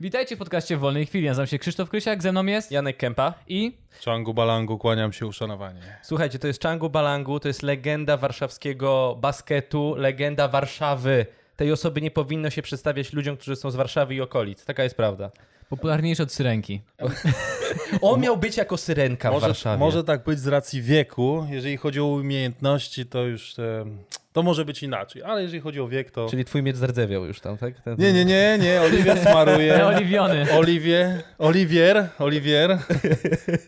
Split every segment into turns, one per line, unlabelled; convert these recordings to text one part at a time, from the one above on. Witajcie w podcaście w wolnej chwili. Nazywam się Krzysztof Krysiak, ze mną jest
Janek Kępa.
i
Czangu balangu, kłaniam się uszanowanie.
Słuchajcie, to jest Czangu Balangu, to jest legenda warszawskiego basketu, legenda Warszawy. Tej osoby nie powinno się przedstawiać ludziom, którzy są z Warszawy i okolic. Taka jest prawda.
popularniejszy od syrenki.
On miał być jako syrenka w
Może,
Warszawie.
może tak być z racji wieku. Jeżeli chodzi o umiejętności, to już e, to może być inaczej, ale jeżeli chodzi o wiek, to.
Czyli twój miecz zardzewiał już tam, tak? Ten-
Nie, nie, nie, nie, Oliwier smaruje.
E, Oliwiony.
Oliwie, Oliwier, Oliwier.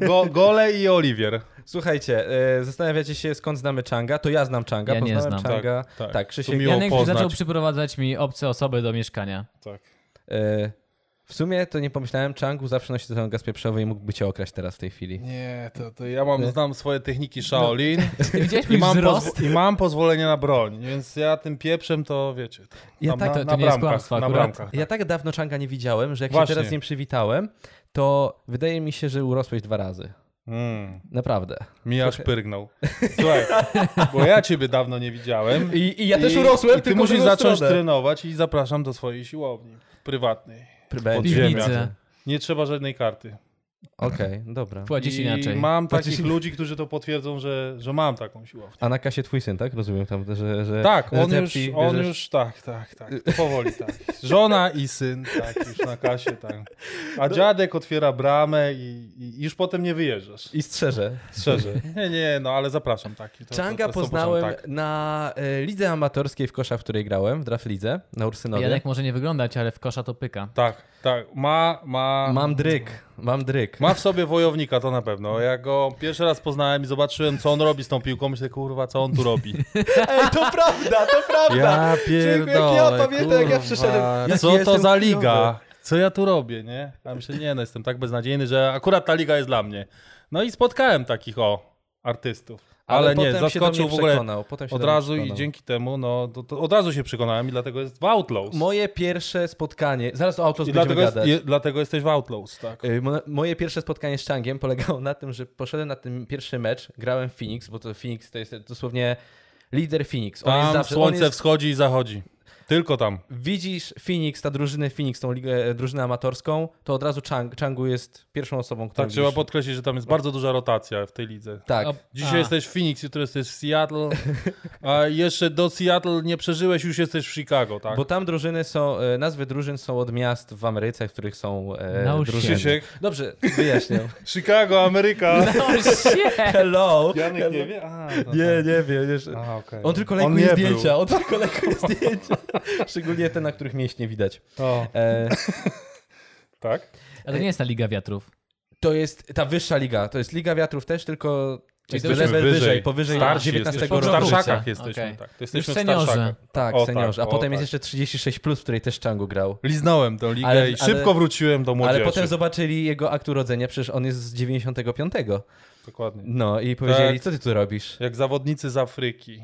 Go, gole i Oliwier.
Słuchajcie, e, zastanawiacie się skąd znamy Czanga? To ja znam Czanga,
Ja nie
poznałem
znam.
Czanga.
Tak, tak.
Krzysiek,
To miło.
Janek
poznać.
zaczął przyprowadzać mi obce osoby do mieszkania.
Tak.
e, w sumie to nie pomyślałem, Czangu zawsze nosi ten gaz pieprzowy i mógłby cię okraść teraz w tej chwili.
Nie, to, to ja mam, E? znam swoje techniki Shaolin
Ty widziałeś
i,
mój
mam
wzrost?
pozwo- i mam pozwolenie na broń, więc ja tym pieprzem to wiecie. Tam
Ja tak-
na,
to- to
na
nie jest
bramkach,
kłamstwo
na
akurat.
bramkach.
Ja tak dawno Czanga nie widziałem, że jak
Właśnie.
się teraz z nim przywitałem, to wydaje mi się, że urosłeś dwa razy.
Mm.
Naprawdę.
Mi aż pyrgnął. Słuchaj, bo ja ciebie dawno nie widziałem.
I,
I- I ty musisz zacząć trenować i zapraszam do swojej siłowni prywatnej.
Będzie.
Piwnicy.
Nie trzeba żadnej karty.
Okej, dobra.
Płacisz
I
inaczej.
mam
Płacisz
takich
in-
ludzi, którzy to potwierdzą, że, że mam taką siłownię.
A na kasie twój syn, tak? Rozumiem tam, że... że
Tak, on już,
recepcji
on
bierzesz.
już, tak, tak, tak, to powoli tak. Żona i syn, tak, już na kasie, tak. A dziadek otwiera bramę i, i już potem nie wyjeżdżasz.
I strzeże.
Szczerze. Nie, nie, no ale zapraszam taki. To,
Czanga
to, to są tak.
poznałem
początki.
na y, lidze amatorskiej w kosza, w której grałem, w draft lidze, na
no,
Ursynowie.
Janek może nie wyglądać, ale w kosza to pyka.
Tak, tak, ma, ma...
Mam dryk, mam dryk.
Ma w sobie wojownika, to na pewno. Ja go pierwszy raz poznałem i zobaczyłem, co on robi z tą piłką. Myślę, kurwa, co on tu robi.
Ej, to prawda, to prawda!
Ja
Człowieku,
pierdolę,
jak ja pamiętam, jak ja
kurwa.
przyszedłem. Jaki
Co to
jestem
za
chujowy.
liga? Co ja tu robię, nie? A myślę, nie, no jestem tak beznadziejny, że akurat ta liga jest dla mnie. No i spotkałem takich, o, artystów. Ale, nie,
potem się do
zaskoczył
mnie
w ogóle
przekonał, potem się
od
do mnie
razu i
przekonał.
dzięki temu, no, to, to od razu się przekonałem i dlatego jest w Outlaws.
Moje pierwsze spotkanie, zaraz o autos
I
będziemy
dlatego, jest,
gadać.
je, dlatego jesteś w Outlaws, tak.
Y, mo- Moje pierwsze spotkanie z Changiem polegało na tym, że poszedłem na ten pierwszy mecz, grałem w Phoenix, bo to Phoenix to jest dosłownie lider Phoenix. On jest
Tam
zawsze,
słońce
on jest,
wschodzi i zachodzi. Tylko tam. Tak
Widzisz Phoenix, ta drużynę Phoenix, tą ligę, e, drużynę amatorską, to od razu Chang, Changu jest pierwszą osobą, którą
Tak, trzeba
widzisz.
podkreślić, że tam jest bardzo duża rotacja w tej lidze.
Tak.
A-
Dzisiaj
a,
jesteś w Phoenix, jutro jesteś w Seattle, a jeszcze do Seattle nie przeżyłeś, już jesteś w Chicago, tak?
Bo tam drużyny są, e, nazwy drużyn są od miast w Ameryce, w których są e,
No shit.
drużyny.
Krzysiek.
Dobrze, wyjaśniam.
Chicago, Ameryka.
O, No, shit!
Hello!
Janek nie wie? A, no
Nie, nie wiem, jeszcze.
tak. A, okej.
On tylko
On
lajkuje
nie
zdjęcia, on tylko lajkuje zdjęcia. Szczególnie te, na których mięśnie widać.
O,
E,
tak?
A to nie jest ta Liga Wiatrów.
to jest ta wyższa liga, to jest Liga Wiatrów też, tylko
Czyli to
jest
już
level wyżej, powyżej
Starsi
19
jesteśmy, w
roku.
starszakach
Okej.
jesteśmy, tak. To
Już
jesteśmy w
seniorzy.
starszakach.
Tak,
O,
seniorze.
tak,
A
o,
potem jest
tak.
jeszcze 36, plus, w której też Changu grał.
Liznąłem tę ligę
Ale-
i
ale-
szybko wróciłem do młodzieży.
Ale potem zobaczyli jego akt urodzenia, przecież on jest z 95.
Dokładnie.
No i powiedzieli,
Tak.
co ty tu robisz?
Jak zawodnicy z Afryki.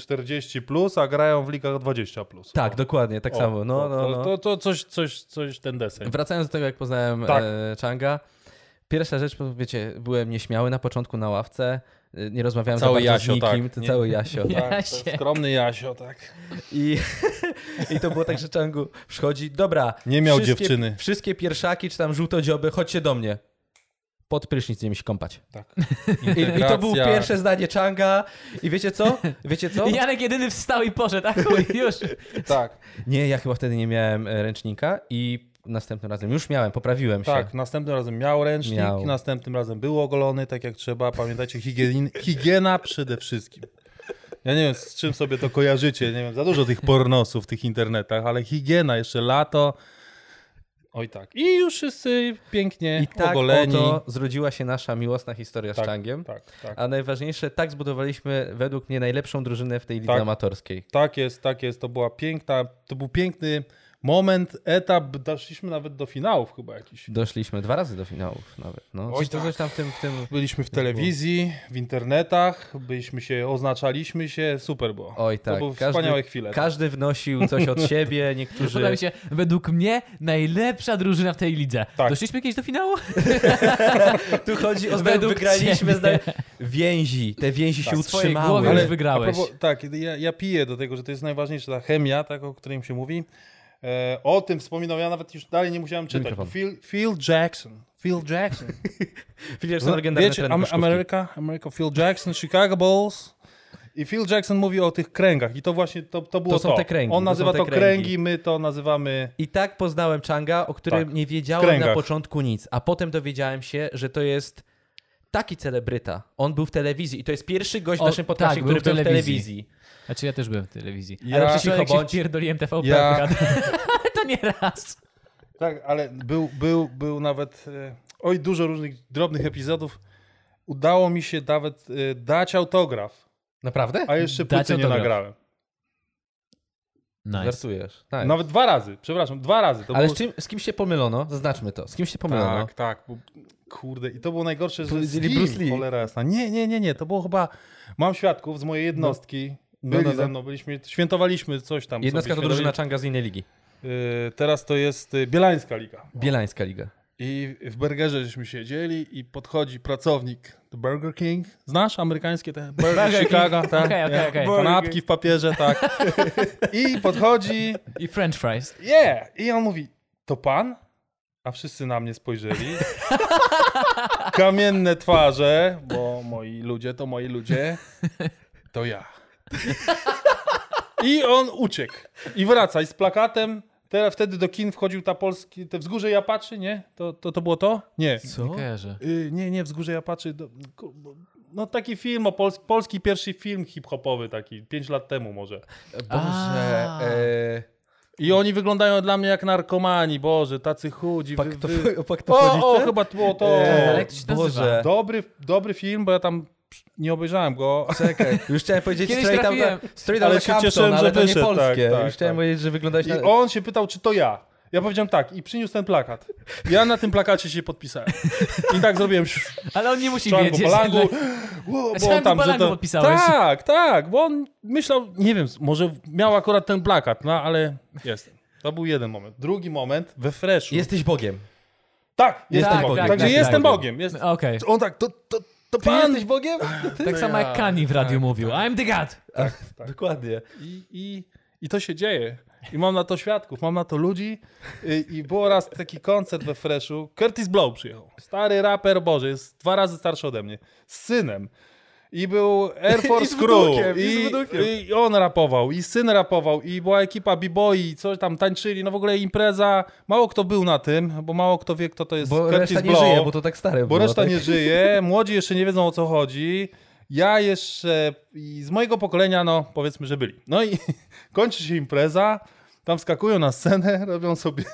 40 plus, a grają w ligach 20 plus.
No. Tak, dokładnie, tak
O,
samo. No,
to-
no, no.
To, to coś, coś, coś ten deseń.
Wracając do tego, jak poznałem
Tak.
e, Changa. Pierwsza rzecz, bo wiecie, byłem nieśmiały na początku na ławce, e, nie rozmawiałem
Cały
za bardzo
Jasio,
z nikim,
tak.
to
Nie.
cały Jasio.
Ja
Tak, to
się-
skromny Jasio, tak.
I, I to było tak, że Changu przychodzi, dobra.
Nie miał
wszystkie-
dziewczyny.
Wszystkie pierwszaki czy tam żółtodzioby, chodźcie do mnie. Pod prysznic idziemy się kąpać.
tak.
I, I to było pierwsze zdanie Changa. I wiecie co? Wiecie co?
I Janek jedyny wstał i poszedł, a chuj, już.
Tak,
Nie, ja chyba wtedy nie miałem e, ręcznika i następnym razem już miałem, poprawiłem się.
tak. Następnym razem miał ręcznik,
Miał.
następnym razem był ogolony, tak jak trzeba. Pamiętajcie, higieni, higiena przede wszystkim. Ja nie wiem, z czym sobie to kojarzycie, nie wiem, za dużo tych pornosów w tych internetach, ale higiena, jeszcze lato. Oj tak. I już wszyscy pięknie
I tak
ogoleni.
oto zrodziła się nasza miłosna historia
Tak,
z Changiem.
Tak, tak.
A najważniejsze, tak zbudowaliśmy według mnie najlepszą drużynę w tej lidze
Tak.
amatorskiej.
Tak jest, tak jest. To była piękna, to był piękny moment, etap. Doszliśmy nawet do finałów chyba jakiś.
Doszliśmy dwa razy do finałów nawet. No.
Oj,
Coś, to coś tam w tym, w tym
Byliśmy w telewizji, w internetach, byliśmy się, oznaczaliśmy się, super było.
Oj tak,
To były
każdy-
wspaniałe chwile.
Każdy wnosił coś od siebie,
Podoba
niektórzy.
mi się, według mnie najlepsza drużyna w tej lidze.
Tak.
Doszliśmy kiedyś do finału?
Tu chodzi o
Według ciebie.
wygraliśmy zdaje... więzi. Te więzi
Tak,
się
w swojej
utrzymały.
głowie
Ale...
już wygrałeś.
a propos- tak, ja, ja piję do tego, że to jest najważniejsze, ta chemia, tak, o której się mówi. E, o tym wspominał, ja nawet już dalej nie musiałem czytać.
Mikrofon.
Phil, Phil Jackson. Phil Jackson.
Widzisz, są legendarne
No, Wiecie,
trener
Am-
koszykówki.
Ameryka, Ameryka, Phil Jackson, Chicago Bulls. I Phil Jackson mówi o tych kręgach i to właśnie, to, to było
To są te kręgi, to są
On nazywa
te
to
kręgi.
kręgi. my to nazywamy...
I tak poznałem Changa, o którym
Tak.
nie
W
wiedziałem
kręgach.
na początku nic, a potem dowiedziałem się, że to jest taki celebryta. On był w telewizji i to jest pierwszy gość
O,
w naszym podcaście,
tak,
który
był w
był w telewizji.
telewizji. Znaczy ja też byłem w telewizji.
Ja-
Ale przecież
Cicho
jak się
bądź.
pierdoliłem TVP
Ja-
ja... To nie raz.
Tak, ale był, był, był nawet... e, Oj, dużo różnych drobnych epizodów. Udało mi się nawet e, dać autograf,
Naprawdę?
a jeszcze
Dać
płyty nie
autograf.
nagrałem.
Nice.
Żartujesz. Nice. No,
Nawet dwa razy, przepraszam, dwa razy. To
Tak. Ale
było...
z, czym, z kim się pomylono? Zaznaczmy to. Z kim się pomylono?
Tak, tak. bo- Kurde, i to było najgorsze, że z
Powiedzieli
kim,
Bruce Lee.
Cholera jasna. Nie, nie, nie, nie, to było chyba... Mam świadków z mojej jednostki.
No,
Byli
no, no.
ze mną, byliśmy, świętowaliśmy coś tam.
Jednostka to
sobie
drużyna
świętowaliśmy.
Changa z innej ligi.
Y, teraz to jest y, Bielańska Liga.
Bielańska liga.
I w burgerze żeśmy siedzieli i podchodzi pracownik do Burger King. Znasz amerykańskie te Burger Chicago? tak.
Okej, okej, okej.
Kanapki w papierze, tak. I podchodzi
I french fries.
Yeah! I on mówi, to pan? A wszyscy na mnie spojrzeli. Kamienne twarze, bo moi ludzie to moi ludzie. To ja. I on uciekł. I wraca i z plakatem. Teraz wtedy do kin wchodził ta polski, te wzgórze ja patrzy, nie? To, to, to było to? Nie.
Co?
Nie kojarzę.
Y, nie, nie, wzgórze ja patrzy. Do, ku- bo- no taki film, o pols polski pierwszy film hip-hopowy taki, pięć lat temu może.
Boże.
A.
E,
I oni wyglądają dla mnie jak narkomani, Boże, tacy chudzi.
pak
wy-
to,
wy-
pak to wchodzi
O,
w
o,
ten?
chyba to było to.
E,
ale jak to się
Boże.
Dobry, dobry film, bo ja tam nie obejrzałem go.
Czekaj, już chciałem powiedzieć
Kiedyś
straight
trafiłem.
out, straight
Ale
out
się cieszyłem, że
ale to nie
wyszedł, tak,
polskie.
tak,
już chciałem
tak.
powiedzieć, że wyglądałeś
I
na...
on się pytał, czy to ja. Ja powiedziałem tak i przyniósł ten plakat. Ja na tym plakacie się podpisałem. I tak zrobiłem
Ale on nie musi
szangu,
wiedzieć.
balangu.
że-
Ło, Bo
Szangu
on tam, że
balangu
to...
podpisałeś.
Tak, tak, bo on myślał, nie wiem, może miał akurat ten plakat, no ale jestem. To był jeden moment. Drugi moment, we freshu.
Jesteś Bogiem.
Tak, jestem
tak,
Bogiem.
tak,
Także
tak,
jestem
tak.
Bogiem. Jest...
Okej.
On tak, to, to, to
Ty
pan.
jesteś Bogiem?
Tak samo jak Kani w radiu mówił. I'm the god.
Dokładnie.
I, i, I to się dzieje. I mam na to świadków, mam na to ludzi. I, I było raz taki koncert we Freshu. Curtis Blow przyjechał. Stary raper, Boże, jest dwa razy starszy ode mnie. Z synem. I był Air
I
Force
z
Crew.
wnukiem, i z wnukiem.
I on rapował, i syn rapował, i była ekipa b-boy, coś tam tańczyli. No w ogóle impreza. Mało kto był na tym, bo mało kto wie, kto to jest
Bo
Curtis
reszta nie
Blow.
żyje, bo to tak stare
Bo
było,
reszta
tak?
nie żyje, młodzi jeszcze nie wiedzą o co chodzi. Ja jeszcze i z mojego pokolenia, no powiedzmy, że byli. No i kończy się impreza, tam skakują na scenę, robią sobie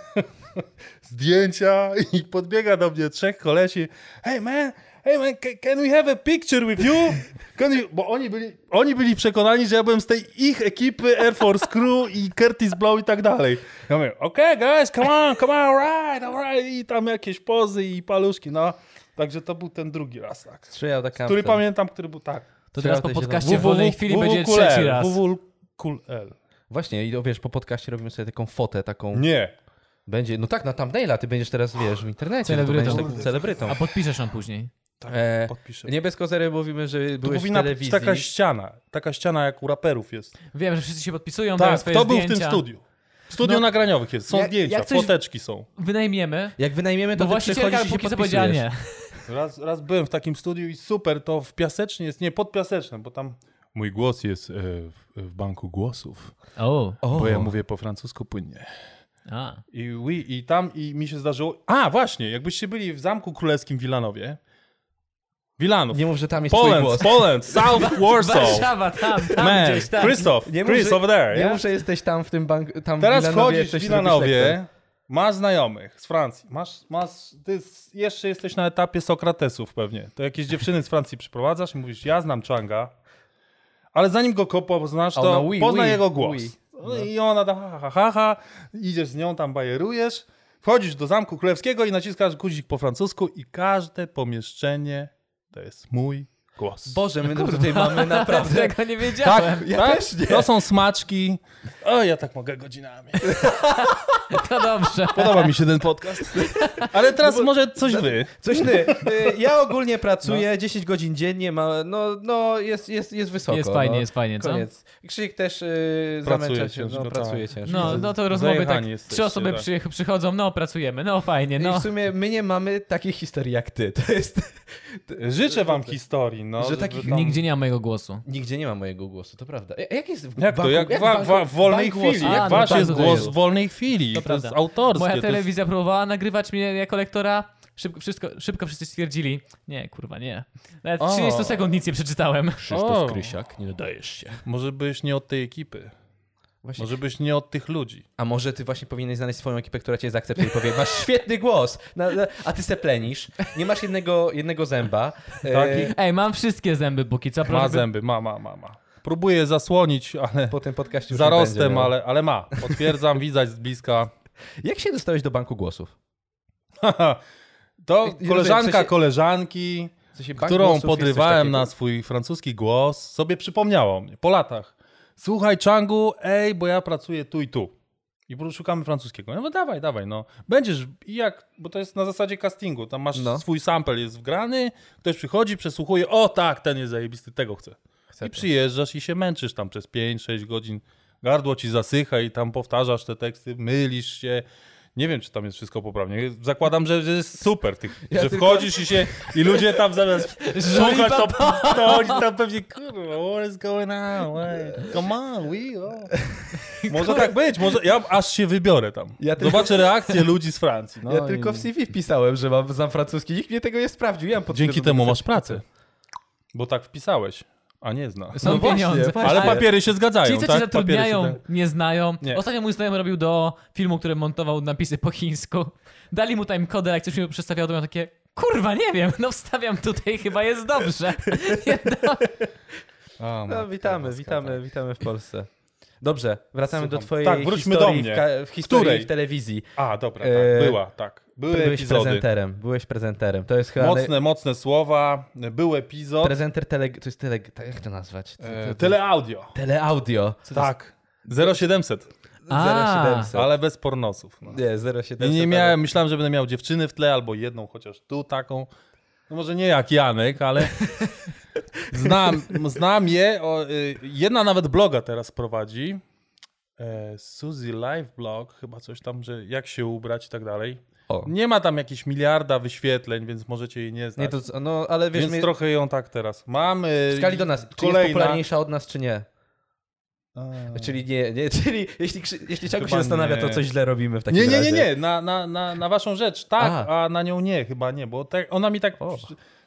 zdjęcia i podbiega do mnie trzech kolesi. Hey man, hey man, ca- can we have a picture with you? Can you? Bo oni byli, oni byli przekonani, że ja byłem z tej ich ekipy Air Force Crew i Curtis Blow i tak dalej. Ja mówię, okay guys, come on, come on, alright, alright. I tam jakieś pozy i paluszki, no. Także to był ten drugi raz, tak.
Straight out
Który pamiętam, który był tak.
To teraz po
Trzeba to się
podcaście w wolnej chwili będzie trzeci raz.
WWKL.
Właśnie, i wiesz, po podcaście robimy sobie taką fotę, taką...
Nie.
Będzie, no tak, na thumbnaila ty będziesz teraz, wiesz, w internecie. no To
Celebrytą.
będziesz takim celebrytą.
A podpiszesz nam później.
Tak,
E,
podpiszę.
Nie bez kozery mówimy, że
Tu
byłeś w
powinna
telewizji.
być taka ściana, taka ściana jak u raperów jest.
Wiem, że wszyscy się podpisują, dają
Tak,
swoje
kto
zdjęcia.
był w tym studiu? Studio
No,
nagraniowych jest, są
jak-
zdjęcia,
jak coś-
foteczki są.
Wynajmiemy.
Jak wynajmiemy,
Bo
to ty
właścicielka
przychodzisz i
póki
się
co powiedziała
podpisujesz.
nie.
Raz, raz byłem w takim studiu i super, to w Piasecznie jest, nie, pod Piasecznem, bo tam... Mój głos jest e, w, w banku głosów,
O.
O,
bo ja mówię po francusku płynnie.
A.
I, oui, I tam i mi się zdarzyło... A, właśnie, jakbyście byli w Zamku Królewskim w Wilanowie. Wilanów.
nie mów, że tam jest twój
Poland,
głos.
Poland, South Warsaw.
Warszawa, tam, tam
Man,
gdzieś, tam.
Christoph,
Nie mów,
Chris
że-
over there.
Nie
yeah?
mów, że jesteś tam w tym banku, tam
Teraz
w Wilanowie,
wchodzisz w
coś robisz lektor.
Wilanowie, masz znajomych z Francji, masz, masz, ty s- jeszcze jesteś na etapie Sokratesów pewnie. To jakieś dziewczyny z Francji przyprowadzasz i mówisz, ja znam Changa, ale zanim go ko- poznasz,
A ona,
to
oui,
poznaj
oui,
jego głos.
oui.
No I ona tam ha, ha, ha, ha, idziesz z nią, tam bajerujesz, wchodzisz do Zamku Królewskiego i naciskasz guzik po francusku i każde pomieszczenie to jest mój głos.
Boże, my tutaj mamy naprawdę...
Tego nie wiedziałem.
tak,
ja
tak,
też nie.
to są smaczki. O, ja tak mogę godzinami.
To dobrze.
Podoba mi się ten podcast. Ale teraz
No
może coś wy.
Coś ty. y, Ja ogólnie
No.
pracuję 10 godzin dziennie, ma, no, no jest, jest, jest wysoko.
Jest fajnie,
no.
jest fajnie, co?
Koniec. Krzyk też y,
Pracuje
zamęcza się,
ciężko,
no,
tak.
pracuje ciężko.
No, no to rozmowy tak.
Zajechani jesteście,
Trzy osoby
tak.
przy, przychodzą, no pracujemy, no fajnie,
I
no.
w sumie my nie mamy takich historii jak ty. To jest...
Życzę wam historii, no.
Że
żeby
takich
tam-
Nigdzie nie ma mojego głosu.
Nigdzie nie ma mojego głosu, to prawda. E, Jak jest w
Jak to?
banku-
Jak,
jak
wa,
banku-
wa, w wolnej
bank głosu?
chwili.
A,
Jak
no
wasz
tak,
jest
to
głos
jest.
w wolnej chwili.
To
To, jest
prawda.
autorskie.
Moja
to jest...
telewizja próbowała nagrywać mnie jako lektora. Szybko, wszystko, szybko wszyscy stwierdzili, nie, kurwa, nie. Nawet
O.
30 sekund nic nie przeczytałem.
O.
Krysiak, nie nadajesz się.
Może byś nie od tej ekipy.
Właśnie.
Może byś nie od tych ludzi.
A może ty właśnie powinieneś znaleźć swoją ekipę, która cię zaakceptuje i powie, masz świetny głos, na, na, a ty se plenisz, nie masz jednego, jednego zęba. E,
Taki-
Ej, mam wszystkie zęby, Buki, co
Ma
proszę.
zęby, ma, ma, ma, ma. Próbuję zasłonić, ale
Po tym podcaście już nie będzie,
zarostem,
no.
ale, ale ma. Potwierdzam, widać z bliska.
Jak się dostałeś do banku głosów?
To
rozumiem, w
koleżanka
sensie-
koleżanki,
W sensie, bank
którą
głosów jest coś
podrywałem
takiego?
na swój francuski głos, sobie przypomniała o mnie po latach. Słuchaj, Changu, ej, bo ja pracuję tu i tu. I po- szukamy francuskiego. No, no dawaj, dawaj, no. Będziesz, i jak, bo to jest na zasadzie castingu. Tam masz
No.
swój sample, jest wgrany, ktoś przychodzi, przesłuchuje, o tak, ten jest zajebisty, tego chcę.
Chcę
I
to.
przyjeżdżasz i się męczysz tam przez 5-6 godzin. Gardło ci zasycha i tam powtarzasz te teksty, mylisz się. Nie wiem, czy tam jest wszystko poprawnie. Zakładam, że, że jest super. Tych,
Ja
że
tylko-
wchodzisz i się i ludzie tam zamiast
Żuli
słuchać, to, to oni tam pewnie kurwa, what is going on? Wait, Come on, we oh. Może tak być, może ja aż się wybiorę tam.
Ja tylko-
Zobaczę reakcję ludzi z Francji. No
ja
i-
tylko w CV wpisałem, że mam znam francuski, nikt mnie tego nie sprawdził. Ja mam potwierdzone
Dzięki temu masz
certyfikaty.
pracę. Bo tak wpisałeś, a nie znasz.
Są
No właśnie,
pieniądze.
właśnie.
Ale
Ale-
papiery się zgadzają,
Ci, co
tak?
cię
Papiery się
zatrudniają,
zgadzają.
nie znają.
Nie.
Ostatnio mój znajomy robił do filmu, który montował napisy po chińsku. Dali mu timecoder, jak coś mi przestawiał, to miał takie kurwa, nie wiem, no wstawiam tutaj, chyba jest dobrze.
A,
No,
matka
witamy,
boska,
witamy,
tak.
witamy w Polsce. Dobrze, wracamy do
Słucham.
twojej
Tak, wróćmy
historii
do mnie.
w, ka- w historii
Której?
w telewizji.
A, dobra, tak,
E,
była, tak. Były
Byłeś
epizody.
prezenterem, byłeś prezenterem. To jest chyba naj-
Mocne, mocne słowa, był epizod,
prezenter tele... To jest tele... to Jak to nazwać? To-
e,
to-
teleaudio.
Teleaudio.
Tak, 0700,
A.
0700.
ale bez pornosów. No.
Nie, 0700.
I nie miałem, myślałem, że będę miał dziewczyny w tle albo jedną chociaż tu taką. No może nie jak Janek, ale znam, znam je. O, y, jedna nawet bloga teraz prowadzi. E, Suzy Live Blog, chyba coś tam, że jak się ubrać i tak dalej.
O.
Nie ma tam jakichś miliarda wyświetleń, więc możecie jej nie znać.
Nie, to... co- No, ale wiesz,
Więc
my...
trochę ją tak teraz. Mamy.
w skali do nas. Czy jest popularniejsza od nas, czy nie? Czyli nie, nie, czyli jeśli, krzy- jeśli Ciaku się
Chyba
zastanawia,
nie.
to coś źle robimy w takim
Nie, nie,
razie.
nie, nie. Na, na, na, na waszą rzecz tak, a,
A.
na nią nie, chyba nie, bo tak, ona mi tak
O.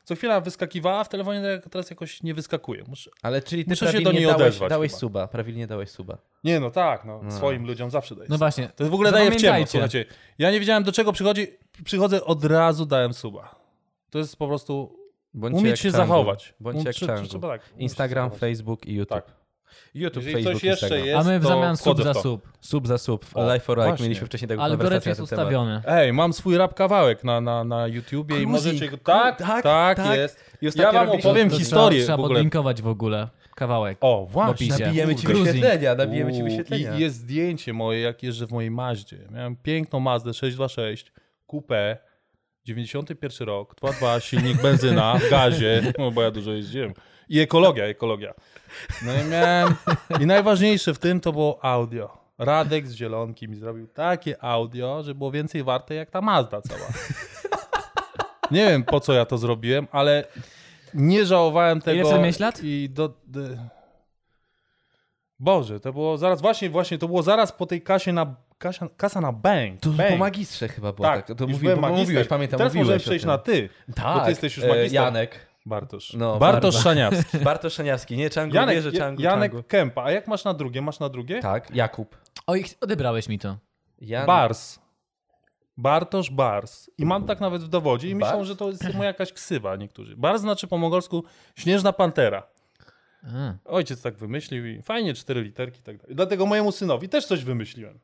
co chwila wyskakiwała w telefonie, tak teraz jakoś nie wyskakuje. Muszę...
Ale czyli ty
Muszę się
prawidłnie
do niej
dałeś,
odezwać
dałeś
chyba.
suba, prawidłnie dałeś suba.
Nie, no tak, no,
No.
swoim ludziom zawsze daje.
No właśnie.
to w ogóle daje w ciemno,
Zapamiętajcie.
słuchajcie. Ja nie wiedziałem, do czego przychodzi. Przychodzę, od razu dałem suba. To jest po prostu
Bądźcie
umieć
jak
się
Changu.
zachować.
Bądźcie jak
Trze- trze-
Changu.
trzeba tak, umieć się
Instagram,
zachować.
Facebook i YouTube.
Tak.
YouTube,
Jeżeli
Facebook,
coś jeszcze
Instagram.
jest,
A my w
to
zamian sub
wchodzę w
za
to.
sub.
Sub za sub.
O,
Life for Like.
właśnie.
Mieliśmy wcześniej taką
Algorytm
konwersację na
jest
ten temat.
ustawiony.
Ej, mam swój rap kawałek na, na, na YouTubie i
Cruising.
możecie go... Tak,
Tak,
tak, tak,
tak.
jest.
I
Ja wam
robiliśmy-
opowiem
To
historię
Trzeba
w ogóle.
podlinkować w ogóle kawałek.
O,
Napisie.
Nabijemy ci
Cruising.
wyświetlenia, nabijemy ci
Uuu,
wyświetlenia.
I jest zdjęcie moje, jak jeżdżę w mojej Maździe. Miałem piękną Mazdę 626, coupé, 91 rok, 2.2, silnik benzyna, w gazie, no bo ja dużo jeździłem. I ekologia, ekologia. No i miałem... I najważniejsze w tym to było audio. Radek z Zielonki mi zrobił takie audio, że było więcej warte jak ta Mazda cała. Nie wiem, po co ja to zrobiłem, ale nie żałowałem tego.
wtedy miałeś lat?
I do, d- Boże, to było zaraz, właśnie, właśnie, to było zaraz po tej kasie na, kasia, kasa na bank.
To
bank.
po magistrze chyba było. Tak, to
już
mówi,
byłem
bo
magister.
mówiłeś, pamiętam,
Teraz
mówiłeś
możemy
o
przejść
tym.
na ty,
Tak,
bo ty jesteś już
e,
magister.
Janek.
Bartosz.
No,
Bartosz
Bartosz.
Szaniawski.
Bartosz Szaniawski, nie Czangu, Janek,
Janek,
wierzę Czangu.
Janek
Czangu.
Kępa, a jak masz na drugie? Masz na drugie?
Tak, Jakub.
Oj, odebrałeś mi to.
Janek.
Bars. Bartosz Bars. I mam tak nawet w dowodzie i myślą,
Mm. Bars?
że to jest moja jakaś ksywa niektórzy. Bars znaczy po mongolsku śnieżna pantera.
A.
Ojciec tak wymyślił i fajnie, cztery literki i tak dalej. Dlatego mojemu synowi też coś wymyśliłem.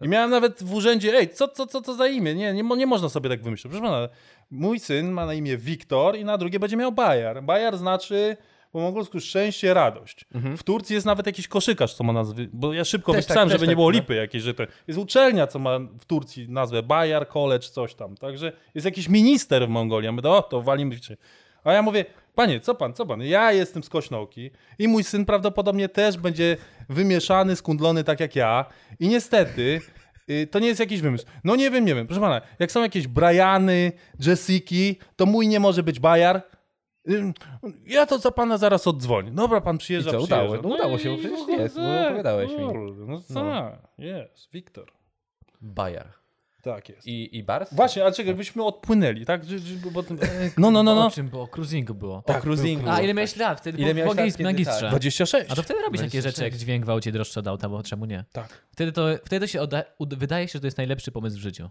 I miałem nawet w urzędzie, ej, co, co, co to za imię? Nie, nie, mo- nie można sobie tak wymyślić. Proszę pana, mój syn ma na imię Wiktor i na drugie będzie miał Bajar. Bajar znaczy po mongolsku szczęście, radość. W Turcji jest nawet jakiś koszykarz, co ma nazwy, bo ja szybko
Mhm. Też
wypisałem,
tak, też
żeby nie
tak,
było
no.
lipy jakiejś, że to jest uczelnia, co ma w Turcji nazwę Bajar, College, coś tam. Także jest jakiś minister w Mongolii, a my do, o, to walimy się. A ja mówię, panie, co pan, co pan, ja jestem z Kośnoki i mój syn prawdopodobnie też będzie wymieszany, skundlony tak jak ja i niestety... y, To nie jest jakiś wymysł. No nie wiem, nie wiem. Proszę pana, jak są jakieś Briany, Jessiki, to mój nie może być Bajar. Ym, Ja to za pana zaraz oddzwonię. Dobra, pan przyjeżdża,
I co,
przyjeżdża.
udało? No udało się, bo
i-
przecież jest, bo
tak,
opowiadałeś mi.
kurde, No tak, jest, Wiktor.
Bajar.
Tak jest.
I, i Bars?
Właśnie, ale czekaj, byśmy odpłynęli, tak? Że- że- Bo... No, no, no,
O
no.
czym było? O cruisingu było.
Tak,
o cruisingu.
A ile miałeś lat? Wtedy
Ile
ile
miałeś
miałeś
lat, kiedy
magistrze.
tak?
26.
A to wtedy robisz takie
26.
rzeczy jak dźwięk w aucie droższy od auta, bo czemu nie?
Tak.
Wtedy to, wtedy to się oda, ud, wydaje się, że to jest najlepszy pomysł w życiu.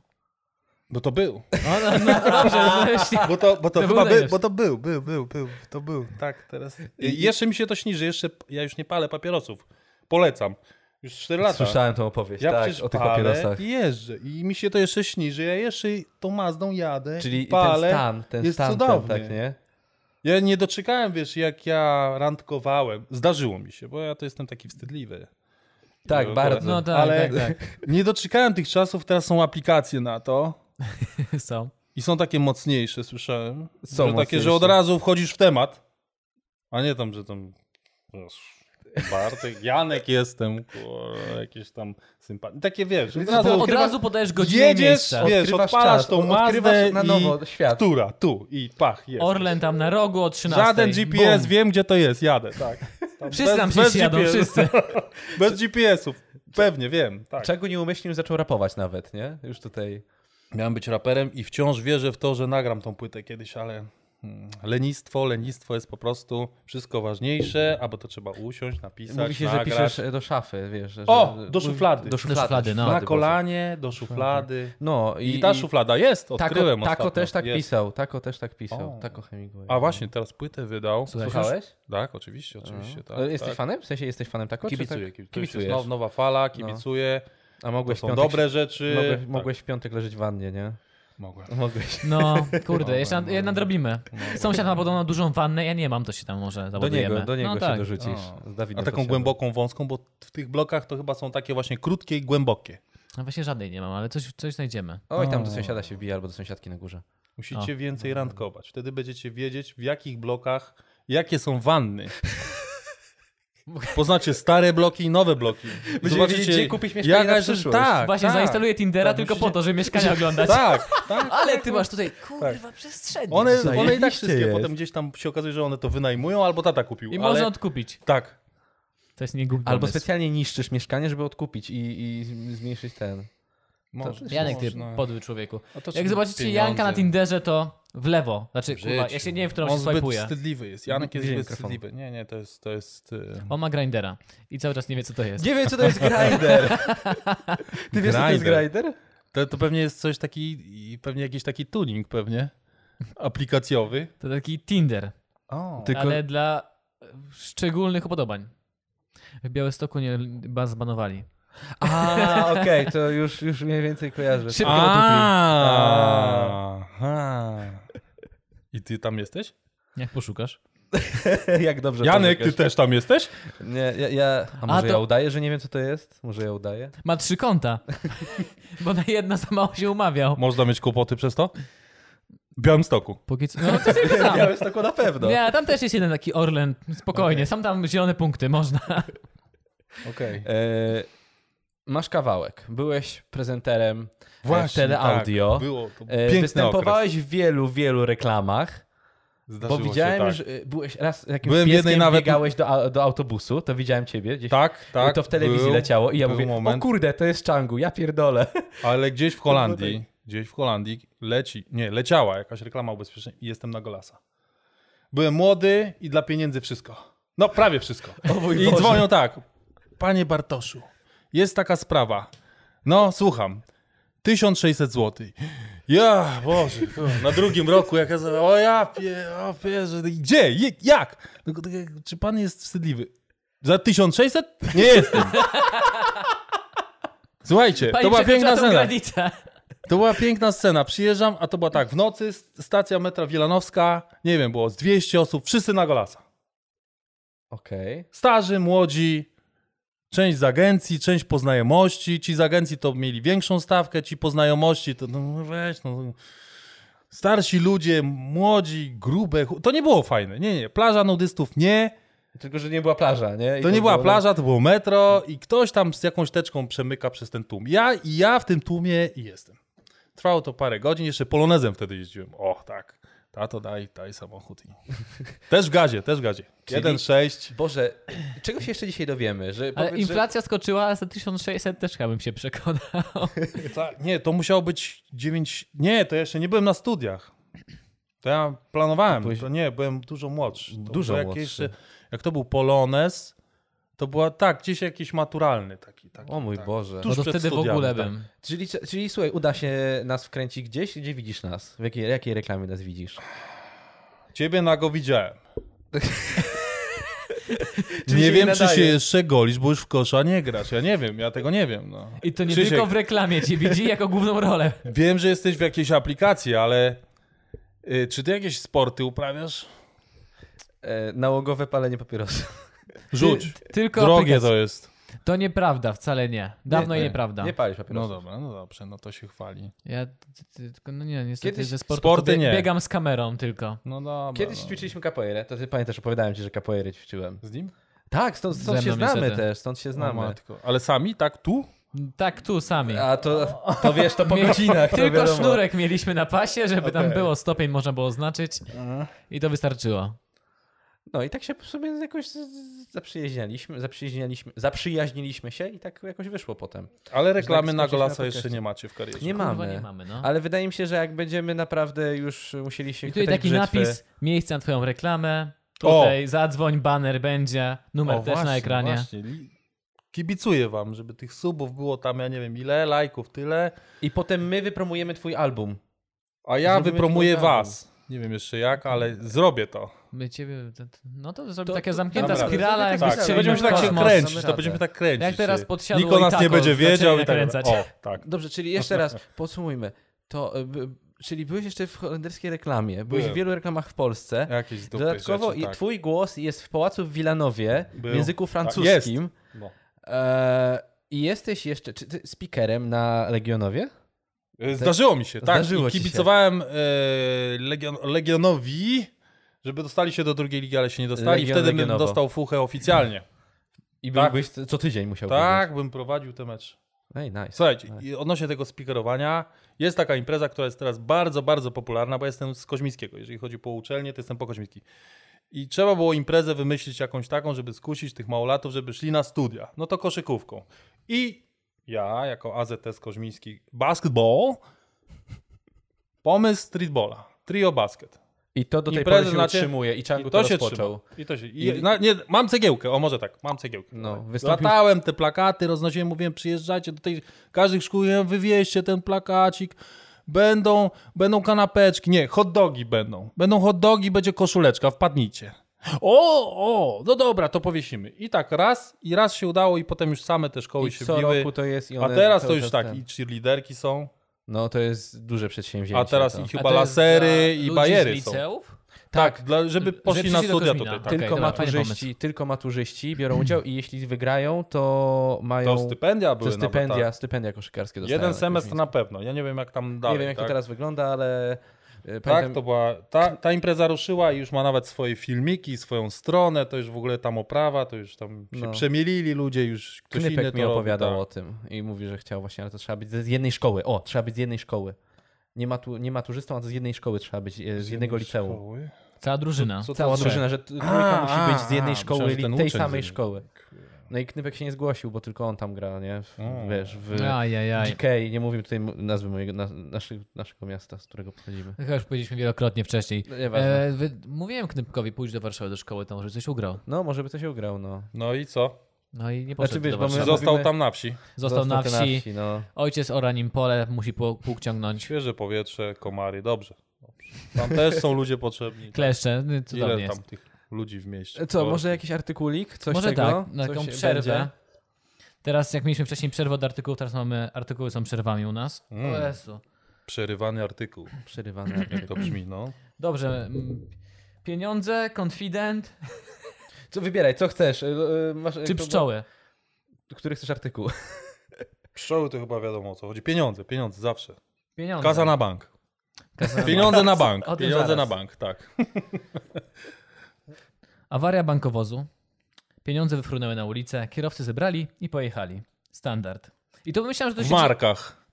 Bo to był.
No, no, no dobrze, no właśnie.
Bo to, bo
To był najlepszy.
to był, był, był, był, to był. Tak, teraz. I jeszcze mi się to śni, że jeszcze ja już nie palę papierosów. Polecam. Już 4 lata.
Słyszałem tą opowieść,
Ja
tak,
przecież
o tych
palę
papierosach.
I jeżdżę. I mi się to jeszcze śni, że ja jeszcze tą Mazdą jadę.
Czyli
palę.
ten stan, ten
jest
stan, ten,
cudowny.
tak, nie?
Ja nie doczekałem, wiesz, jak ja randkowałem. Zdarzyło mi się, bo ja to jestem taki wstydliwy.
Tak,
No,
bardzo.
No tak,
Ale
tak,
nie doczekałem tych czasów, teraz są aplikacje na to.
tak. Są.
I są takie mocniejsze, słyszałem.
Są
że takie,
mocniejsze.
że od razu wchodzisz w temat. A nie tam, że tam. wiesz, Bartek, Janek jestem, kurwa, jakieś tam sympatii. Takie wiesz. Od razu,
Od
odkrywasz-
razu podajesz godzinę i
No, jedziesz,
miejsce.
wiesz,
Odkrywasz
odpalasz
czas,
tą
odkrywasz na
Mazdę i
nowo świat.
która, tu i pach, jest.
Orlen tam na rogu o 13.
Żaden GPS,
Bum.
wiem gdzie to jest, jadę, tak. Tam
Wszyscy tam się jadą,
GPS
wszyscy.
Bez GPS-ów, pewnie, wiem, tak.
Czego nieumyślnie zaczął rapować nawet, nie? Już tutaj.
Miałem być raperem i wciąż wierzę w to, że nagram tą płytę kiedyś, ale hmm, lenistwo, lenistwo jest po prostu wszystko ważniejsze, albo to trzeba usiąść, napisać,
Mówi się, że
nagrać.
piszesz e, do szafy, wiesz. Że,
O,
że,
do szuflady.
Do szuflady,
szuflady, no.
na
Boże.
kolanie, do szuflady.
No i,
I, ta szuflada jest,
Tako,
odkryłem
tako
ostatnio.
też tak
Jest.
pisał, tako też tak pisał.
O.
Tako Hemingway.
A właśnie, teraz płytę wydał.
Słuchaj,
Słuchałeś?
Tak, oczywiście, oczywiście. Tak,
E, Jesteś No.
tak.
fanem? W sensie jesteś fanem tako? czy
Kibicuję,
tak?
kibicuję. To już
Kibicujesz.
jest now- nowa fala, kibicuję.
A
To
mogłeś w
są
piątek-
dobre rzeczy.
Mogłeś,
Tak,
mogłeś w piątek leżeć w wannie, nie?
Mogłem.
Mogłeś.
No, kurde, jeszcze nad- nadrobimy. Sąsiad ma podobno dużą wannę, ja nie mam, to się tam może
Do
zabudujemy.
niego, do niego
no,
się
tak.
dorzucisz. Z Dawidem
A taką
Podsiadem.
głęboką, wąską, bo w tych blokach to chyba są takie właśnie krótkie i głębokie.
No właśnie żadnej nie mam, ale coś, coś znajdziemy.
Oj, tam do
No.
sąsiada się wbija albo do sąsiadki na górze.
Musicie więcej randkować. Wtedy będziecie wiedzieć, w jakich blokach, jakie są wanny. Poznacie stare bloki i nowe bloki.
wiedzieć, gdzie kupić mieszkanie
jaka
na
jest-
przyszłość.
Tak,
Właśnie
tak,
zainstaluję Tindera
tak,
tylko
musicie-
po to, żeby mieszkania oglądać.
Tak, tak.
Ale ty masz tutaj, kurwa, przestrzeń.
One, one i
Zajebiście
tak wszystkie
jest.
potem gdzieś tam się okazuje, że one to wynajmują albo tata kupił.
I
ale...
można odkupić.
Tak.
To jest niegłupi
Albo
pomysł.
specjalnie niszczysz mieszkanie, żeby odkupić i, i zmniejszyć ten.
Można,
Janek, ty
można.
podły człowieku.
A to
Jak
są
zobaczycie
pieniądze.
Janka na Tinderze, to w lewo. Znaczy,
W
kurwa, ja
życiu.
się nie wiem, w którą
On
się
zbyt
swajpuje.
wstydliwy jest. Janek jest
Bliżej
zbyt
mikrofonu.
wstydliwy. Nie, nie, to jest... To jest y,
On ma grindera i cały czas nie wie, co to jest.
Nie wiem, co to jest grinder. Ty wiesz, co to jest
Grindr.
grinder?
To, to pewnie jest coś taki... i Pewnie jakiś taki tuning pewnie. Aplikacjowy.
To taki Tinder,
O.
Tylko
ale dla szczególnych upodobań. W Białymstoku nie ba- zbanowali.
A, okej, to już, już mniej więcej kojarzę.
Szybko odupli.
A, aha. I ty tam jesteś?
Jak poszukasz?
Jak dobrze
Janek, ty
pożegasz.
też tam jesteś?
Nie, ja, ja... A może
to-
ja udaję, że nie wiem, co to jest? Może ja udaję?
Ma trzy konta, bo na jedno za mało się umawiał.
Można mieć kłopoty przez to? W Białymstoku.
Póki co... No to tylko tam.
Miałeś tylko na pewno.
Nie, tam też jest jeden taki Orlen, spokojnie, są tam zielone punkty, można.
Okej.
E, masz kawałek. Byłeś prezenterem
Właśnie,
Właśnie, teleaudio.
tak, było, to
E,
piękny
Występowałeś w wielu, wielu reklamach.
Zdarzyło
bo widziałem,
się, tak.
że e, byłeś raz jakimś
Byłem w
pieskiem,
jednej nawet-
biegałeś do, au- do autobusu, to widziałem ciebie gdzieś.
Tak, tak.
I to w telewizji
był,
leciało i ja
był
mówię,
moment,
o kurde, to jest Changu, ja pierdolę.
ale gdzieś w
To
Holandii, gdzieś w Holandii leci, nie, leciała jakaś reklama ubezpieczeń i jestem na golasa. Byłem młody i dla pieniędzy wszystko. No, prawie wszystko.
mój
I
Boże.
dzwonią tak. Panie Bartoszu, jest taka sprawa. No, słucham. 1600 zł. Ja, Boże, kurwa, na drugim roku jak ja sobie, o ja pie, o pierze, gdzie, Je- jak? No, tak jak- Czy pan jest wstydliwy? Za 1600? Nie jestem. Słuchajcie,
Pani
to była
przekroczyła
piękna
tą
scena.
granicę.
To była piękna scena. Przyjeżdżam, a to była tak, w nocy s- stacja metra Wielanowska, nie wiem, było z 200 osób, wszyscy na golasa.
Okej.
Starzy, młodzi, część z agencji, część po znajomości. Ci z agencji to mieli większą stawkę, ci po znajomości to no weź, no. Starsi ludzie, młodzi, grube. chu- To nie było fajne. Nie, nie. Plaża nudystów nie.
Tylko, że nie była plaża, nie? I
To nie była
było-
plaża, to było metro i ktoś tam z jakąś teczką przemyka przez ten tłum. Ja i ja w tym tłumie i jestem. Trwało to parę godzin, jeszcze polonezem wtedy jeździłem. O, tak. Tato, daj, daj samochód. I... Też w gazie, też w gazie.
Czyli-
1,6.
Boże, czego się jeszcze dzisiaj dowiemy? Że,
Ale
powiedz,
inflacja skoczyła za 1600 też chyba bym się przekonał.
Ta-
Tak.
Nie, to musiało być 9. Nie, to jeszcze nie byłem na studiach. To ja
To
planowałem.
byłeś-
To nie, byłem dużo młodszy. To
Dużo
było jakieś
młodszy.
jeszcze- Jak to był polonez, to była tak, gdzieś jakiś maturalny taki. taki
Że... O mój
tak.
Boże.
No
Tuż
to
przed
wtedy w
studiami,
ogóle
tak.
bym.
Czyli, czyli słuchaj, uda się nas wkręcić gdzieś? Gdzie widzisz nas? W jakiej, jakiej reklamie nas widzisz?
Ciebie nago widziałem.
Czyli
nie
się
wiem,
nie
czy się
nadaje.
jeszcze golisz, bo już w kosza nie grasz. Ja nie wiem, ja tego nie wiem. No.
I to nie
Krzysiek,
tylko w reklamie cię widzi jako główną rolę.
Wiem, że jesteś w jakiejś aplikacji, ale y, czy ty jakieś sporty uprawiasz?
E, nałogowe palenie papierosów.
Rzuć.
Ty- tylko
Drogie
Drogie to...
to jest.
to nieprawda, wcale nie. Dawno i nieprawda.
Nie palisz
No
papierosów.
dobra, no dobrze, no to się chwali.
Ja t- t- tylko, no nie, niestety
Kiedyś
ze sportu
sporty
to bie-
nie.
biegam z kamerą tylko.
No dobra.
Kiedyś
no.
ćwiczyliśmy kapoeirę, to ty pamiętasz, opowiadałem ci, że kapoeirę ćwiczyłem.
Z nim?
Tak, stąd,
Ze
stąd się
mną
znamy
niestety.
też, stąd się
O
znamy.
matko. Ale sami, tak tu?
Tak tu sami.
A to,
No.
to wiesz, to po
Mieli-
godzinach. to
Tylko
wiadomo.
sznurek mieliśmy na pasie, żeby tam
Okej. Mhm.
było stopień, można było oznaczyć i to wystarczyło.
No i tak się sobie jakoś z- z- zaprzyjaźnialiśmy, zaprzyjaźnialiśmy, zaprzyjaźniliśmy się i tak jakoś wyszło potem.
Ale reklamy tak na
skoczyć
Golasa
na
jeszcze
podcast.
nie macie w karierze.
Nie
Kurwa,
mamy.
nie mamy, no.
Ale wydaje mi się, że jak będziemy naprawdę już musieli się
I tutaj
chwytać
taki
brzytwy-
napis, miejsce na twoją reklamę,
O!
tutaj zadzwoń, baner będzie, numer
O,
też na
właśnie,
ekranie.
właśnie. Li- Kibicuję wam, żeby tych subów było tam, ja nie wiem ile, lajków tyle,
I potem my wypromujemy twój album.
a ja
Zrobimy
wypromuję
program.
was. Nie wiem jeszcze jak, ale zrobię to.
My ciebie, to- to- no to zrobi
To-
taka
to-
zamknięta
dobra.
spirala,
Tak,
jak
Tak,
Strzelimy
będziemy się tak się
kosmos.
kręcić,
Damy
to
radę.
będziemy tak kręcić.
Jak teraz
się.
podsiadło
Nikt o
i
nas
tako,
nie będzie
zaczęli
wiedział i tak.
nakręcać.
O, tak.
Dobrze, czyli jeszcze raz podsumujmy. To, y, b- czyli byłeś jeszcze w holenderskiej reklamie, byłeś
Byłem.
w wielu reklamach w Polsce.
Jakieś z dupy
Dodatkowo
rzeczy,
i
tak.
twój głos jest w pałacu w Wilanowie
Był. Tak,
w języku
jest.
francuskim.
No.
E, I jesteś jeszcze czy ty speakerem na Legionowie?
Y, Zdarzyło mi się, tak.
Zdarzyło
I
ci się.
kibicowałem y, Legion, Legionowi, żeby dostali się do drugiej ligi, ale się nie dostali.
Legion
Wtedy bym
Legionowo.
dostał fuchę oficjalnie.
I
Tak.
byłbyś co tydzień musiał
Tak, bym prowadził te mecze.
Ej, nice.
Słuchajcie, i odnośnie tego speakerowania, jest taka impreza, która jest teraz bardzo, bardzo popularna, bo ja jestem z Koźmińskiego. Jeżeli chodzi po uczelnię, to jestem po Koźmiński. I trzeba było imprezę wymyślić jakąś taką, żeby skusić tych małolatów, żeby szli na studia. No to koszykówką. I ja, jako AZS Koźmiński Basketball, pomysł streetballa. Trio basket.
I to do tej
Imprezy
pory się
znacie?
utrzymuje i Changu
znaczy- I
to,
to się
rozpoczął.
trzyma. I to się, i,
I-
na, nie, mam cegiełkę, o może tak, mam cegiełkę.
No, wystąpił...
Latałem te plakaty, roznosiłem, mówiłem, przyjeżdżajcie do tej każdych szkół, ja mówię, wywieźcie ten plakacik. Będą, będą kanapeczki, nie, hot dogi będą. Będą hot dogi, będzie koszuleczka, wpadnijcie. O, o, no dobra, to powiesimy. I tak raz, i raz się udało, i potem już same te szkoły
I
się
co
biły.
roku to jest i
A
one
teraz to
cały
już
czas
tak,
ten.
i cheerleaderki są,
No to jest duże przedsięwzięcie.
a teraz
to.
i
A
chyba
to jest dla
lasery
ludzi
i
z
bajery są.
liceów?
Tak, dla, żeby poszli
przyszli
na
do
studia
Kozmina.
tutaj. Tak.
Okej,
Tylko,
dobra, fajny
maturzyści, tylko maturzyści biorą udział i jeśli wygrają, to mają
Hmm. To stypendia były
to stypendia,
nawet,
stypendia koszykarskie
tak.
dostają.
Jeden
jakoś
semestr
mi-
na pewno, ja nie wiem jak tam dalej.
Nie wiem jak
tak?
to teraz wygląda, ale y,
Tak,
pamiętam,
to była, ta, ta impreza ruszyła i już ma nawet swoje filmiki, swoją stronę, to już w ogóle tam oprawa, to już tam się
No.
przemielili ludzie, już ktoś inny
Knypek
to
mi
robi,
opowiadał
tak.
o tym i mówi, że chciał właśnie, ale to trzeba być z jednej szkoły. O, trzeba być z jednej szkoły. Nie, matu, nie maturzystą, a z jednej szkoły trzeba być, e, z, jednego liceum.
Szkoły?
Cała drużyna.
Co to
Cała
za-
drużyna, że t- trójka
A,
musi być z
a,
jednej szkoły,
myślałem, że
li-
ten
tej
uczeń
samej
z-
szkoły. No i Knypek się nie zgłosił, bo tylko on tam gra, nie? W,
O.
wiesz, w
Ajajaj.
DK, nie mówię tutaj mu- nazwy mojego, na, naszych, naszego miasta, z którego pochodzimy.
Chyba już powiedzieliśmy wielokrotnie wcześniej.
No, nieważne.
E, wy, mówiłem Knypkowi, pójdź do Warszawy do szkoły, to może coś ugrał.
No, może by coś ugrał, no.
No i co?
No i nie
Znaczy,
poszedł
wiesz,
do
bo my-
Warszawy.
Został
mówimy-
tam na wsi.
Został na
ty
wsi,
no.
ojciec ora nim pole, musi pług, pług ciągnąć.
Świeże powietrze, komary, dobrze. dobrze. Tam też są ludzie potrzebni.
Kleszcze, no,
Ile
cudownie
tam
jest.
tych ludzi w mieście?
Co,
To-
może jakiś artykulik? Coś
Może
tego?
tak, na
Coś
taką
się
przerwę.
będzie?
Teraz jak mieliśmy wcześniej przerwę od artykułów, teraz mamy artykuły są przerwami u nas.
Mm.
O Jezu.
Przerywany artykuł.
Przerywany.
Jak to brzmi, no.
Dobrze. mm, Pieniądze, konfident
Co wybieraj, co chcesz? Y, y, Masz,
czy
to-
pszczoły?
Który chcesz artykuł?
Pszczoły to chyba wiadomo o co chodzi. Pieniądze, pieniądze zawsze.
Pieniądze.
Kasa na bank.
Kasa na bank.
Pieniądze na bank.
O tym
Pieniądze
zaraz.
na bank, tak.
Awaria bankowozu. Pieniądze wyfrunęły na ulicę, kierowcy zebrali i pojechali. Standard. I to myślałem, że to
W
się
markach.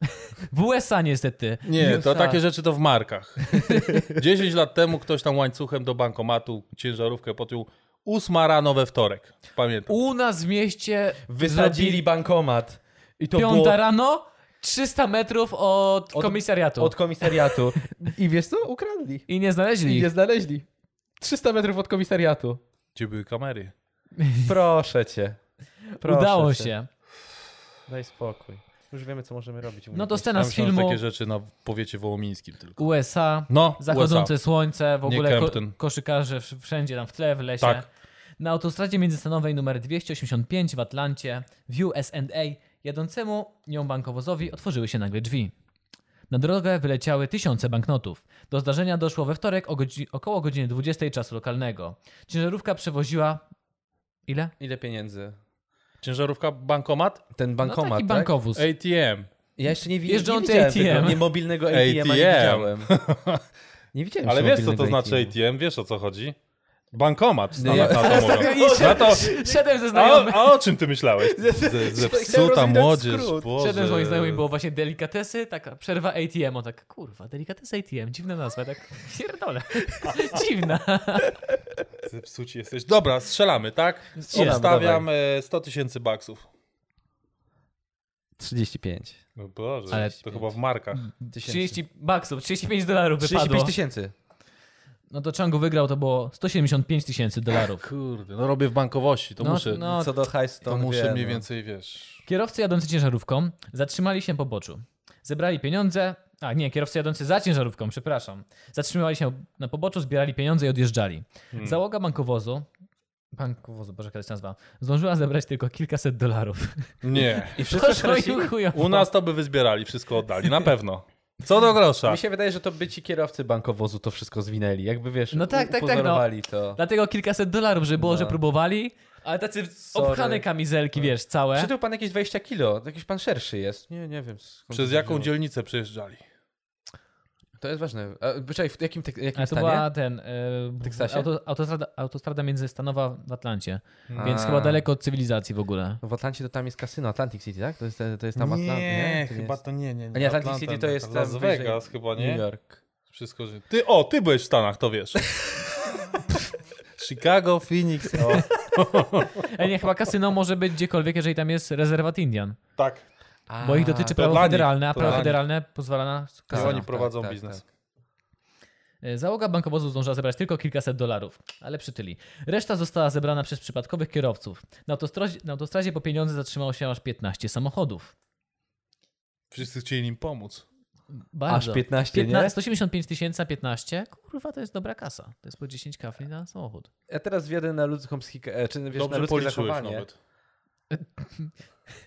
w USA niestety.
Nie, to
USA.
takie rzeczy to w markach. 10 lat temu ktoś tam łańcuchem do bankomatu ciężarówkę potył. Ósma rano we wtorek. Pamiętam.
U nas w mieście
Wysadzili bankomat. I to
zrobili
było
piąta rano, 300 metrów od,
Od-
komisariatu.
od komisariatu. I wiesz co? Ukradli.
I nie znaleźli
I nie
ich.
znaleźli. 300 metrów od komisariatu.
Gdzie były kamery?
Proszę cię. Proszę
Udało
cię.
się.
Daj spokój. Już wiemy, co możemy robić.
No to scena
Tam
z
są
filmu
takie rzeczy na powiecie wołomińskim tylko.
USA.
No,
Zachodzące słońce, w
Nie
ogóle ko
Kempton.
koszykarze wsz- wszędzie tam w tle, w lesie.
Tak.
Na autostradzie międzystanowej numer 285 w Atlancie w USA jadącemu nią bankowozowi otworzyły się nagle drzwi. Na drogę wyleciały tysiące banknotów. Do zdarzenia doszło we wtorek o godzi około godziny 20 czasu lokalnego. Ciężarówka przewoziła... Ile?
Ile pieniędzy?
USA. Ciężarówka, bankomat,
Ten
no taki
bankomat, tak?
bankowóz.
ATM.
Ja jeszcze nie, wi-
Jeżdżący
nie widziałem
ATM.
Tego, nie mobilnego ATM, ATM. nie
ATM.
widziałem. Nie widziałem
Ale
jeszcze
wiesz co to
mobilnego
znaczy ATM, wiesz o co chodzi? Bankomat w Stanach
Nie.
na to mówią.
I
Na
szedłem,
no to,
szedłem no ze
a, o-
znajomych.
a o czym ty myślałeś? Ze, ze psuta
rozwinąć
młodzież,
skrót.
Boże.
Szedłem z moimi znajomymi, było właśnie delikatesy, taka przerwa ATM, o tak, kurwa, delikatesy ATM, dziwna nazwa, tak, pierdolę, dziwna.
Zepsuci jesteś. Dobra, strzelamy, tak?
Strzelam,
Obstawiam e, 100 tysięcy baksów.
35.
No Boże,
Ale-
to chyba w markach.
30 baksów, 35 dolarów wypadło.
35 tysięcy.
No to Changu wygrał, to było 175 tysięcy dolarów.
Kurde, no robię w bankowości, to
No,
muszę,
no.
Co do hajsu, to,
to muszę
wiem,
mniej
no.
więcej, wiesz...
Kierowcy jadący ciężarówką zatrzymali się po boczu. Zebrali pieniądze, a nie, kierowcy jadący za ciężarówką, przepraszam. Zatrzymywali się na poboczu, zbierali pieniądze i odjeżdżali.
Hmm.
Załoga bankowozu, bankowozu, boże, jaka to się nazywa, zdążyła zebrać tylko kilkaset dolarów.
Nie,
I wszystko stracili?
u nas to by wyzbierali, wszystko oddali, na pewno. Co do grosza.
Mi się wydaje, że to by ci kierowcy bankowozu to wszystko zwinęli. Jakby wiesz,
No tak,
u-
tak, tak, no.
upozorowali to.
Dlatego kilkaset dolarów, że było,
No.
że próbowali, ale tacy
Sorry.
obchane kamizelki, wiesz, całe.
Przytył pan jakieś 20 kilo, jakiś pan szerszy jest. Nie, nie wiem. skąd
Przez
to
jaką
wziął.
dzielnicę przejeżdżali?
To jest ważne. A, Byczaj, w jakim, tek- jakim
Ale to
stanie?
była ten, y,
Teksasie?
auto, autostrada, autostrada międzystanowa w Atlancie,
A.
więc chyba daleko od cywilizacji w ogóle.
W Atlancie to tam jest kasyno, Atlantic City, tak? To jest, to jest tam Atlant...
Nie,
to
chyba
jest
to nie, nie,
A nie, Atlantic City to jest
Las
tam wyżej.
Vegas chyba,
New
nie?
York.
Wszystko, że... Ty, o, ty byłeś w Stanach, to wiesz. Chicago, Phoenix, o.
Ej, nie, chyba kasyno może być gdziekolwiek, jeżeli tam jest rezerwat Indian,
Tak,
bo ich dotyczy prawo
dla nich,
federalne, a
to
prawo
dla nich.
federalne pozwala na
tak,
to
kasyno.
oni prowadzą biznes.
Y, Załoga bankowozu zdążyła zebrać tylko kilkaset dolarów, ale przytyli. Reszta została zebrana przez przypadkowych kierowców. Na autostradzie, na autostradzie po pieniądze zatrzymało się aż 15 samochodów.
Wszyscy chcieli im pomóc.
Bardzo.
Aż 15,
15, 175 tysięcy, 15. Kurwa, to jest dobra kasa. To jest po 10 kafli na samochód.
nie? Ja teraz wjadę na ludzką psychikę, e, czy wiesz, na
Dobrze
ludzkie
policzyłeś no
zachowanie.
nawet.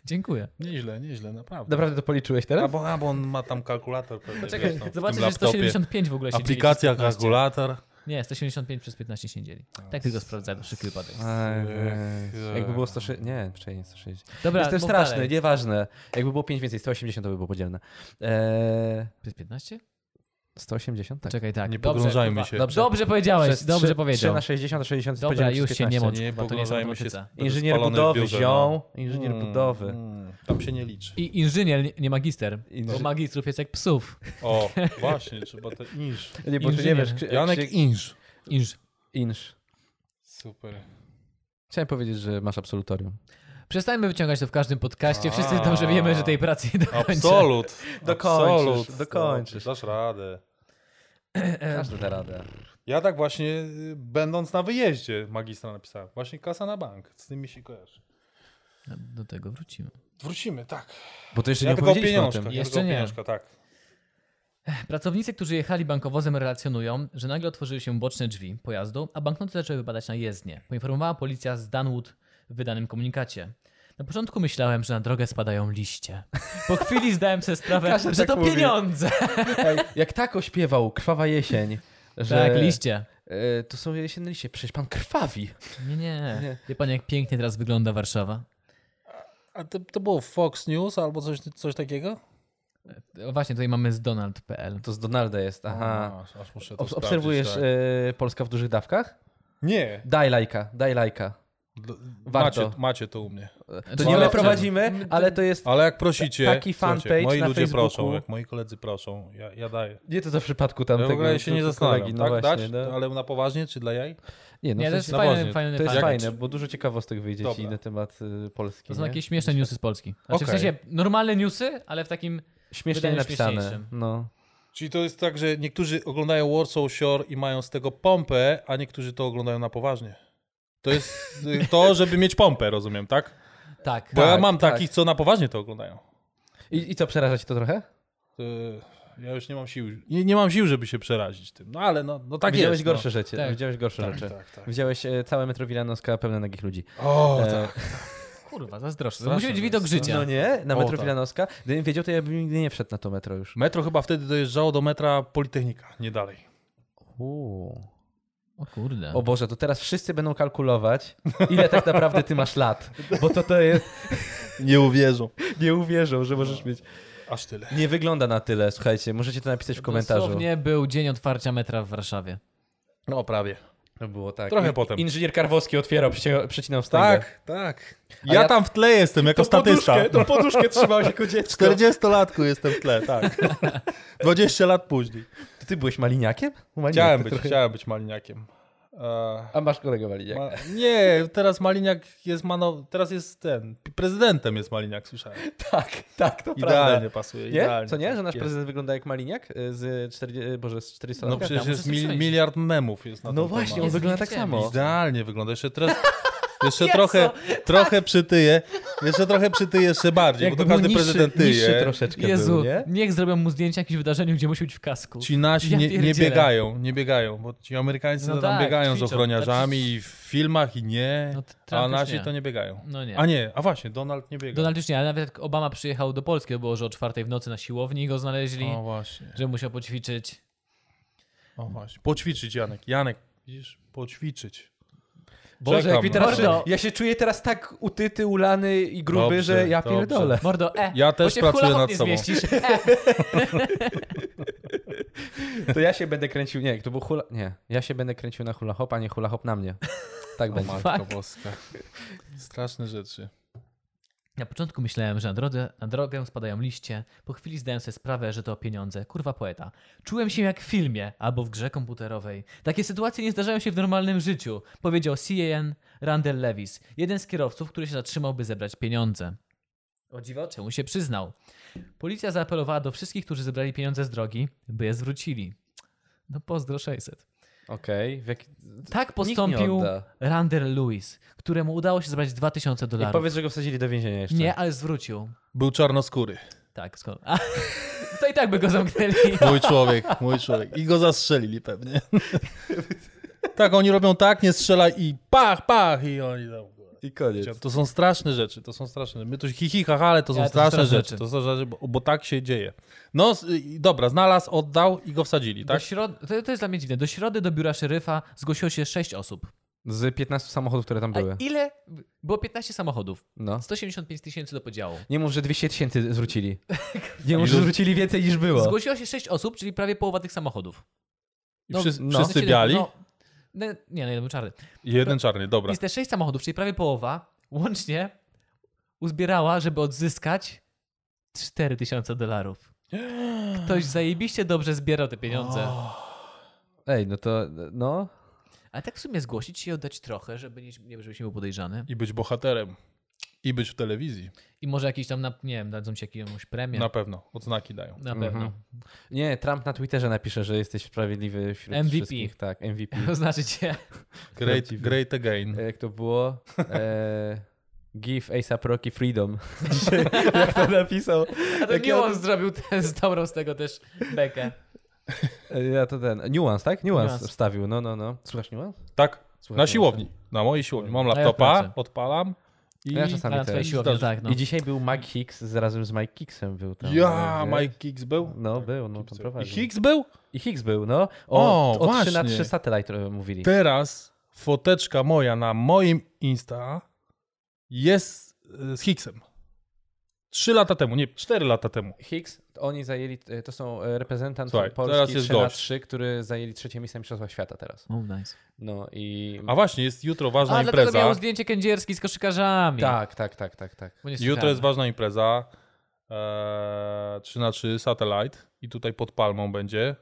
Dziękuję.
Nieźle, nieźle, naprawdę.
Naprawdę to policzyłeś teraz?
A bo, a bo on ma tam kalkulator pewnie, wiesz, no, w tym
Zobaczcie, że
laptopie.
175 w ogóle się
Aplikacja,
dzieli. przez 15.
kalkulator.
Nie, 175 przez 15 się nie dzieli.
No.
Tak tylko sprawdzałem, na wszelki wypadek.
Ej,
Ech.
Jakby było 160. Nie, wczoraj nie 160.
Dobra,
Jestem
mów
straszny,
dalej.
nieważne. Jakby było 5 więcej, 180 to by było podzielne. Eee,
Przez 15?
180, tak.
Czekaj, tak.
Nie
Dobrze,
pogrążajmy
kurwa.
się.
Dobrze, powiedziałeś,
Przez
dobrze
3,
powiedział.
3 na 60, a 60 jest
Dobra,
podzielone
już
przez
się nie
15.
mądź,
Nie
bo to nie są
pogrążajmy się
motyce.
Inżynier
Spalony w
budowy,
biurze, no.
ziom. Inżynier
Mm,
budowy.
mm, Tam się nie liczy.
I inżynier, nie- nie magister. Bo
Inżynier-
magistrów jest jak psów.
O, właśnie, trzeba to inż.
Nie, bo ty nie
Inżynier.
wiesz, krzy,
Janek
krzyk-
inż.
Inż.
inż.
Super.
Chciałem powiedzieć, że masz absolutorium.
Przestańmy wyciągać to w każdym podcaście. Wszyscy
A.
dobrze wiemy, że tej pracy nie dokończę.
Absolut.
Dokończysz,
Absolut.
dokończysz.
Dasz radę.
Każdy da radę.
Ja tak właśnie, y, będąc na wyjeździe, magistra napisałem. Właśnie kasa na bank. Z tym mi się kojarzy.
Do tego wrócimy.
Wrócimy, tak.
Bo to jeszcze
Ja
nie
tylko o
opowiedzieliśmy o
pieniążkach.
tym.
ja
Jeszcze
tylko o
nie.
pieniążkach, tak.
Pracownicy, którzy jechali bankowozem, relacjonują, że nagle otworzyły się boczne drzwi pojazdu, a banknoty zaczęły wypadać na jezdnię. Poinformowała policja z Danwood w wydanym komunikacie. Na początku myślałem, że na drogę spadają liście. Po chwili zdałem sobie sprawę,
Każdy
że
tak
to
mówi.
pieniądze.
Ej, Jak tak ośpiewał Krwawa Jesień, że...
Tak, liście.
E, to są jesienne liście, przecież pan krwawi.
Nie, nie.
Nie.
Wie pan, jak pięknie teraz wygląda Warszawa?
A to, to było Fox News albo coś, coś takiego?
O, właśnie, tutaj mamy z Donald.pl.
To z Donalda jest, aha.
A, aż muszę to
Ob-
sprawdzić,
obserwujesz
tak.
e, Polska w dużych dawkach?
Nie.
Daj lajka, daj lajka.
Dla-
Warto.
Macie, macie to u mnie.
To
Znaczy,
nie
ale-
my prowadzimy, ale to jest...
Ale jak prosicie,
Taki
słuchajcie,
fanpage
moi
na
ludzie
Facebooku.
proszą, jak moi koledzy proszą, ja, ja daję.
Nie to za w przypadku
Ja
tamtego.
w ogóle się nie
kolegi,
zastanawiam,
no
tak
właśnie,
dać?
no.
Ale na poważnie, czy dla jaj?
Nie, no
Nie,
w
to
sensie,
jest
na
fajny,
Boże.
fajny
to jest
fakt.
fajne, bo dużo ciekawostek wyjdzie ci
Dobra.
na temat y, Polski.
To są
nie?
jakieś śmieszne newsy z Polski. Znaczy, w
Okej.
sensie normalne newsy, ale w takim...
Śmiesznie
wydaniu
napisane.
śmieszniejszym.
No.
Czyli to jest tak, że niektórzy oglądają Warsaw Shore i mają z tego pompę, a niektórzy to oglądają na poważnie. To jest y, to, żeby mieć pompę, rozumiem, tak?
Tak.
Bo ja
Tak,
mam
tak.
takich, co na poważnie to oglądają.
I, I co, przeraża ci to trochę?
Y, Ja już nie mam sił. Nie, nie mam sił, żeby się przerazić tym. No ale no, no tak
Widziałeś
jest.
gorsze rzeczy.
Tak.
Widziałeś gorsze
no.
rzeczy.
Tak, tak.
Widziałeś e, całe metro Wilanowska pełne nagich ludzi.
O,
E,
tak.
Kurwa, zazdroszczę. To
Straszne
musi być
to
widok
jest.
życia.
No nie? Na
O,
metro
tak.
Wilanowska? Gdybym wiedział, to ja bym nigdy nie wszedł na to metro już.
Metro chyba wtedy dojeżdżało do metra Politechnika, nie dalej.
Uuu.
O kurde.
O Boże, to teraz wszyscy będą kalkulować, ile tak naprawdę ty masz lat. Bo to to jest...
Nie uwierzą.
Nie uwierzą, że możesz mieć...
Aż tyle.
Nie wygląda na tyle, słuchajcie. Możecie to napisać w komentarzu.
Dosłownie był dzień otwarcia metra w Warszawie.
No prawie.
To było tak.
Trochę potem.
Inżynier Karwowski otwierał, przyci- przycinał wstęgę.
Tak, tak.
A
Ja,
ja-
tam w tle jestem jako statysta.
to poduszkę trzymałeś jako dziecko.
40-latku jestem w tle, tak. 20 lat później.
To Ty byłeś maliniakiem? Maliniak
Chciałem
to
być,
trochę-
chciałem być maliniakiem. E,
A masz kolegę maliniak.
ma, nie, teraz maliniak jest mano, teraz jest ten. Prezydentem jest maliniak, słyszałem.
Tak, tak, to
Idealnie pasuje.
Nie?
Idealnie.
Co nie? Że nasz
Jest.
prezydent wygląda jak maliniak y, z 40, Boże, z 400
No przecież
muszę
jest mil,
słyszeć.
miliard memów jest na
No
ten
właśnie, on
temat.
Jezu,
wygląda
nie
tak
chciałem
samo.
Idealnie wygląda. Jeszcze teraz. Jeszcze trochę, trochę przytyje. Jeszcze trochę przytyje jeszcze bardziej,
Jakby
bo to
był
każdy
niższy-
prezydent
Niższy
tyje.
troszeczkę
Jezu,
był, nie?
niech zrobią mu zdjęcia jakimś wydarzeniu, gdzie musi być w kasku.
Ci nasi
Ja
nie, nie
pierdzielę.
biegają, nie biegają, bo ci Amerykańcy
No
to tam
tak,
biegają z
ćwiczą,
ochroniarzami
tak.
i w filmach i nie,
No, t-
a
Trump już
nasi
nie.
to nie biegają.
No nie.
A nie, a właśnie, Donald nie biega.
Donald już nie, ale nawet jak Obama przyjechał do Polski, to było, że o czwartej w nocy na siłowni go znaleźli,
O właśnie,
że musiał poćwiczyć.
o właśnie. Poćwiczyć Janek, Janek, widzisz, poćwiczyć.
Boże,
Czekam.
jak mi teraz,
Mordo.
ja się czuję teraz tak utyty, ulany i gruby,
Dobrze,
że ja
dobrze.
pierdolę.
Mordo, e,
Ja
bo
też
się w
pracuję
hula hoop
nad
nie
sobą.
zmieścisz.
To ja się będę kręcił, nie, to był hula, nie, ja się będę kręcił na hula hop, a nie hula hop na mnie. Tak będzie.
Fuck.
boska. Straszne rzeczy.
Na początku myślałem, że na, drodze, na drogę spadają liście, po chwili zdałem sobie sprawę, że to pieniądze. Kurwa poeta. Czułem się jak w filmie albo w grze komputerowej. Takie sytuacje nie zdarzają się w normalnym życiu, powiedział CAN Randall Lewis, jeden z kierowców, który się zatrzymał, by zebrać pieniądze. O dziwo, czemu się przyznał? Policja zaapelowała do wszystkich, którzy zebrali pieniądze z drogi, by je zwrócili. No pozdro 600.
Okej, w jak...
Tak
nie
postąpił
odda.
Randall Lewis, któremu udało się zebrać 2000
Nie
dolarów.
powiedz, że go wsadzili do więzienia jeszcze.
Nie, ale zwrócił.
Był czarnoskóry.
Tak, skąd? A, to i tak by go zamknęli.
Mój człowiek, mój człowiek. I go zastrzelili pewnie. tak, oni robią tak, nie strzelaj i pach, pach i oni tam.
I koniec.
To są straszne rzeczy, to są straszne. My tu hichichach, ale to są
Ja, to są
straszne
straszne
rzeczy.
rzeczy.
To są rzeczy, bo, bo tak się dzieje. No, s- i dobra, znalazł, oddał i go wsadzili,
Do
tak?
środ... to, to jest dla mnie dziwne. Do środy do biura szeryfa zgłosiło się 6 osób.
Z 15 samochodów, które tam
A
były.
ile? Było 15 samochodów.
No.
175 tysięcy do podziału.
Nie mów, że 200 tysięcy zwrócili. Nie mów, że
Ilu?
zwrócili więcej niż było.
Zgłosiło się 6 osób, czyli prawie połowa tych samochodów.
I
No,
wszyscy,
no.
wszyscy
Wiecie,
biali?
No, no, nie, no, jeden był czarny.
I jeden czarny, dobra.
I z te 6 samochodów, czyli prawie połowa, łącznie uzbierała, żeby odzyskać 4 tysiące dolarów. Ktoś zajebiście dobrze zbierał te pieniądze.
Ej, no to, no.
Ale tak w sumie zgłosić się i oddać trochę, żeby nie, nie żebyś nie był podejrzany.
I być bohaterem. I być w telewizji.
I może jakiś tam, na, nie wiem, dadzą ci jakąś premię.
Na
Na,
pewno, odznaki dają.
No. pewno.
Nie, Trump na Twitterze napisze, że jesteś sprawiedliwy wśród
MVP.
wszystkich. Tak, MVP.
Znaczy cię.
Great,
Prawdziwy.
great again.
E, Jak to było? E, give ASAP Rocky freedom. Jak to napisał.
A to
Jak
nie
ja
on
to-
zrobił, ten, zabrał z tego też bekę.
E, Ja to ten, niuans, tak? Niuans,
Niuans.
wstawił, no, no, no. Słuchasz niuans?
Tak,
Słuchaj,
na
proszę.
siłowni. Na mojej siłowni. Mam
A ja w
laptopa,
pracy.
odpalam I...
Ja czasami
na
też.
twojej siłowni,
Zdarza.
tak. No.
I dzisiaj był Mike Hicks z, razem z Mike Kicksem był tam. e,
Ja,
wiesz?
Mike Hicks był?
No był, no tam
I
prowadził.
Higgs był?
I Hicks był, no.
O,
O, o, o 3 na
właśnie.
3 satellite e, mówili.
Teraz foteczka moja na moim Insta jest e, z Hicksem. Trzy lata temu, nie, cztery lata temu.
Hicks, oni zajęli, e, to są e, reprezentant
Słuchaj, teraz
Polski
jest
3 na
gość.
3, który zajęli trzecie miejsce Mistrzostwa Świata teraz.
Oh, nice.
No i...
A właśnie, jest jutro
A
ważna
dlatego
impreza.
miał zdjęcie kędzierski z koszykarzami.
tak, tak, tak, tak, tak.
Bo nie
Jutro
słuchałem.
jest ważna impreza. Eee, 3 na 3 Satellite i tutaj pod palmą będzie.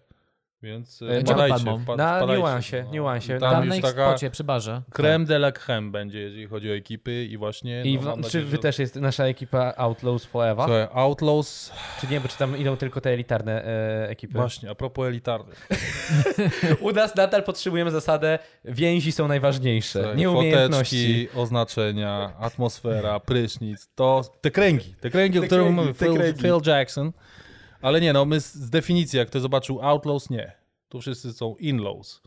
Więc
E,
e,
pod
wpadajcie,
palmą?
wpa-
Na
wpadajcie. No.
niuansie, niuansie.
Tam,
Tam na
już
ich
taka
spocie przy barze. Tak.
creme de la creme będzie, jeżeli chodzi o ekipy i właśnie...
I
no,
w,
mam
czy
nadzieję,
wy
że-
też jest nasza ekipa Outlaws Forever?
Słuchaj, Outlaws...
Czy nie, bo czy tam idą tylko te elitarne e, ekipy?
Właśnie, a propos elitarnych.
Tak. U nas nadal podtrzymujemy zasadę więzi są najważniejsze,
Słuchaj,
nie umiejętności.
Foteczki, oznaczenia, atmosfera, prysznic, to te kręgi, te kręgi, o
Te
których
kręgi,
mówimy,
te
Phil,
kręgi.
Phil Jackson. Ale nie, no my z, z definicji, jak to zobaczył Outlaws, nie. Tu wszyscy są inlaws.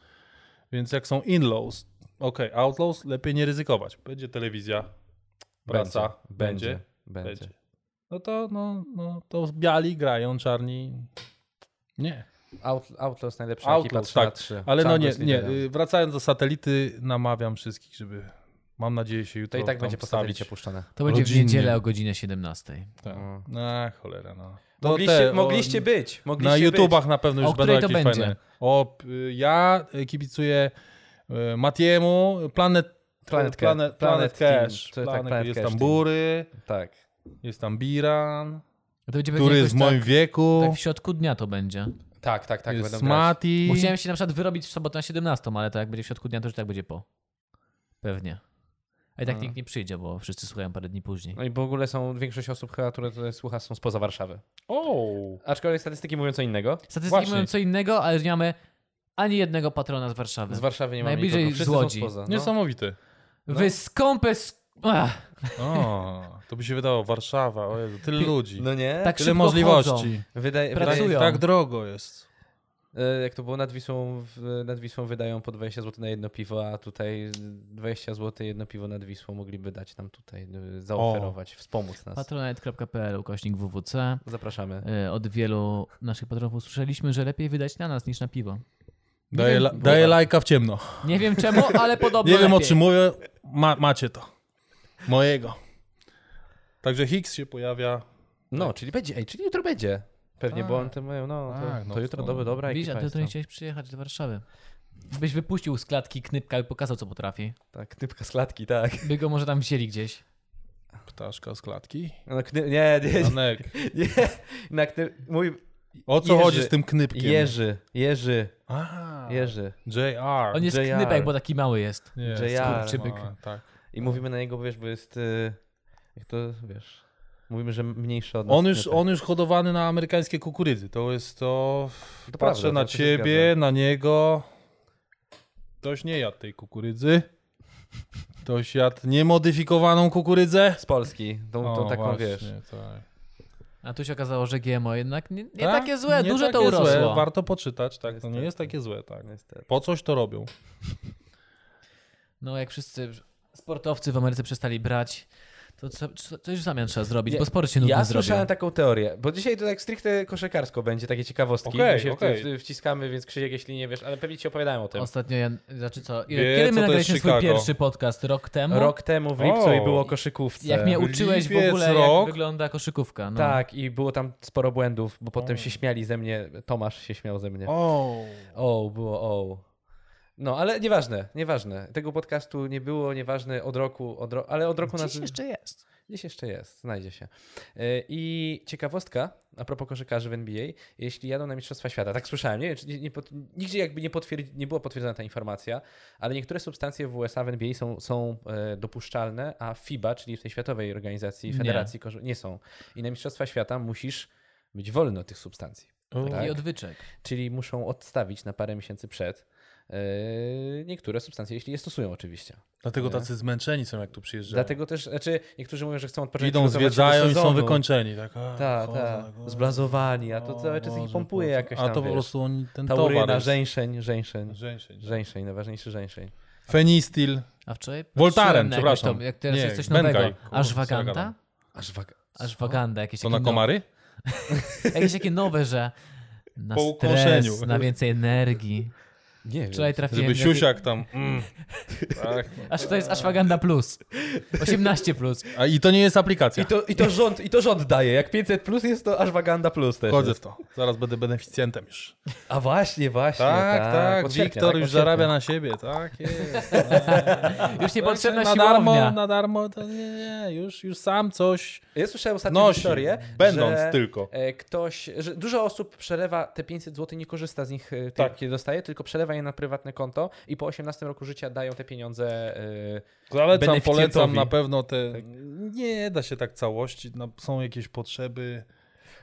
Więc jak są inlaws, okej, outlaws, lepiej nie ryzykować. Będzie telewizja, praca, będzie, będzie.
Będzie. będzie.
No to, no, no, to biali grają, czarni, nie.
Out, Outlaws najlepsza ekipa
Outlaws,
3 tak. na
tak.
3.
Ale no nie,
Champions
nie,
League grają.
y, wracając do satelity, namawiam wszystkich, żeby, mam nadzieję się
To
jutro
i tak
tam
będzie
wstawić.
postawić opuszczone.
To będzie w
Rodzinnie.
niedzielę o godzinie 17.
Tak.
Mm.
A, cholera, no. To
Mogliście,
te, o,
mogliście być. Mogliście
Na YouTubach
Być.
na pewno
O
już będą
której to
jakieś
będzie?
fajne. O, y, ja y, kibicuję y, Matiemu, Planet...
Planet
Planet,
Cash.
Planet
Team.
Cash.
To- tak,
Planet,
Planet
jest
Cash
tam
Team.
Bury,
Tak.
jest tam Biran,
To będzie pewnie
który jest w
jakoś
moim
tak,
wieku,
tak w środku dnia to będzie.
Tak, tak, tak.
jest
będą grać.
Mati.
Bo chciałem się na przykład wyrobić w sobotę na 17, ale to jak będzie w środku dnia, to już tak będzie po. Pewnie. A i tak
A.
nikt nie przyjdzie, bo wszyscy słuchają parę dni później.
No i w ogóle są, większość osób, chyba, które to słucha, są spoza Warszawy.
O!
Aczkolwiek statystyki mówią co innego.
Statystyki
właśnie.
mówią co innego, ale nie mamy ani jednego patrona z Warszawy.
Z Warszawy nie mamy
Najbliżej
nikogo. Wszyscy
z Łodzi.
są spoza. No.
Niesamowity.
Wy skąpe sk... Ach,
O, to by się wydało, Warszawa, o Jezu, tyle ludzi,
No nie?
tak
tyle
szybko Chodzą.
możliwości.
Wydaje,
Pracują.
wydaje-
Tak drogo jest.
E, Jak to było nad Wisłą, w- nad Wisłą wydają po 20 zł na jedno piwo, a tutaj 20 zł jedno piwo nad Wisłą mogliby dać nam tutaj, e, zaoferować, wspomóc nas.
Patronite.pl ukośnik WWC.
Zapraszamy.
E, Od wielu naszych patronów usłyszeliśmy, że lepiej wydać na nas niż na piwo.
Daję,
wiem,
la,
bo-
daję lajka w ciemno.
Nie wiem czemu, ale podobno
Nie wiem o
lepiej.
czym mówię, Ma, macie to. Mojego. Także Higgs się pojawia.
No, czyli będzie, ej, czyli jutro będzie. Pewnie,
Tak.
bo on tym mają, no,
Tak,
to,
no,
to jutro
no.
dobra, dobra
Widzisz,
ekipa
a ty
jest
tutaj
tam.
chciałeś przyjechać do Warszawy. Byś wypuścił z klatki knypka i pokazał, co potrafi.
Tak, knypka z klatki, tak.
By go może tam wzięli gdzieś.
Ptaszka z klatki.
No, kny... nie, nie,
Janek.
nie, na kny... mój
O co
Jerzy.
chodzi z tym knypkiem?
Jerzy, Jerzy,
Aha.
Jerzy.
JR.
On jest
JR.
knypek, bo taki mały jest.
Nie,
JR.
skurczybyk.
A,
tak.
I mówimy na niego, bo wiesz, bo jest, e, jak to, wiesz, mówimy, że mniejszy od nas. tak.
On już,
knypek.
on już hodowany na amerykańskie kukurydzy. To jest to...
To
Patrzę
prawda,
na
to się
ciebie, na niego. Ktoś nie jadł tej kukurydzy. Ktoś jadł niemodyfikowaną kukurydzę.
Z Polski, tą, tą
O,
taką,
właśnie,
wiesz.
tak.
A tu się okazało, że GMO jednak nie, nie
Tak?
takie złe,
Nie
duże to
takie
urosło.
Złe. Warto poczytać, tak. To nie
Niestety.
jest takie złe, tak.
Niestety.
Po coś to robią.
No jak wszyscy sportowcy w Ameryce przestali brać, to co, co, coś w zamian trzeba zrobić,
Nie,
bo sport się nudny
Ja
zrobił.
słyszałem taką teorię, bo dzisiaj to tak stricte koszykarsko będzie, takie ciekawostki,
Okej,
my się w-
okej.
w- wciskamy, więc Krzysiek, jeśli nie wiesz, ale pewnie ci opowiadałem o tym.
Ostatnio, ja, znaczy co, ile,
Wie,
kiedy
co
my
to
nagraliśmy
jest
swój
Chicago?
pierwszy podcast? Rok temu?
Rok temu w lipcu
O.
i było o koszykówce.
Jak mnie
w
uczyłeś w
lipiec,
ogóle, jak
rok.
wygląda koszykówka. No.
Tak, i było tam sporo błędów, bo potem
O.
się śmiali ze mnie, Tomasz się śmiał ze mnie. O,
O.
było o. No, ale nieważne, nieważne. Tego podcastu nie było, nieważne, od roku, od ro... ale od roku
Dziś
nas...
jeszcze jest.
Gdzieś jeszcze jest, znajdzie się. Yy, I ciekawostka a propos koszykarzy w NBA, jeśli jadą na Mistrzostwa Świata, tak słyszałem, nie, wiem, czy nie, nie pot, nigdzie jakby nie, potwierdzi, nie była potwierdzona ta informacja, ale niektóre substancje w USA w NBA są, są e, dopuszczalne, a FIBA, czyli w tej światowej organizacji,
Nie.
federacji, nie, nie są. I na Mistrzostwa Świata musisz być wolny od tych substancji.
I
Tak.
odwyczek.
Czyli muszą odstawić na parę miesięcy przed yy, niektóre substancje, jeśli je stosują oczywiście.
Dlatego tacy zmęczeni są, jak tu przyjeżdżają.
Dlatego też, znaczy niektórzy mówią, że chcą odpocząć
Idą,
przygotować się do
zwiedzają i są
sezonu.
wykończeni. Tak, a,
Tak,
chodzą,
tak.
o,
Zblazowani, a to
o
cały czas ich
Boże,
pompuje
po co?
jakoś
A
tam,
to po
wiesz.
prostu oni ten towar
Tauryna,
jest.
żeńszeń, żeńszeń,
Żeńszeń.
żeńszeń, najważniejszy żeńszeń.
Fenistil.
A wczoraj patrzyłem
Woltarem,
na jakąś
przepraszam.
Tą, jak teraz
Nie,
jest coś
Bengaj,
nowego.
kurwa,
Aż
co ja
waganda?
gadam.
Aż waga.
Aż waganda. Jakieś
Co
takie
na
no-
komary?
Jakieś takie nowe, że na
Po
stres,
ukąszeniu.
na więcej energii.
Nie
Wczoraj trafiłem...
Żeby
do jakiej-
siusiak tam. Mm. Tak.
Aż to jest Ashwagandha Plus. 18 plus.
A i to nie jest aplikacja.
I to, I to rząd, i to rząd daje. Jak 500 plus jest, to aż waganda plus też.
Wchodzę w
jest.
to. Zaraz będę beneficjentem już.
A właśnie, właśnie.
Tak,
Tak,
tak.
Od sierpnia,
Wiktor
tak,
już
od sierpnia.
zarabia na siebie, tak jest.
Już niepotrzebna
na
siłownia.
darmo, na darmo, to nie, nie, już, już sam coś
Ja słyszałem ostatnią
nosi.
historię,
Będąc
że
tylko.
e, ktoś, że dużo osób przelewa te 500 zł, nie korzysta z nich, e,
Tak.
kiedy dostaje, tylko przelewa je na prywatne konto i po 18 roku życia dają te pieniądze. e,
Zalecam,
beneficjentowi.
polecam na pewno te... Nie da się tak całości, no, są jakieś potrzeby.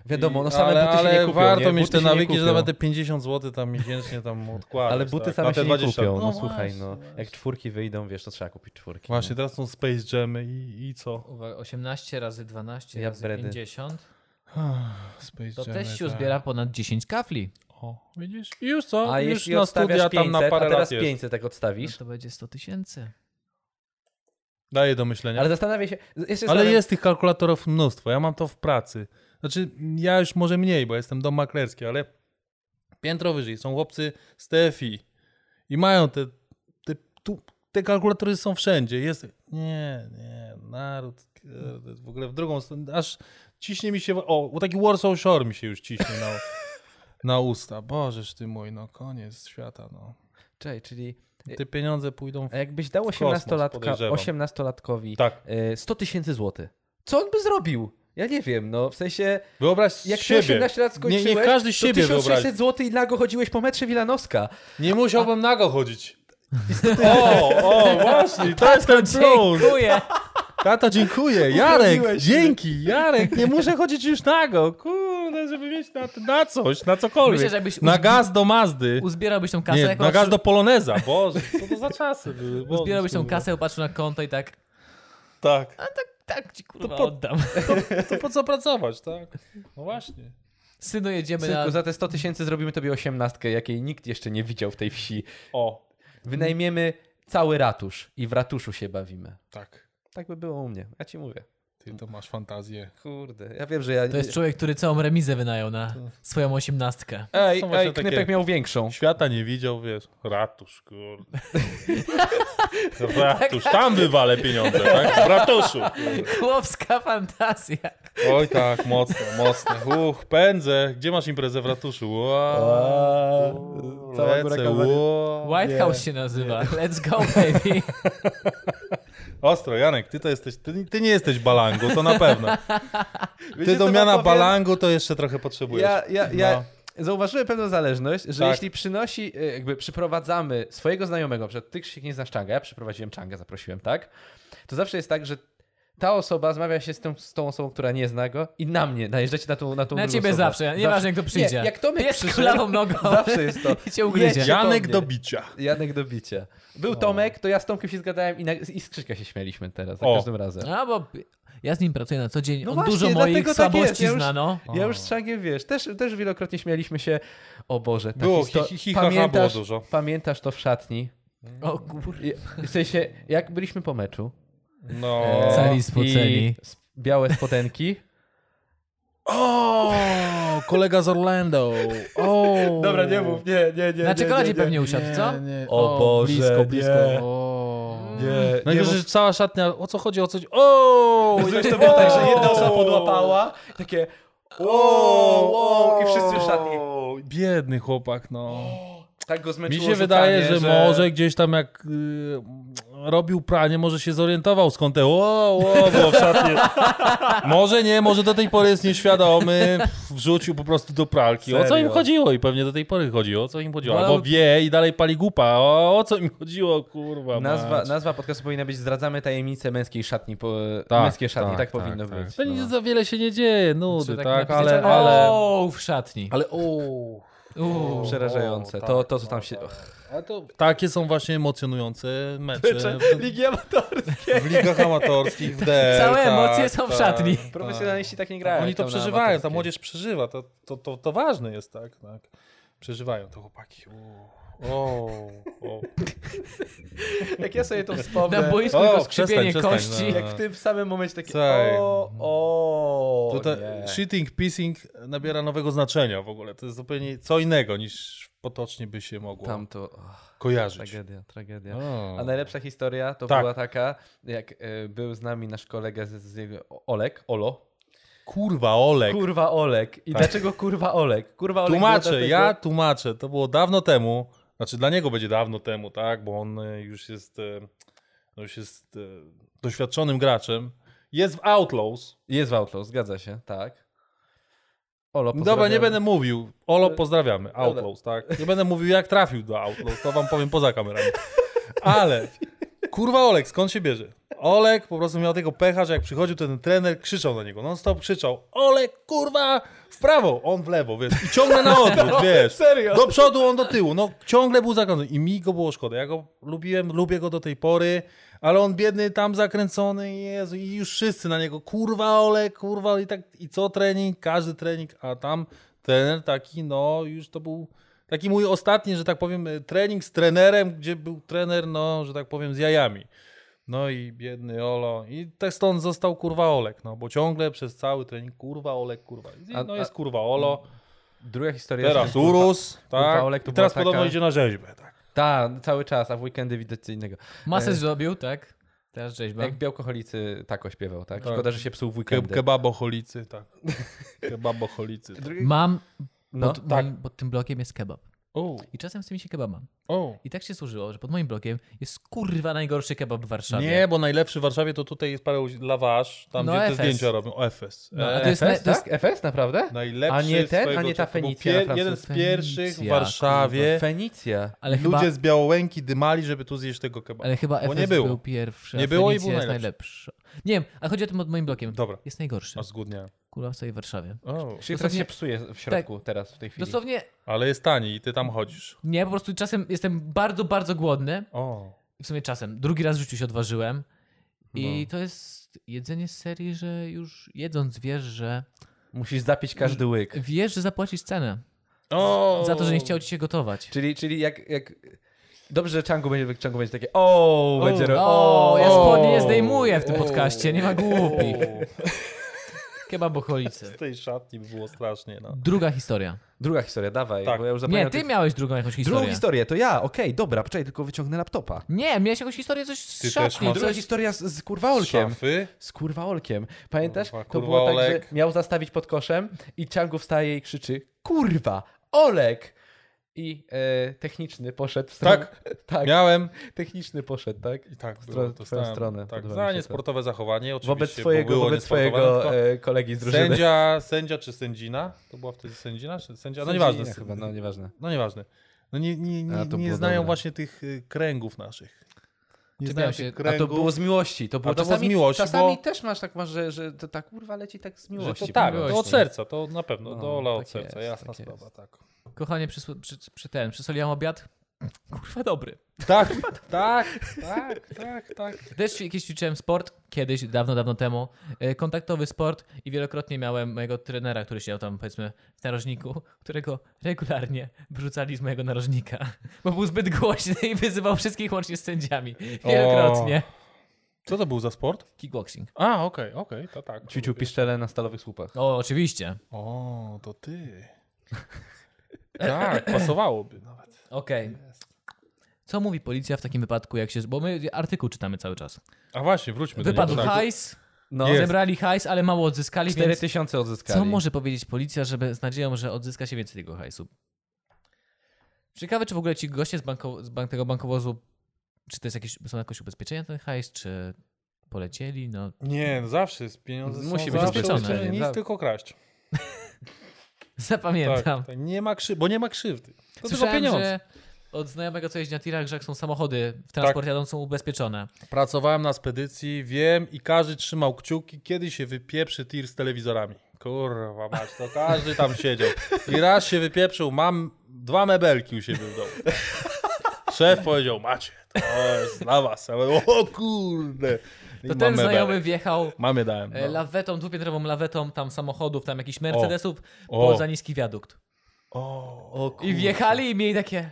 Wiadomo, no
I-
same
ale,
buty się
ale
nie kupią.
warto
nie?
mieć
Buty
te
się nie
nawyki, że
kupią.
nawet te 50 zł tam miesięcznie tam odkładasz.
Ale buty
tak?
same
Na te
się nie
20.
kupią, no, słuchaj,
właśnie,
no. Jak czwórki wyjdą, wiesz, to trzeba kupić czwórki. no.
Właśnie, teraz są Space Jamy i, i co?
Uwaga, 18 razy 12
Ja
razy
bredy.
50.
Space
To
Jamy,
też się
tak.
zbiera ponad 10 kafli.
O, widzisz? I już co?
No. A
już
jeśli
na
odstawiasz
studia
500,
tam na parę
a teraz
lat jest.
500 tak
No
odstawisz,
to będzie 100 tysięcy.
Daję do myślenia.
ale zastanawiaj się... Ja się
Ale
zastanawiam-
jest tych kalkulatorów mnóstwo. Ja mam to w pracy. Znaczy, ja już może mniej, bo jestem dom maklerski, ale piętro wyżej są chłopcy z TFI i mają te. Te, tu, te kalkulatory są wszędzie. Jest. Nie, nie, naród. kurde, W ogóle w drugą stronę. Aż ciśnie mi się. O, taki Warsaw Shore mi się już ciśnie na, na usta. Bożeż ty mój, no koniec świata, no.
Czekaj, czyli...
Te pieniądze pójdą w.
A jakbyś dał
W kosmos,
18-latka,
podejrzewam.
18-latkowi
Tak.
e, 100 tysięcy złotych, co on by zrobił? Ja nie wiem, no w sensie...
Wyobraź
Jak ty
siebie.
18 lat skończyłeś,
nie, nie każdy
to
siebie wyobraź.
1600 zł i nago chodziłeś po metrze Wilanowska.
Nie musiałbym nago chodzić. O, o, właśnie, to jest ten plus.
Dziękuję.
Tato, dziękuję. Jarek,
Uwoliłeś się.
dzięki, Jarek. Nie muszę chodzić już nago, kurde, żeby mieć na, na coś, na cokolwiek.
Myślę, że jakbyś
Na
uzbi-
gaz do Mazdy.
Uzbierałbyś tą kasę,
Nie,
jak
na gaz
patrzył-
do Poloneza. Boże, co to za czasy były. Boże,
uzbierałbyś tą
kurwa.
kasę, patrzył na konto i tak,
Tak,
tak ci kurwa
po-
oddam.
to po co pracować, tak? No właśnie.
Synu, jedziemy
Synku,
na...
za te 100 tysięcy zrobimy tobie osiemnastkę, jakiej nikt jeszcze nie widział w tej wsi.
O,
Wynajmiemy cały ratusz i w ratuszu się bawimy.
tak.
Tak by było u mnie, ja ci mówię.
Ty to masz fantazję.
Kurde, ja wiem, że ja...
To jest człowiek, który całą remizę wynajął na swoją osiemnastkę.
Ej,
Są właśnie
ej Knypek
takie-
miał większą.
Świata nie widział, wiesz. Ratusz, kurde.
Tak,
Ratusz, tam wywalę pieniądze, tak? W ratuszu.
Chłopska fantazja.
Oj tak, mocno, mocno. Uch, pędzę. Gdzie masz imprezę w ratuszu? Wow.
Wow.
Uuu,
Cała góra
lecę,
kamery.
wow.
White
Nie.
House się nazywa. Let's go, baby.
Ostro, Janek, ty to jesteś, ty, ty nie jesteś balangu, to na pewno.
Wiecie,
Ty
co
do
wam
miana
powiem?
balangu to jeszcze trochę potrzebujesz.
Ja, ja, ja
No.
zauważyłem pewną zależność, że
Tak.
jeśli przynosi, e, jakby przyprowadzamy swojego znajomego, że ty się nie znasz Czanga, ja przyprowadziłem Czanga, zaprosiłem, tak? To zawsze jest tak, że ta osoba zmawia się z tą, z tą osobą, która nie zna go i na mnie, najeżdżacie na tą, na tą
Na
drugą
ciebie
osobę.
zawsze, nieważne kto przyjdzie.
Nie, jak Tomek
Pies z
przyszedł,
kulawą nogą.
Zawsze jest to.
I cię ugryzie.
Jedzie.
Janek
Przypomnij.
do bicia.
Janek do bicia. Był Tomek, to ja z Tomkiem się zgadałem i, na, i z Krzyśka się śmieliśmy teraz, za
O.
każdym razem.
A No, bo ja z nim pracuję na co dzień.
Tak. No
On
właśnie,
dużo
dlatego
moich
tak jest.
słabości
Ja już-
zna, no.
Ja już z Czangiem, wiesz, też, też wielokrotnie śmieliśmy się, o Boże, ta
Było,
histo-
hi- hi- hi- ha- ha
pamiętasz,
było dużo.
pamiętasz to w szatni?
O kur...
I- W sensie, jak byliśmy po meczu.
No.
e,
Cali spoceni.
i s- Białe spodenki.
O, kolega z Orlando. O.
nie, nie, nie.
Na czekoladzie pewnie usiadł,
Nie,
co?
nie.
O Mm. Boże,
Blisko,
nie.
blisko. O.
Nie,
No i
nie,
że cała szatnia, o co chodzi, o co chodzi? O!
Rozumiesz, to było tak, że jedna osoba podłapała, takie o, o, i wszyscy w szatni.
Biedny chłopak, no.
Tak go
Mi
zmęczyło
się wydaje, że,
rzucanie,
może gdzieś tam jak y, robił pranie, może się zorientował skąd te o, o, było w szatnie. może nie, może do tej pory jest nieświadomy, wrzucił po prostu do pralki. O co im
Serio?
chodziło? I pewnie do tej pory chodziło, o co im chodziło. Albo
Wolał-
wie i dalej pali głupa. O, o co im chodziło, kurwa
Nazwa,
mać.
nazwa podcastu powinna być Zdradzamy tajemnice męskiej szatni. Po,
Tak,
męskie szatni, tak,
tak, tak,
powinno
tak.
być. no.
To nic za wiele się nie dzieje, nudy, tak, ale,
Znaczy, ale,
ale...
O, w szatni.
Ale o,
Uuu.
przerażające.
o,
to,
tak,
to, co tam się...
Takie są właśnie emocjonujące mecze w,
Ligi amatorskie.
w ligach amatorskich, w DL,
Całe emocje
tak,
są w
tak.
szatni.
Profesjonaliści tak nie grają.
Oni
jak
to
tam na
przeżywają, ta
amatorskiej.
młodzież przeżywa, to, to, to, to ważne jest, tak? tak. Przeżywają to chłopaki. O, o.
Jak ja sobie to
Na
wspomnę,
boisku
O,
tylko
przestań,
skrzypienie
przestań,
kości.
no.
Jak
jak w tym samym momencie takie
Słuchaj.
o, o,
To ta,
nie.
shitting, pissing nabiera nowego znaczenia w ogóle. To jest zupełnie co innego niż potocznie by się mogło
Tam to, och,
kojarzyć.
tragedia, tragedia.
O.
A najlepsza historia to
No. Tak.
była taka, jak e, był z nami nasz kolega z, z jego, Olek, Olo.
Kurwa, Olek. Tak.
Kurwa Olek. I dlaczego kurwa Olek? Kurwa Olek było
Tłumaczę,
dlatego-
ja tłumaczę. To było dawno temu. Znaczy dla niego będzie dawno temu, tak? Bo on e, już jest, e, no już jest e, doświadczonym graczem. Jest w Outlaws.
Jest w Outlaw, zgadza się, tak. Olo,
Dobra, nie
pozdrawiam.
będę mówił. Olo, pozdrawiamy. Outlaws, tak? Nie będę mówił, jak trafił do Outlaws. To wam powiem poza kamerami. Ale, kurwa Olek, skąd się bierze? Olek po prostu miał tego pecha, że jak przychodził to ten trener, krzyczał na niego. Non-stop krzyczał. Olek, kurwa, w prawo. On w lewo, wiesz. I ciągle na odwrót, wiesz.
Serio?
Do przodu, on do tyłu. No, ciągle był zakręcony. I mi go było szkoda. Ja go lubiłem, lubię go do tej pory, ale on biedny tam zakręcony, Jezu, i już wszyscy na niego, kurwa Ole, kurwa, i tak, i co trening, każdy trening, a tam trener taki, no, już to był taki mój ostatni, że tak powiem, trening z trenerem, gdzie był trener, no, że tak powiem, z jajami. No i biedny Olo. I tak stąd został kurwa Olek, no bo ciągle przez cały trening kurwa Olek, kurwa. I,
A-
no
a-
jest kurwa Olo.
Druga historia.
Teraz
Kurwa-
Urus, tak.
kurwa, Olek to
I teraz
była
podobno
taka-
idzie na rzeźbę, tak.
Tak, cały czas, a w weekendy widać co innego.
Masę
E,
zrobił, tak? Teraz rzeźba.
Jak Białkoholicy tako śpiewał, No. tak?
Tak.
Szkoda, że się psuł w
Ke
weekendy.
kebaboholicy, tak. Kebaboholicy. Tak.
Drugi-
Mam,
No,
pod,
tak.
moim, pod tym blokiem jest kebab.
O,
I czasem chce mi się kebaba.
o.
I tak się służyło, że pod moim blokiem jest kurwa najgorszy kebab w Warszawie.
Nie, bo najlepszy w Warszawie to tutaj jest parę lawasz, tam
No,
gdzie te
FS.
zdjęcia robią. O, FS.
No,
E,
a to jest
FS,
na- to jest-
tak? FS, naprawdę?
Najlepszy
A nie ten?
swojego
A nie ta
czasu. Był
Fenicja na
jeden z
Francuz-
pierwszych w
Fenicja,
Warszawie.
No, Fenicja.
Ale chyba,
Ludzie z Białołęki dymali, żeby tu zjeść tego kebabu.
ale chyba
Bo
FS
nie było.
był pierwszy. a
Nie było i
Fenicja
był
jest najlepszy. Nie wiem, a chodzi o tym pod moim blokiem.
Dobra. No.
Jest najgorszy.
A zgódnia.
Kurwa w całej Warszawie.
O.
Czyli
Dosłownie-
teraz się psuje w środku, teraz, w tej chwili.
Dosłownie
Ale jest tani i ty tam chodzisz.
nie, po prostu czasem jestem bardzo, bardzo głodny.
O.
W sumie czasem. Drugi raz w życiu się odważyłem. I
No.
to jest jedzenie z serii, że już jedząc wiesz, że
Musisz zapić każdy łyk.
wiesz, że zapłacisz cenę
o.
za to, że nie chciał ci się gotować.
Czyli, czyli jak, jak... Dobrze, że Changu będzie, Changu będzie takie o, będzie... ro-
O, ja
o,
spodnie nie zdejmuję w tym
o.
podcaście, nie ma głupich. Kebaboholicy.
Z tej szatni by było strasznie, no.
Druga historia.
Druga historia, dawaj,
Tak.
bo ja już
Nie,
zapomniałem
ty
tych-
miałeś drugą jakąś historię.
Drugą historię, to ja, okej, dobra, poczekaj, tylko wyciągnę laptopa.
Nie, miałeś jakąś historię coś z
Ty też
szatni,
masz?
Druga
coś...
historia z, z kurwaolkiem.
Szafy.
Z kurwaolkiem. Pamiętasz?
Kurwa,
to
kurwa
było tak,
Olek.
że miał zastawić pod koszem i Changu wstaje i krzyczy kurwa, Olek! I e, techniczny poszedł w stronę...
Tak.
tak.
Miałem.
Techniczny poszedł, tak?
I tak,
stronę-
było,
w twoją
dostałem,
stronę,
Tak,
podoba mi
za
się to.
niesportowe zachowanie, oczywiście.
Wobec
bo
swojego,
było
wobec
niesportowe,
swojego
tylko
e, kolegi z drużyny.
Sędzia, sędzia czy sędzina? To była wtedy sędzina? Czy sędzia? No nieważne.
Nie, chyba, no nieważne.
No nieważne. No nie, nie,
A,
nie,
to
nie
było
znają
dobre.
właśnie tych y, kręgów naszych. Nie
Czy
znają
miał
się
się- a to
A to
kręgów.
było z miłości. To było,
A to było z
czasami,
miłości,
Czasami
bo-
też masz tak, masz, że, że to ta kurwa leci tak z
że
miłości.
to tak,
po
miłości.
to od
prostu.
serca, to na pewno,
No,
do Ola od
tak
serca,
jest,
jasna
tak
sprawa, tak.
Kochanie, przy, przy, przy ten, przysoliłam obiad. Kurwa dobry.
Tak, tak, tak, tak, tak.
Też ćwi- kiedyś ćwiczyłem sport, kiedyś, dawno, dawno temu, e, kontaktowy sport i wielokrotnie miałem mojego trenera, który siedział tam powiedzmy w narożniku, którego regularnie wyrzucali z mojego narożnika, bo był zbyt głośny i wyzywał wszystkich łącznie z sędziami. Wielokrotnie.
Co to był za sport?
Kickboxing.
A, okej, okej, to tak.
Ćwiczył piszczele na stalowych słupach.
O, oczywiście.
O, to ty. Tak, pasowałoby nawet.
Okej. Co mówi policja w takim wypadku, jak się... Bo my artykuł czytamy cały czas.
A właśnie, wróćmy do
Wypadł
niego. Tak.
hajs,
No,
Jest.
zebrali hajs, ale mało odzyskali, więc
4000 odzyskali.
Co może powiedzieć policja, żeby z nadzieją, że odzyska się więcej tego hajsu? Ciekawe, czy w ogóle ci goście z, banko, z bank, tego bankowozu, czy to jest jakieś, są jakieś ubezpieczenia na ten hajs, czy polecieli? No,
Nie, no zawsze jest pieniądze.
Musi
są
być
zawsze
ubezpieczone.
ubezpieczone, Nic
Tak.
tylko kraść. Tak,
zapamiętam.
tak, nie ma krzy- bo nie ma krzywdy. To tylko
Słyszałem,
pieniądze. Tak.
że od znajomego, co jeździ na tirach, że jak są samochody w transport jadą, są ubezpieczone.
Pracowałem na spedycji, wiem i każdy trzymał kciuki, kiedy się wypieprzy tir z telewizorami. Kurwa mać, to każdy tam siedział. I raz się wypieprzył, mam dwa mebelki u siebie w domu. Szef powiedział, macie, to jest dla was. Ja mówię, o kurde.
To
I mam
ten
mebelek.
znajomy wjechał
Mamie dałem.
e,
No.
lawetą, dwupiętrową lawetą tam samochodów, tam jakichś Mercedesów,
O.
pod za niski wiadukt.
O, o
I wjechali i mieli takie.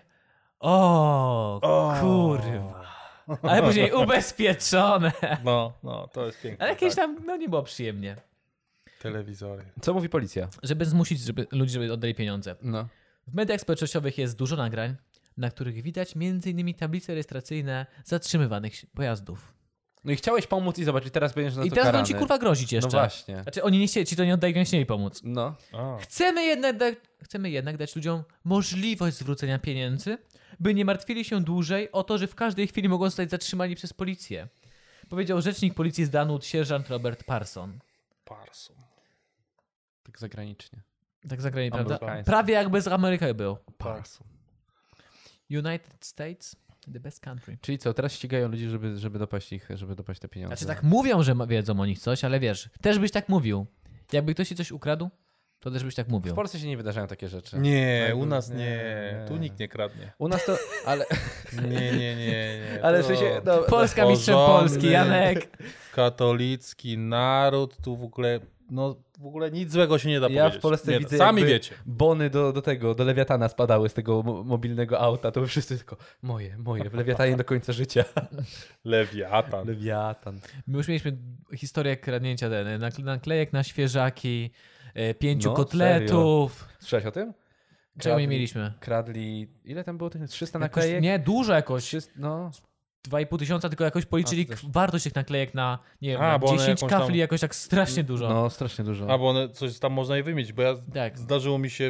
O,
O.
kurwa. Ale później ubezpieczone.
No, no, to jest piękne.
Ale kiedyś
tak.
tam no, nie było przyjemnie.
Telewizory.
Co mówi policja?
Żeby zmusić żeby ludzi, żeby oddali pieniądze.
No.
W mediach społecznościowych jest dużo nagrań, na których widać m.in. tablice rejestracyjne zatrzymywanych pojazdów.
No i chciałeś pomóc i zobaczyć, teraz będziesz na
I
No to
teraz będą
karany.
ci kurwa grozić
No
jeszcze.
właśnie.
Znaczy oni nie chcieli, ci to nie oddali, nie chcieli pomóc.
No.
O.
Chcemy jednak, da- chcemy jednak dać ludziom możliwość zwrócenia pieniędzy, by nie martwili się dłużej o to, że w każdej chwili mogą zostać zatrzymani przez policję. Powiedział rzecznik policji z Danut, sierżant Robert Parson.
Parsu.
Tak zagranicznie.
Tak zagranie, prawda?
Amerykański.
Prawie jakby z Ameryki był.
Parsu.
United States, the best country.
Czyli co, teraz ścigają ludzi, żeby, żeby dopaść ich, żeby dopaść te pieniądze.
Znaczy tak mówią, że ma- wiedzą o nich coś, ale wiesz, też byś tak mówił. Jakby ktoś ci coś ukradł, to też byś tak
W
mówił.
Polsce się nie wydarzają takie rzeczy.
Nie,
Tak,
u nas
nie,
nie.
nie.
Tu nikt nie kradnie.
U nas to, ale...
Nie, nie, nie. nie.
Ale
to...
w sensie, no,
Polska mistrzem
Porządny.
Polski, Janek.
Katolicki naród, tu w ogóle, no w ogóle nic złego się nie da
Ja w
powiedzieć.
Polsce
nie, no,
widzę
Sami
jakby-
wiecie.
bony do, do tego, do lewiatana spadały z tego mo- mobilnego auta, to wszyscy tylko moje, moje, w lewiatanie do końca życia.
Lewiatan.
Lewiatan.
My już mieliśmy historię kradnięcia DNA, nak- naklejek na świeżaki, e, pięciu
No,
kotletów.
Słyszałeś o tym?
Czego nie
Kradli-
mieliśmy?
Kradli, ile tam było tych? 300
Jakoś,
naklejek?
nie, dużo jakoś.
300, no.
2,5 tysiąca, tylko jakoś policzyli
A, to
k- wartość tych naklejek na, nie wiem,
A,
na
bo one
10
jakąś tam-
kafli, jakoś tak strasznie dużo.
No, strasznie dużo.
A bo one, coś tam można je wymieć, bo ja
Tak.
zdarzyło mi się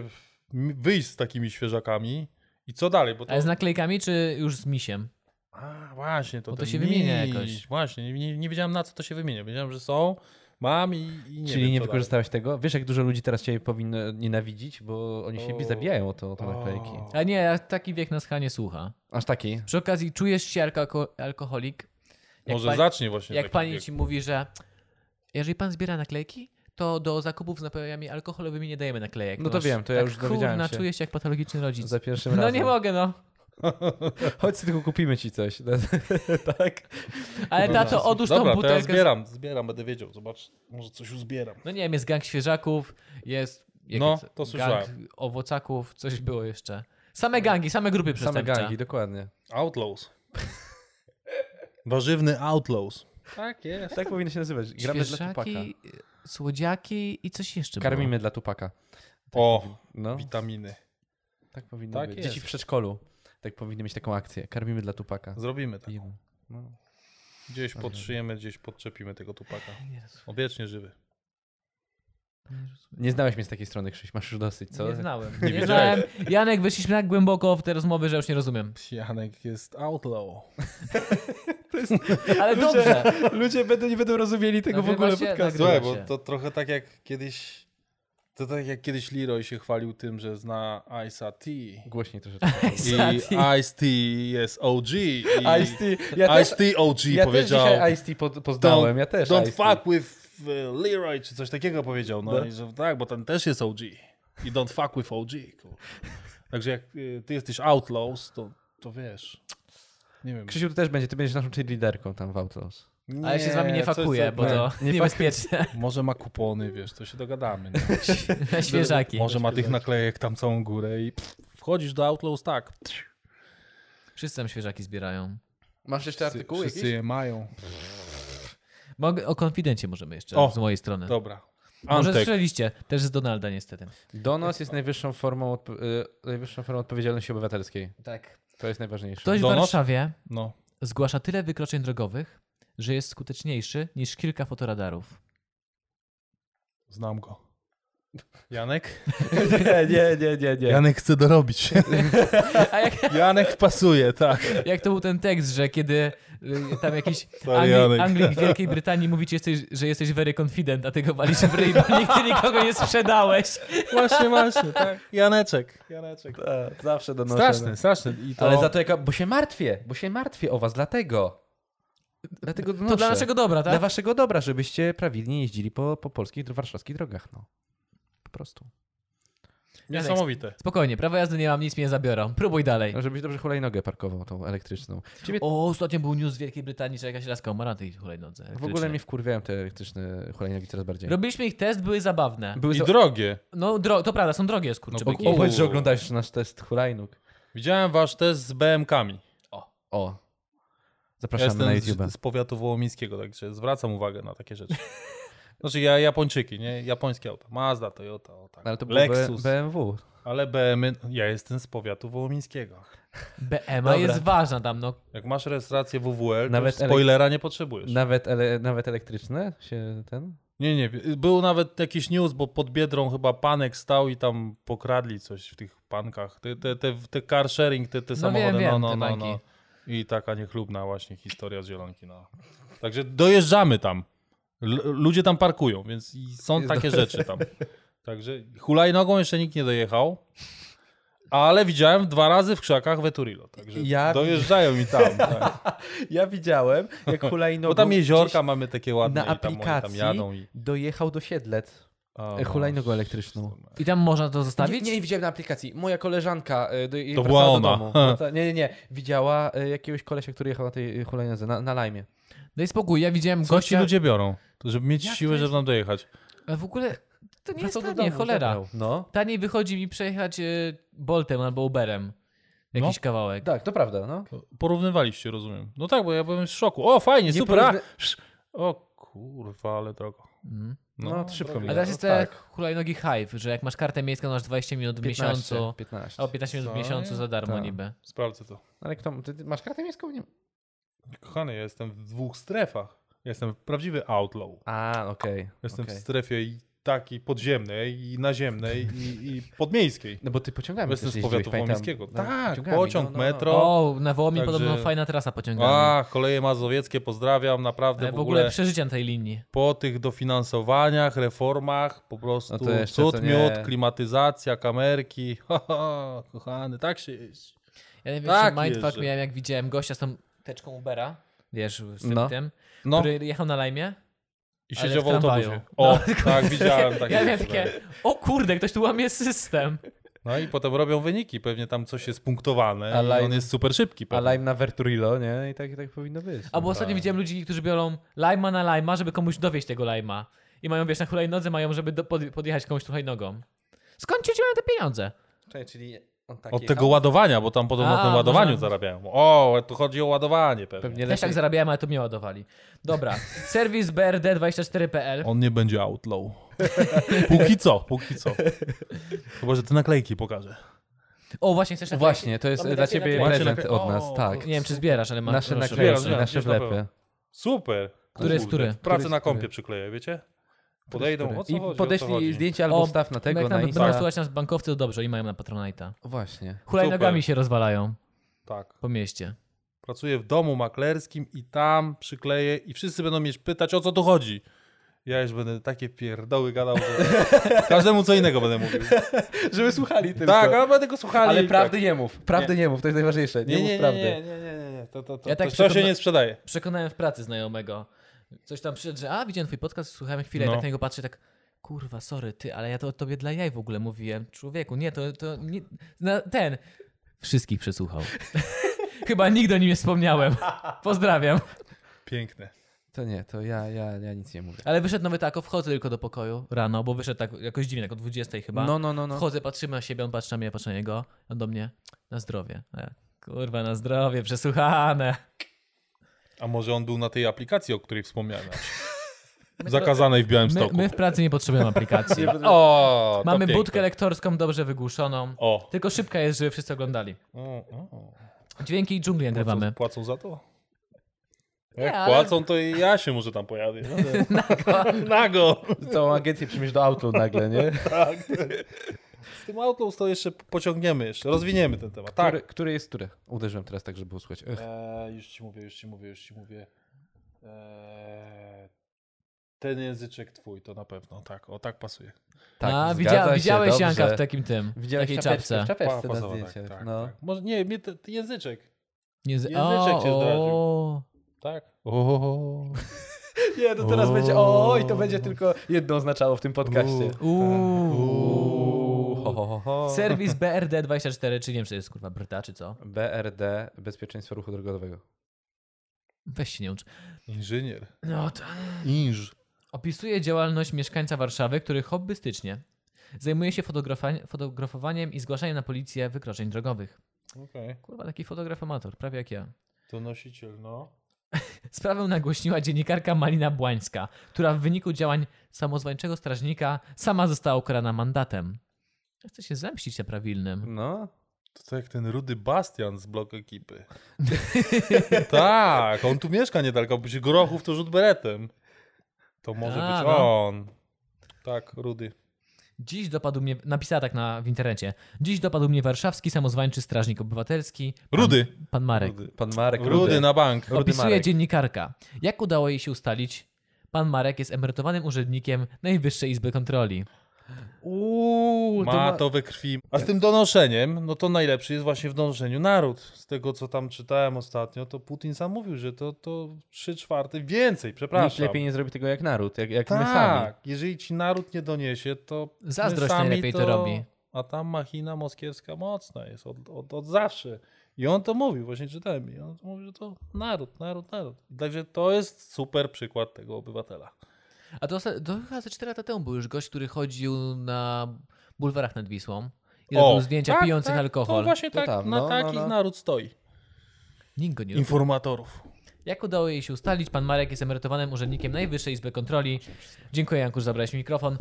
m- wyjść z takimi świeżakami i co dalej, bo to...
Ale z naklejkami, czy już z misiem?
A, właśnie, to,
Bo to
ten
się wymienia
miś.
jakoś.
Właśnie, nie, nie wiedziałem na co to się wymienia. Wiedziałem, że są, mam i, i nie
Czyli
wiem,
nie
co
wykorzystałeś tego? Wiesz, jak dużo ludzi teraz cię powinno nienawidzić, bo oni się
O.
zabijają o to, o to
dalej.
naklejki.
O.
A nie, a taki wiek nas chyba nie słucha.
Aż taki.
Przy okazji, czujesz się alko- alkoholik? Jak
Może
pani-
zacznie właśnie
Jak
taki
pani
wiek.
ci mówi, że jeżeli pan zbiera naklejki, to do zakupów z napojami alkoholowymi nie dajemy naklejek.
No
Masz tak
to wiem, to ja już dowiedziałem
kurna,
się.
czuję się jak patologiczny rodzic.
Za pierwszym
No
razem.
nie mogę, no.
Chodź, tylko kupimy ci coś. tak.
Ale
Dobra,
tato, odłóż
Dobra,
tą
to ja
butelkę. z-
zbieram, zbieram, będę wiedział, zobacz, może coś uzbieram.
No nie wiem, jest gang świeżaków, jest. jak
No,
jest
to słyszałem.
Gang owocaków, coś było jeszcze. Same gangi, same grupy
Same
przestępcze.
gangi, dokładnie.
Outlaws. Warzywny Outlaws. Tak jest.
Tak powinno się nazywać. Gramy dla Tupaka.
Świeżaki, słodziaki i coś jeszcze było.
Karmimy dla Tupaka.
O,
No,
witaminy.
tak powinno
Tak
być.
jest.
Dzieci w przedszkolu tak powinny mieć taką akcję. Karmimy dla Tupaka.
Zrobimy tak.
Jemu. No.
Gdzieś podszyjemy, gdzieś podczepimy tego tupaka.
Nie rozumiem,
On wiecznie żywy.
nie rozumiem.
Nie znałeś mnie z takiej strony, Krzyś. Masz już dosyć, co?
Nie znałem.
Nie
Nie,
wiedziałeś.
znałem. Janek, wyszliśmy tak głęboko w te rozmowy, że już nie rozumiem.
Janek jest outlaw.
Ale dobrze.
Ludzie będą, nie będą rozumieli tego
No
w ogóle
właśnie,
podcastu.
Słuchaj,
Zgadza się.
bo to trochę tak jak kiedyś... To tak jak kiedyś Leroy się chwalił tym, że zna Ice T. I
Głośniej troszeczkę.
Ice T jest OG. I
Ice-T. Ja też,
Ice T OG
ja też
powiedział.
dzisiaj Ice-T pod, poznałem. ja też
Don't
Ice-T.
fuck with e, Leroy, czy coś takiego powiedział. No,
No.
I że, tak, bo ten też jest OG. I don't fuck with OG. Kur. Także jak e, ty jesteś outlaws, to, to wiesz. Nie wiem.
Krzysiu, ty też będzie. Ty będziesz naszą liderką tam w Outlaws.
Ale ja się z wami nie
coś
fakuję,
tam-
bo to niebezpieczne.
Może ma kupony, wiesz, to się dogadamy. nie?
Na świeżaki.
Może ma tych naklejek tam całą górę i pff, wchodzisz do outlaws tak.
Wszyscy tam świeżaki zbierają.
Masz jeszcze artykuł
Wszyscy
jakiś?
je mają.
Mogę, o konfidencie możemy jeszcze
O,
z mojej
Tak.
strony.
Dobra.
Może
Antek.
słyszeliście, też z Donalda niestety.
Donos jest najwyższą formą, odpo- y, najwyższą formą odpowiedzialności obywatelskiej.
Tak.
To jest najważniejsze.
Ktoś w
Donos?
Warszawie
No.
zgłasza tyle wykroczeń drogowych, że jest skuteczniejszy niż kilka fotoradarów.
Znam go. Janek?
nie, nie, nie, nie, nie.
Janek chce dorobić.
A jak,
Janek pasuje, tak.
jak to był ten tekst, że kiedy y, tam jakiś
Sorry,
Anglik,
Janek.
Anglik w Wielkiej Brytanii mówi ci, jesteś, że jesteś very confident, a ty go walisz w ryj, bo nigdy nikogo nie sprzedałeś.
Właśnie, właśnie, tak. Janeczek. Janeczek.
Tak, Zawsze donoszę.
Straszny, straszny. I to...
Ale za to jaka... Bo się martwię, bo się martwię o was, dlatego. Dlatego donoszę.
To dla naszego dobra,
Dla
tak?
waszego dobra, żebyście prawidłnie jeździli po, po polskich, warszawskich drogach, no. Po prostu.
Niesamowite.
Spokojnie, prawa jazdy nie mam, nic mnie nie zabiorą. Próbuj dalej.
No, żebyś dobrze hulajnogę parkował, tą elektryczną. Ciebie
O, ostatnio był news z Wielkiej Brytanii, że jakaś laska umarła na tej hulajnodze
w
elektrycznej.
ogóle mnie wkurwiają te elektryczne hulajnogi coraz bardziej.
Robiliśmy ich test, były zabawne.
Były
I
za-
drogie.
No, dro... to prawda, są drogie
no,
skurczybyki.
bo,
No,
o, powiedz, że
Uuu.
oglądasz nasz test hulajnóg.
Widziałem wasz test z BM-kami.
O.
Ja
Zapraszamy na
Jestem
YouTube.
z, z powiatu wołomińskiego, także zwracam uwagę na takie rzeczy. Znaczy ja Japończyki, nie? Japońskie auta. Mazda, Toyota, o tak.
Ale to było
Lexus.
BMW.
Ale BM, ja jestem z powiatu wołomińskiego.
BMA
Dobra.
jest ważna tam, no.
Jak masz rejestrację WWL,
Nawet
Nawet to już spoilera nie potrzebujesz.
Nawet, ele, nawet elektryczne się ten.
Nie, nie. Był nawet jakiś news, bo pod Biedrą chyba panek stał i tam pokradli coś w tych pankach. Te, te, te, te car sharing, te, te
No
samochody.
wiem,
no,
wiem,
no,
te
no, no.
banki.
I taka niechlubna właśnie historia z Zielonki. No. Także dojeżdżamy tam. L- ludzie tam parkują, więc i są
Jest
takie
do-
rzeczy tam. Także hulajnogą jeszcze nikt nie dojechał, ale widziałem dwa razy w krzakach Veturilo. Także
Ja-
dojeżdżają mi tam. Tak.
Ja widziałem, jak hulajnogą
Bo tam jeziorka mamy takie ładne
No na
i tam, oni tam
aplikacji
jadą. I...
dojechał do Siedlec.
O, no,
E, hulajnogą elektryczną.
I tam można to
Nie,
zostawić?
nie, nie widziałem na aplikacji. Moja koleżanka y, do,
To
to
była
była
ona.
do domu. Wraca- Nie, nie, nie. Widziała y, jakiegoś kolesia, który jechał na tej y, hulajnodze, na, na lajmie.
Daj No spokój, ja widziałem
Co ci
gościa...
ludzie biorą? To żeby mieć
Jak to
siłę,
jest?
żeby tam dojechać.
Ale W ogóle to nie jest
Wracał do
tanie,
domu,
cholera.
zabrał. No,
Taniej wychodzi mi przejechać e, Boltem albo Uberem. Jakiś
No.
kawałek.
tak, to prawda, no.
Porównywaliście, rozumiem. No tak, bo ja byłem w szoku. O, fajnie,
Nie
super. a!
porówny-
Sz- O kurwa, ale drogo.
Mhm.
No, to szybko
drogo.
A
minęło.
teraz
No
jest te
tak.
hulajnogi Hive, że jak masz kartę miejską, masz 20 minut w
15,
miesiącu.
15.
O, 15 minut w
Co?
miesiącu za darmo
Tak.
niby.
Sprawdzę to.
Ale kto, ty, ty masz kartę miejską? Nie.
Kochany, ja jestem w dwóch strefach. Ja jestem prawdziwy outlaw.
A, okej.
Jestem
okej.
w strefie i takiej podziemnej, i naziemnej, i, i podmiejskiej.
No bo ty pociągami
Bo jestem
też
z
jeździłeś,
powiatu
pamiętam.
wołomińskiego.
No,
Tak,
pociągami,
pociąg,
no, no, no.
metro.
O, na Wołomiń
Także-
podobno fajna trasa pociągami.
A, koleje mazowieckie, pozdrawiam, naprawdę
Ale w ogóle przeżycie na tej linii.
po tych dofinansowaniach, reformach, po prostu
No to jeszcze
cud,
to nie-
miód, klimatyzacja, kamerki. Ho, ho, kochany, tak się jeździ.
Ja największy
Tak
mindfuck
jest, że-
miałem, jak widziałem gościa z tą teczką Ubera, wiesz, z tym,
No.
tym
No
który jechał na lajmie.
i
ale
siedział w
w tramwaju.
autobusie.
No.
O, tak, widziałem takie
Ja miałem
rzeczy, tak.
takie, o kurde, ktoś tu łamie system.
No i potem robią wyniki, pewnie tam coś jest punktowane
A
i
line-
on jest super szybki.
A
Pewnie.
lime na Verturillo, nie? I tak, tak powinno być.
Albo ostatnio widziałem ludzi, którzy biorą lajma na lajma, żeby komuś dowieść tego lajma. I mają, wiesz, na hulajnodze mają, żeby do, pod, podjechać komuś hulajnogą. Skąd ci wziąłem te pieniądze?
Czekaj, czyli on tak
Od
jechał?
tego ładowania, bo tam podobno na
A,
tym ładowaniu
może-
zarabiają. O, tu chodzi o ładowanie pewnie.
Pewnie
Też
lepiej.
tak zarabiałem, ale to mnie ładowali. Dobra, serwis brd24.pl.
On nie będzie outlaw. póki co, póki co. Chyba, że te naklejki pokażę.
O, właśnie, chcesz na-
Właśnie, to jest
Mamy
dla
takie
ciebie
naklejki.
prezent
Macie
od
naklejki?
nas,
O,
tak.
Nie wiem, czy zbierasz, ale masz.
Nasze
proszę.
Zbieram,
naklejki,
zbieram,
nasze
już na pewno.
wlepy.
Super.
Który jest
Kurde,
który?
W pracy
Który
na
jest który?
kompie przykleję, wiecie? Podejdą, o co
I
chodzi, o co
podeślij
chodzi.
zdjęcie albo
O,
wstaw na
Tego
tego,
No jak
na
nam będą
Insta.
słuchać nas bankowcy, to dobrze, i mają na Patronite'a.
Właśnie.
Hulajnogami
Super.
się rozwalają
Tak.
po mieście.
Pracuję w domu maklerskim i tam przykleję i wszyscy będą mnie pytać, o co tu chodzi. Ja już będę takie pierdoły gadał, że każdemu co innego będę mówił.
Żeby słuchali tylko.
Tak, ale będę go słuchali.
ale
i
prawdy nie mów. Prawdy nie. mów, to jest najważniejsze.
Tak.
Nie,
Nie, nie,
mów
nie,
prawdy.
nie, nie, nie, nie, nie. To, to, to,
Ja tak
to, to się
przekona-
nie sprzedaje.
Przekonałem w pracy znajomego. Coś tam przyszedł, że a, widziałem twój podcast, słuchałem chwilę
No.
i tak na niego patrzę tak, kurwa, sorry, ty, ale ja to o tobie dla jaj w ogóle mówiłem. Człowieku, nie, to, to nie, na, ten. Wszystkich przesłuchał. Chyba nigdy o nim nie wspomniałem. Pozdrawiam.
Piękne.
To nie, to ja, ja, ja nic nie mówię.
Ale wyszedł nawet tak, o, wchodzę tylko do pokoju rano, bo wyszedł tak jakoś dziwnie, tak o 20 chyba.
No, no, no, no.
Wchodzę, patrzymy na siebie, on patrzy na mnie, ja patrzę na niego, on do mnie, na zdrowie. A ja, Kurwa, na zdrowie, przesłuchane.
A może on był na tej aplikacji, o której wspomniałem? Zakazanej w
My,
Białymstoku.
my w pracy nie potrzebujemy aplikacji.
O, to
Mamy
piękne.
budkę lektorską dobrze wygłuszoną.
O.
Tylko szybka jest, żeby wszyscy oglądali.
O, o.
Dźwięki i dżungli nagrywamy.
Płacą, płacą za to?
Nie,
Jak
ale-
płacą, to i ja się może tam pojawię. Nago. Nago.
Całą agencję przyjmiesz do auto nagle, nie?
Tak. Z tym Outlaws to jeszcze pociągniemy, jeszcze rozwiniemy ten temat. Tak.
Który, który jest który? Uderzyłem teraz tak, żeby było słychać. Ech.
Eee, już ci mówię, już ci mówię, już ci mówię. Eee, ten języczek twój to na pewno, tak, o tak pasuje.
Tak,
A,
zgadza
widzia,
się,
widziałeś
dobrze.
Janka w takim tym, w
Widziałeś
takiej
czapeczkę,
czapce.
W czapeczce na
Pasowało,
zdjęciach.
tak,
no.
tak. Może nie, mnie ten języczek,
Nie z...
Języczek
o,
cię zdradził.
o.
tak.
Nie, to teraz będzie. O, i to będzie tylko jedno oznaczało w tym podcaście.
Uuu.
ho, ho, ho, ho.
Serwis BRD24, czy nie wiem, czy to jest kurwa Bryta, czy co?
BRD, Bezpieczeństwo Ruchu Drogowego.
Weź się nie ucz.
Inżynier.
No to...
Inż.
Opisuje działalność mieszkańca Warszawy, który hobbystycznie zajmuje się fotografa- fotografowaniem i zgłaszaniem na policję wykroczeń drogowych.
Okej.
Kurwa, taki fotograf amator, prawie jak ja.
To nosiciel, no.
Sprawę nagłośniła dziennikarka Malina Błańska, która w wyniku działań samozwańczego strażnika sama została ukarana mandatem. Chce się zemścić na prawilnym.
No,
To, to jak ten rudy Bastian z blok ekipy. tak, on tu mieszka niedaleko, bo się grochów to rzut beretem. To może
A,
być
no.
on. Tak, rudy.
Dziś dopadł mnie, napisała tak na, w internecie, dziś dopadł mnie warszawski samozwańczy strażnik obywatelski. Pan,
Rudy.
pan Marek.
Rudy.
pan Marek
Rudy, na bank.
Rudy
Opisuje
Marek.
dziennikarka. Jak udało jej się ustalić, pan Marek jest emerytowanym urzędnikiem Najwyższej Izby Kontroli.
Uuu,
Ma to we krwi. A z tym donoszeniem, no to najlepszy jest właśnie w donoszeniu naród. Z tego, co tam czytałem ostatnio, to Putin sam mówił, że to, to 3 czwarte, więcej,
Nikt
przepraszam.
lepiej nie zrobi tego jak naród, jak, jak my sami.
tak, jeżeli ci naród nie doniesie, to my
Zazdrość
sami
najlepiej to robi.
A tam machina moskiewska mocna jest od, od, od zawsze. I on to mówił, właśnie czytałem. I on to mówił, że to naród, naród, naród. Także to jest super przykład tego obywatela.
A to, osta- to chyba ze 4 lata temu był już gość, który chodził na bulwarach nad Wisłą i
O,
robił zdjęcia
tak,
pijących
tak, To
alkohol.
właśnie
To
tak,
tam,
na
no, no,
takich
no.
naród stoi.
Nikt go nie lubi.
Informatorów.
Jak udało jej się ustalić, pan Marek jest emerytowanym urzędnikiem Najwyższej Izby Kontroli. Dziękuję Janku, że zabrałeś mi mikrofon.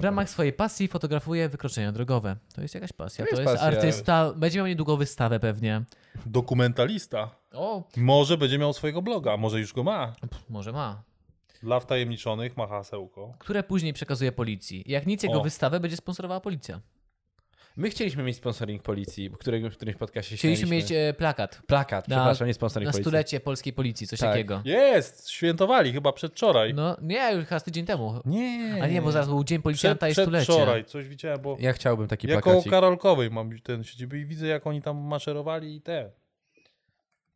W ramach swojej pasji fotografuje wykroczenia drogowe. To jest jakaś pasja.
To
To
jest
jest
pasja.
artysta. Będzie miał niedługo wystawę pewnie.
Dokumentalista.
O,
Może będzie miał swojego bloga, może już go ma.
pff, może ma.
Dla wtajemniczonych ma hasełko.
Które później przekazuje policji. Jak nic, jego
O.
wystawę będzie sponsorowała policja.
My chcieliśmy mieć sponsoring policji, którego w którymś podcastie
Chcieliśmy mieć
śmialiśmy.
e, plakat
plakat,
na-
przepraszam, nie sponsoring
na
policji.
stulecie polskiej policji, coś
Tak.
takiego.
Jest! Świętowali chyba przedwczoraj.
No nie, już chyba z tydzień temu.
Nie.
A nie, bo zaraz był dzień
Przed,
policjanta i stulecie.
przedwczoraj, coś widziałem, bo
Ja chciałbym taki
jako
plakacik.
Karolkowej mam ten siedzibę i widzę jak oni tam maszerowali i te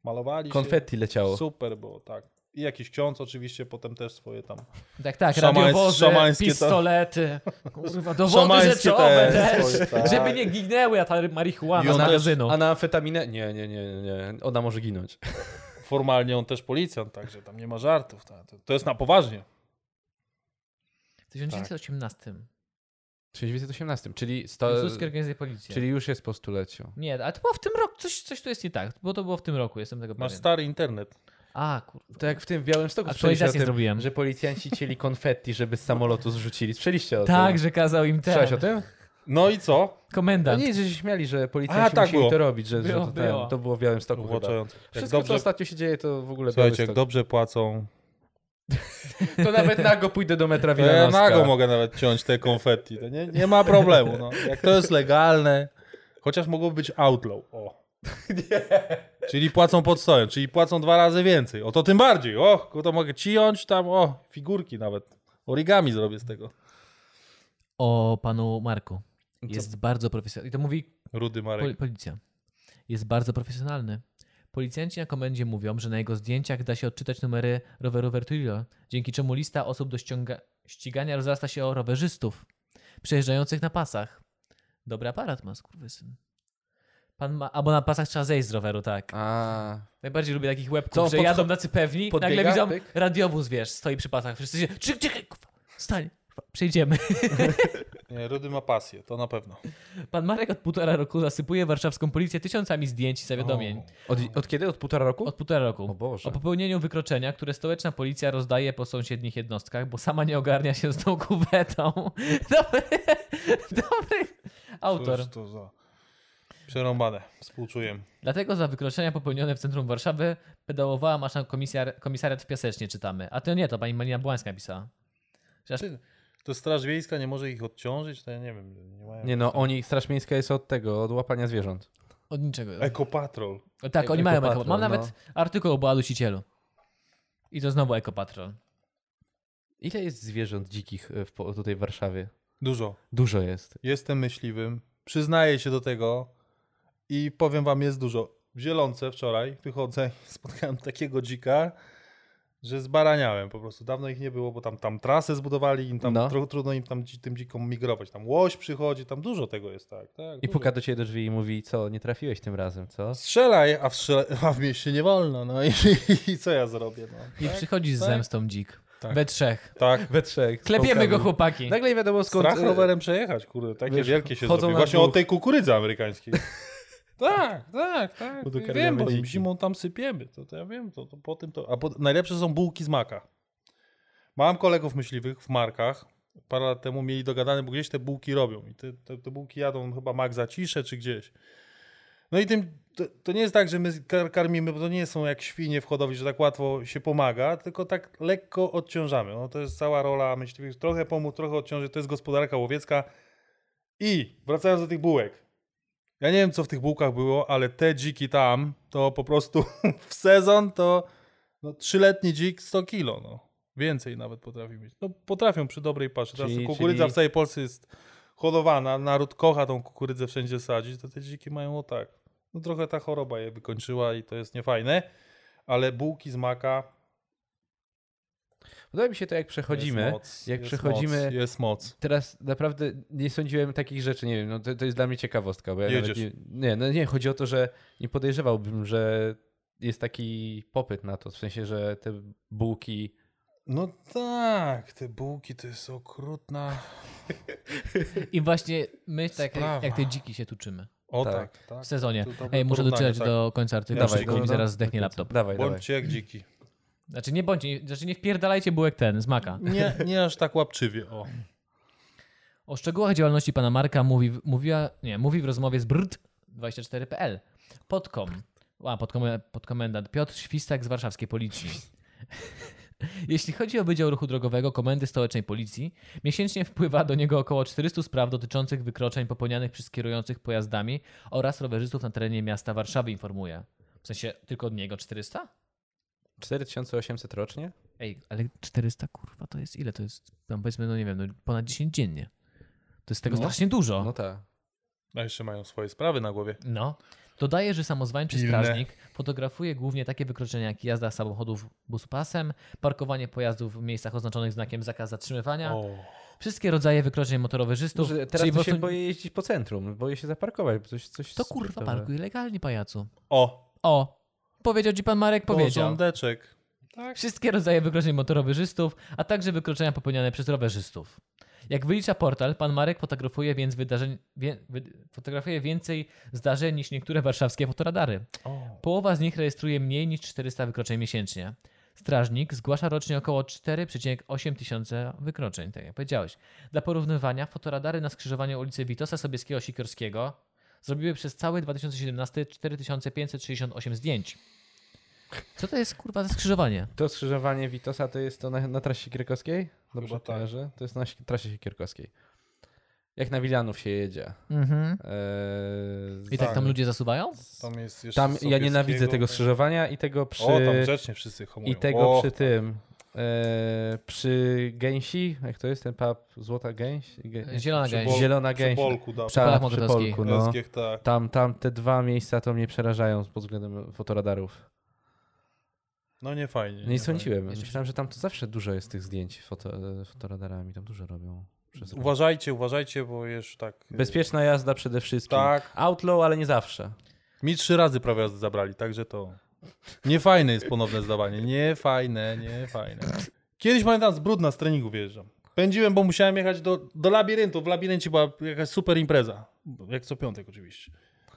malowali
Konfetti
się.
leciało.
Super było, tak. I jakiś ksiądz oczywiście potem też swoje tam.
Tak, tak,
Szamańs-
radiowozy,
szamańskie to-
pistolety, kurwa, dowody
Szamańskie
rzeczowe
te
też,
swoje, tak.
żeby nie ginęły, a ta
I
marihuana
on
z
też-
magazynu.
Anamfetaminę? Nie, nie, nie, nie. Ona może ginąć.
Formalnie on też policjant, także tam nie ma żartów. tak. To- To jest na poważnie.
W 1918.
W 1918, czyli,
To...
sto,
Francuski organizuje policję.
czyli już jest po stuleciu.
Nie, ale to było w tym roku, coś, coś tu jest nie tak, bo to było w tym roku, jestem tego
Masz
pewien.
stary internet.
A, kurwa.
To jak w tym białym stoku
Aktualizację zrobiłem.
że policjanci cieli konfetti, żeby z samolotu zrzucili. Słyszeliście o
Tak,
tym?
że tak. kazał im ten
Słyszałeś o tym?
No i co?
No
komendant.
nie, że się śmiali, że policjanci
A, tak
musieli
było.
to robić, że, że
Było,
to, ten,
było.
to było w białym stoku.
Uwłaczające. Jak
Wszystko,
dobrze-
co ostatnio się dzieje, to w ogóle
Słuchajcie, jak
biały stok.
dobrze płacą.
To nawet nago pójdę do metra
To ja
Wilanowska.
nago mogę nawet ciąć te konfetti. To nie, nie ma problemu. No. Jak to jest legalne. Chociaż mogłoby być outlaw. O. Czyli płacą pod stołem, czyli płacą dwa razy więcej. O to tym bardziej. O, to mogę ciąć tam, o, figurki nawet. Origami zrobię z tego.
O panu Marku. Jest bardzo profesjonalny. I to mówi
Rudy Marek.
Pol- policja. Jest bardzo profesjonalny. Policjanci na komendzie mówią, że na jego zdjęciach da się odczytać numery roweru Vertuilo, dzięki czemu lista osób do ściąga- ścigania rozrasta się o rowerzystów przejeżdżających na pasach. Dobry aparat ma, skurwysyn. Pan ma, albo na pasach trzeba zejść z roweru, tak.
A,
Najbardziej lubię takich łebków,
Co, on
że
podcho-
jadą tacy pewni,
podbiega,
nagle widzą
pyk?
radiowóz, wiesz, stoi przy pasach, wszyscy się, czy, czekaj, kurwa, stań, kurwa, przejdziemy.
Nie, Rudy ma pasję, to na pewno.
Pan Marek od półtora roku zasypuje warszawską policję tysiącami zdjęć i zawiadomień.
od, od kiedy? Od półtora roku?
Od półtora roku.
O Boże.
O popełnieniu wykroczenia, które stołeczna policja rozdaje po sąsiednich jednostkach, bo sama nie ogarnia się z tą kuwetą. Dobry, dobry autor.
Cóż to za... Przerąbane, współczuję.
Dlatego za wykroczenia popełnione w centrum Warszawy pedałowała maszyna komisar- komisariat w Piasecznie, czytamy. A to nie, to pani Malina Błańska pisała. Że aż-
Ty- To Straż Wiejska nie może ich odciążyć? To ja nie wiem. Nie, mają...
Nie no, oni, Straż Miejska jest od tego, od łapania zwierząt.
Od niczego.
Ekopatrol.
tak, oni mają
Ekopatrol,
ekopatrol. Mam
no.
nawet artykuł o dusicielu. I to znowu ekopatrol.
Ile jest zwierząt dzikich e, w, po- tutaj w Warszawie?
Dużo.
Dużo jest.
Jestem myśliwym, przyznaję się do tego i powiem wam, jest dużo. W Zielonce wczoraj wychodzę i spotkałem takiego dzika, że zbaraniałem po prostu. Dawno ich nie było, bo tam, tam trasę zbudowali, im tam
No.
tro, trudno im tam dzi- tym dzikom migrować. Tam łoś przychodzi, tam dużo tego jest, tak. tak
I
dużo.
puka do ciebie do drzwi i mówi, co, nie trafiłeś tym razem, co?
Strzelaj, a w, strzela, a w mieście nie wolno, no i, i co ja zrobię, no.
I przychodzi z
tak.
zemstą dzik.
Tak. No
We trzech.
Tak.
We trzech.
Klepiemy go, chłopaki.
Nagle nie wiadomo skąd... e,
Strach rowerem przejechać, kurde, takie
wiesz,
wielkie się
chodzą
zrobi.
na
Właśnie
dwóch.
od tej kukurydzy amerykańskiej.
Tak, tak, tak.
Wiem, bo im zimą tam sypiemy, to, to ja wiem, to, to po tym to... A po, najlepsze są bułki z maka. Mam kolegów myśliwych w markach, parę lat temu mieli dogadane, bo gdzieś te bułki robią i te, te, te bułki jadą chyba mak za ciszę czy gdzieś. No i tym, to, to nie jest tak, że my kar- karmimy, bo to nie są jak świnie w hodowli, że tak łatwo się pomaga, tylko tak lekko odciążamy. No to jest cała rola myśliwych, trochę pomóc, trochę odciążyć, to jest gospodarka łowiecka. I wracając do tych bułek, ja nie wiem, co w tych bułkach było, ale te dziki tam, to po prostu w sezon to no, trzyletni dzik 100 kilo, no. Więcej nawet potrafi mieć. No potrafią przy dobrej paszy. Teraz
Czyli-
to kukurydza
czyli-
w całej Polsce jest hodowana, naród kocha tą kukurydzę wszędzie sadzić, to te dziki mają o tak. No trochę ta choroba je wykończyła i to jest niefajne, ale bułki z maka
Podoba mi się to, jak przechodzimy.
jest moc,
jak
jest
przechodzimy-
Moc, jest moc.
Teraz naprawdę nie sądziłem takich rzeczy, nie wiem, no to, to jest dla mnie ciekawostka. Bo ja nawet
Jedziesz.
nie, nie, no nie, chodzi o to, że nie podejrzewałbym, że jest taki popyt na to, w sensie, że te bułki...
No tak, te bułki to jest okrutna...
I właśnie my tak jak,
Sprawa.
jak te dziki się tuczymy.
O
Tak.
tak, tak.
W sezonie.
To dobre
Ej, muszę
porównanie,
doczytać
tak.
do końca artykułu,
Dawaj,
bo
no,
mi
no.
zaraz zdechnie laptop.
Dawaj, dawaj.
Bądźcie jak dziki.
Znaczy nie bądźcie, nie- znaczy nie wpierdalajcie bułek ten, z maka.
Nie, nie aż tak łapczywie, o.
O szczegółach działalności pana Marka mówi, w- mówiła, nie, mówi w rozmowie z brd24.pl. Podkom. A, podkom- podkomendant Piotr Świstak z warszawskiej policji. Jeśli chodzi o Wydział Ruchu Drogowego Komendy Stołecznej Policji, miesięcznie wpływa do niego około 400 spraw dotyczących wykroczeń popełnianych przez kierujących pojazdami oraz rowerzystów na terenie miasta Warszawy, informuje. W sensie tylko od niego 400?
4800 rocznie?
Ej, ale 400 kurwa to jest ile? To jest tam powiedzmy, no nie wiem, no, ponad 10 dziennie. To jest tego
No.
strasznie dużo.
No tak.
A jeszcze mają swoje sprawy na głowie.
No. Dodaje, że samozwańczy
Pilne.
strażnik fotografuje głównie takie wykroczenia jak jazda samochodów buspasem, parkowanie pojazdów w miejscach oznaczonych znakiem zakaz zatrzymywania,
O.
wszystkie rodzaje wykroczeń motorowerzystów.
Że
czyli
teraz
po
to się
prostu-
boję jeździć po centrum, boję się zaparkować, bo coś, coś
To kurwa
sprytowe.
parkuj legalnie, pajacu.
o.
O, powiedział ci pan Marek, powiedział.
Porządeczek. Tak.
Wszystkie rodzaje wykroczeń motorowerzystów, a także wykroczenia popełniane przez rowerzystów. Jak wylicza portal, pan Marek fotografuje, więc wydarzeń, wie, wy, fotografuje więcej zdarzeń niż niektóre warszawskie fotoradary.
O.
Połowa z nich rejestruje mniej niż 400 wykroczeń miesięcznie. Strażnik zgłasza rocznie około 4,8 tysiąca wykroczeń, tak jak powiedziałeś. Dla porównywania, fotoradary na skrzyżowaniu ulicy Witosa Sobieskiego Sikorskiego zrobiły przez cały 2017 4568 zdjęć. Co to jest kurwa za skrzyżowanie?
To skrzyżowanie Witosa to jest to na, na trasie Kierkowskiej? Dobrze
tak.
kojarzę? To jest na si- trasie Kierkowskiej. Jak na Wilanów się jedzie.
Mhm.
Eee,
I tak tam ludzie zasuwają?
Tam jest jeszcze
Tam ja nienawidzę
Sobieskiego.
tego skrzyżowania i tego przy.
O, tam grzecznie wszyscy hamują.
I tego
o.
przy tym. E, przy gęsi, jak to jest ten pub? Złota gęś? Gę-
Zielona
przy
gęś.
Bol, zielona
przy
gęś.
Bolku, da.
Przy,
Polach
przy
Mokrotowskich.
Polku, no.
Polskich, tak.
Tam, tam te dwa miejsca to mnie przerażają pod względem fotoradarów.
No nie fajnie.
Nie, sądziłem.
Jeszcze-
Myślałem, że tam to zawsze dużo jest tych zdjęć foto, e, fotoradarami. Tam dużo robią. Przez rok.
Uważajcie, uważajcie, bo już tak... e,
Bezpieczna jazda przede wszystkim.
Tak.
Outlaw, ale nie zawsze.
Mi trzy razy prawie jazdy zabrali, także to... Niefajne jest ponowne zdawanie. Niefajne, niefajne. Kiedyś pamiętam, z brudna z treningu wyjeżdżam. Pędziłem, bo musiałem jechać do, do labiryntu. W labiryncie była jakaś super impreza. Jak co piątek oczywiście.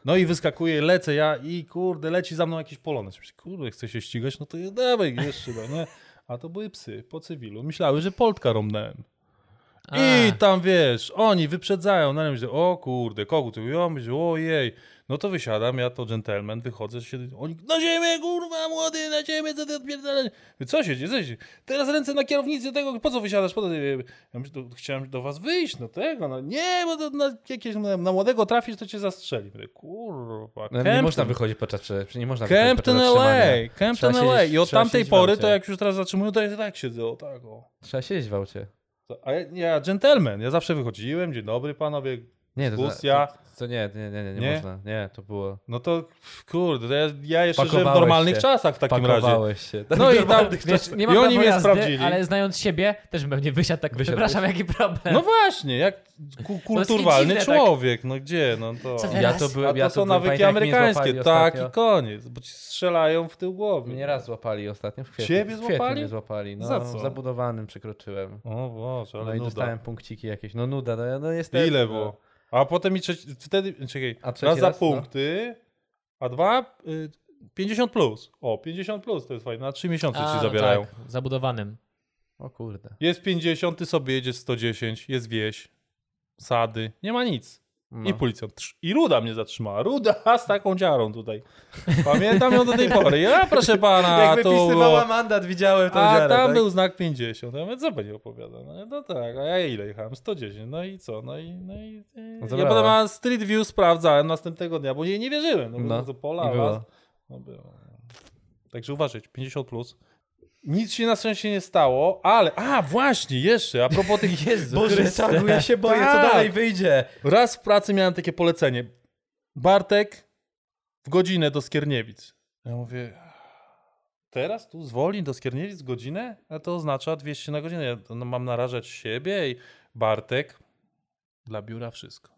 No i wyskakuje, lecę ja i kurde, leci za mną jakiś polonez. Myślę, Kurde, chce się ścigać, no to je- dawaj jeszcze. No, nie? A to były psy po cywilu. Myślały, że Poltka rąbnąłem. I tam wiesz, oni wyprzedzają. No ja myślę, o kurde, kogut. Ja myślę, ojej. No to wysiadam, ja to dżentelmen, wychodzę, się, oni, na ziemię, kurwa, młody, na ziemię, co ty odpierdalasz? Mówię, Co się dzieje, co się dzieje? Teraz ręce na kierownicy tego, po co wysiadasz? Po co ty? Ja myślę, do, chciałem do was wyjść, no tego, no nie, bo to na, jakieś, na, na młodego trafisz, to cię zastrzeli. Mówię, kurwa,
No, nie
Kempton.
można wychodzić podczas, prze- nie można wychodzić
Kempton
podczas
LA,
zatrzymania.
Kempton
Trzeba
LA.
siedzieć-
I od
trzeba
tamtej
siedzieć w
pory, to
aucie.
jak już teraz zatrzymują, to ja tak siedzę, o tak, o.
Trzeba siedzieć w aucie.
A ja, ja dżentelmen, ja zawsze wychodziłem, dzień dobry panowie,
Nie, to,
dyskusja.
to, to nie, nie, nie, nie, nie,
Nie?
można. Nie, to było.
No to kurde, to ja, ja jeszcze żyłem w
Pakowałeś
normalnych
się.
czasach w takim razie.
Pakowałeś się.
No i tam,
Wiesz, nie ma
i
prawa
oni mnie
jazdy,
sprawdzili.
ale znając siebie, też bym pewnie wysiadł tak,
Wysiadł.
przepraszam, jaki problem.
No właśnie, jak ku, kulturalny
dziwne, tak.
człowiek, no gdzie, no to...
Co
Ja
Teraz?
to
A
byłem,
to
ja to
są
byłem,
nawyki
pamiętam, jak mnie
amerykańskie,
złapali
tak
ostatnio.
i koniec, bo ci strzelają w tył głowy.
Mnie raz złapali ostatnio w kwietniu.
Ciebie
W kwietniu
złapali?
Mnie złapali. No,
Za co?
W zabudowanym przekroczyłem.
O Boże,
No
ale
i
nuda.
dostałem punkciki jakieś. No nuda, no, ja- no jestem.
Ile
no.
było? A potem mi trzeci, wtedy, czekaj,
A trzeci
raz za
raz, no.
punkty, a dwa, y, 50 plus. O, 50 plus to jest fajne, na 3 miesiące
A,
ci
no
zabierają.
Tak, zabudowanym.
O kurde.
Jest 50, ty sobie jedziesz 110, jest wieś, sady, nie ma nic.
No.
I policjant. trz- I Ruda mnie zatrzymała. Ruda z taką dziarą tutaj. Pamiętam ją do tej pory. Ja proszę pana,
Jak
to było...
wypisywała mandat, widziałem tą
A
dziarę,
tam
tak?
był znak 50. Ja mówię, co pani opowiada? No, no tak, a ja ile jechałem? 110. No i co? No i... No i i- ja
zabrała.
potem na Street View sprawdzałem następnego dnia, bo jej nie wierzyłem. No,
No,
no. to pola,
i było.
las. No było. Także uważać, 50 plus. Nic się na szczęście nie stało, ale... A, właśnie, jeszcze, a propos tych...
Jezu,
Boże,
Boże,
tak.
ja się boję, co
Tak.
dalej wyjdzie.
Raz w pracy miałem takie polecenie. Bartek w godzinę do Skierniewic. Ja mówię, teraz tu z Wolin do Skierniewic godzinę? A to oznacza 200 na godzinę. Ja to- no, mam narażać siebie i Bartek dla biura wszystko.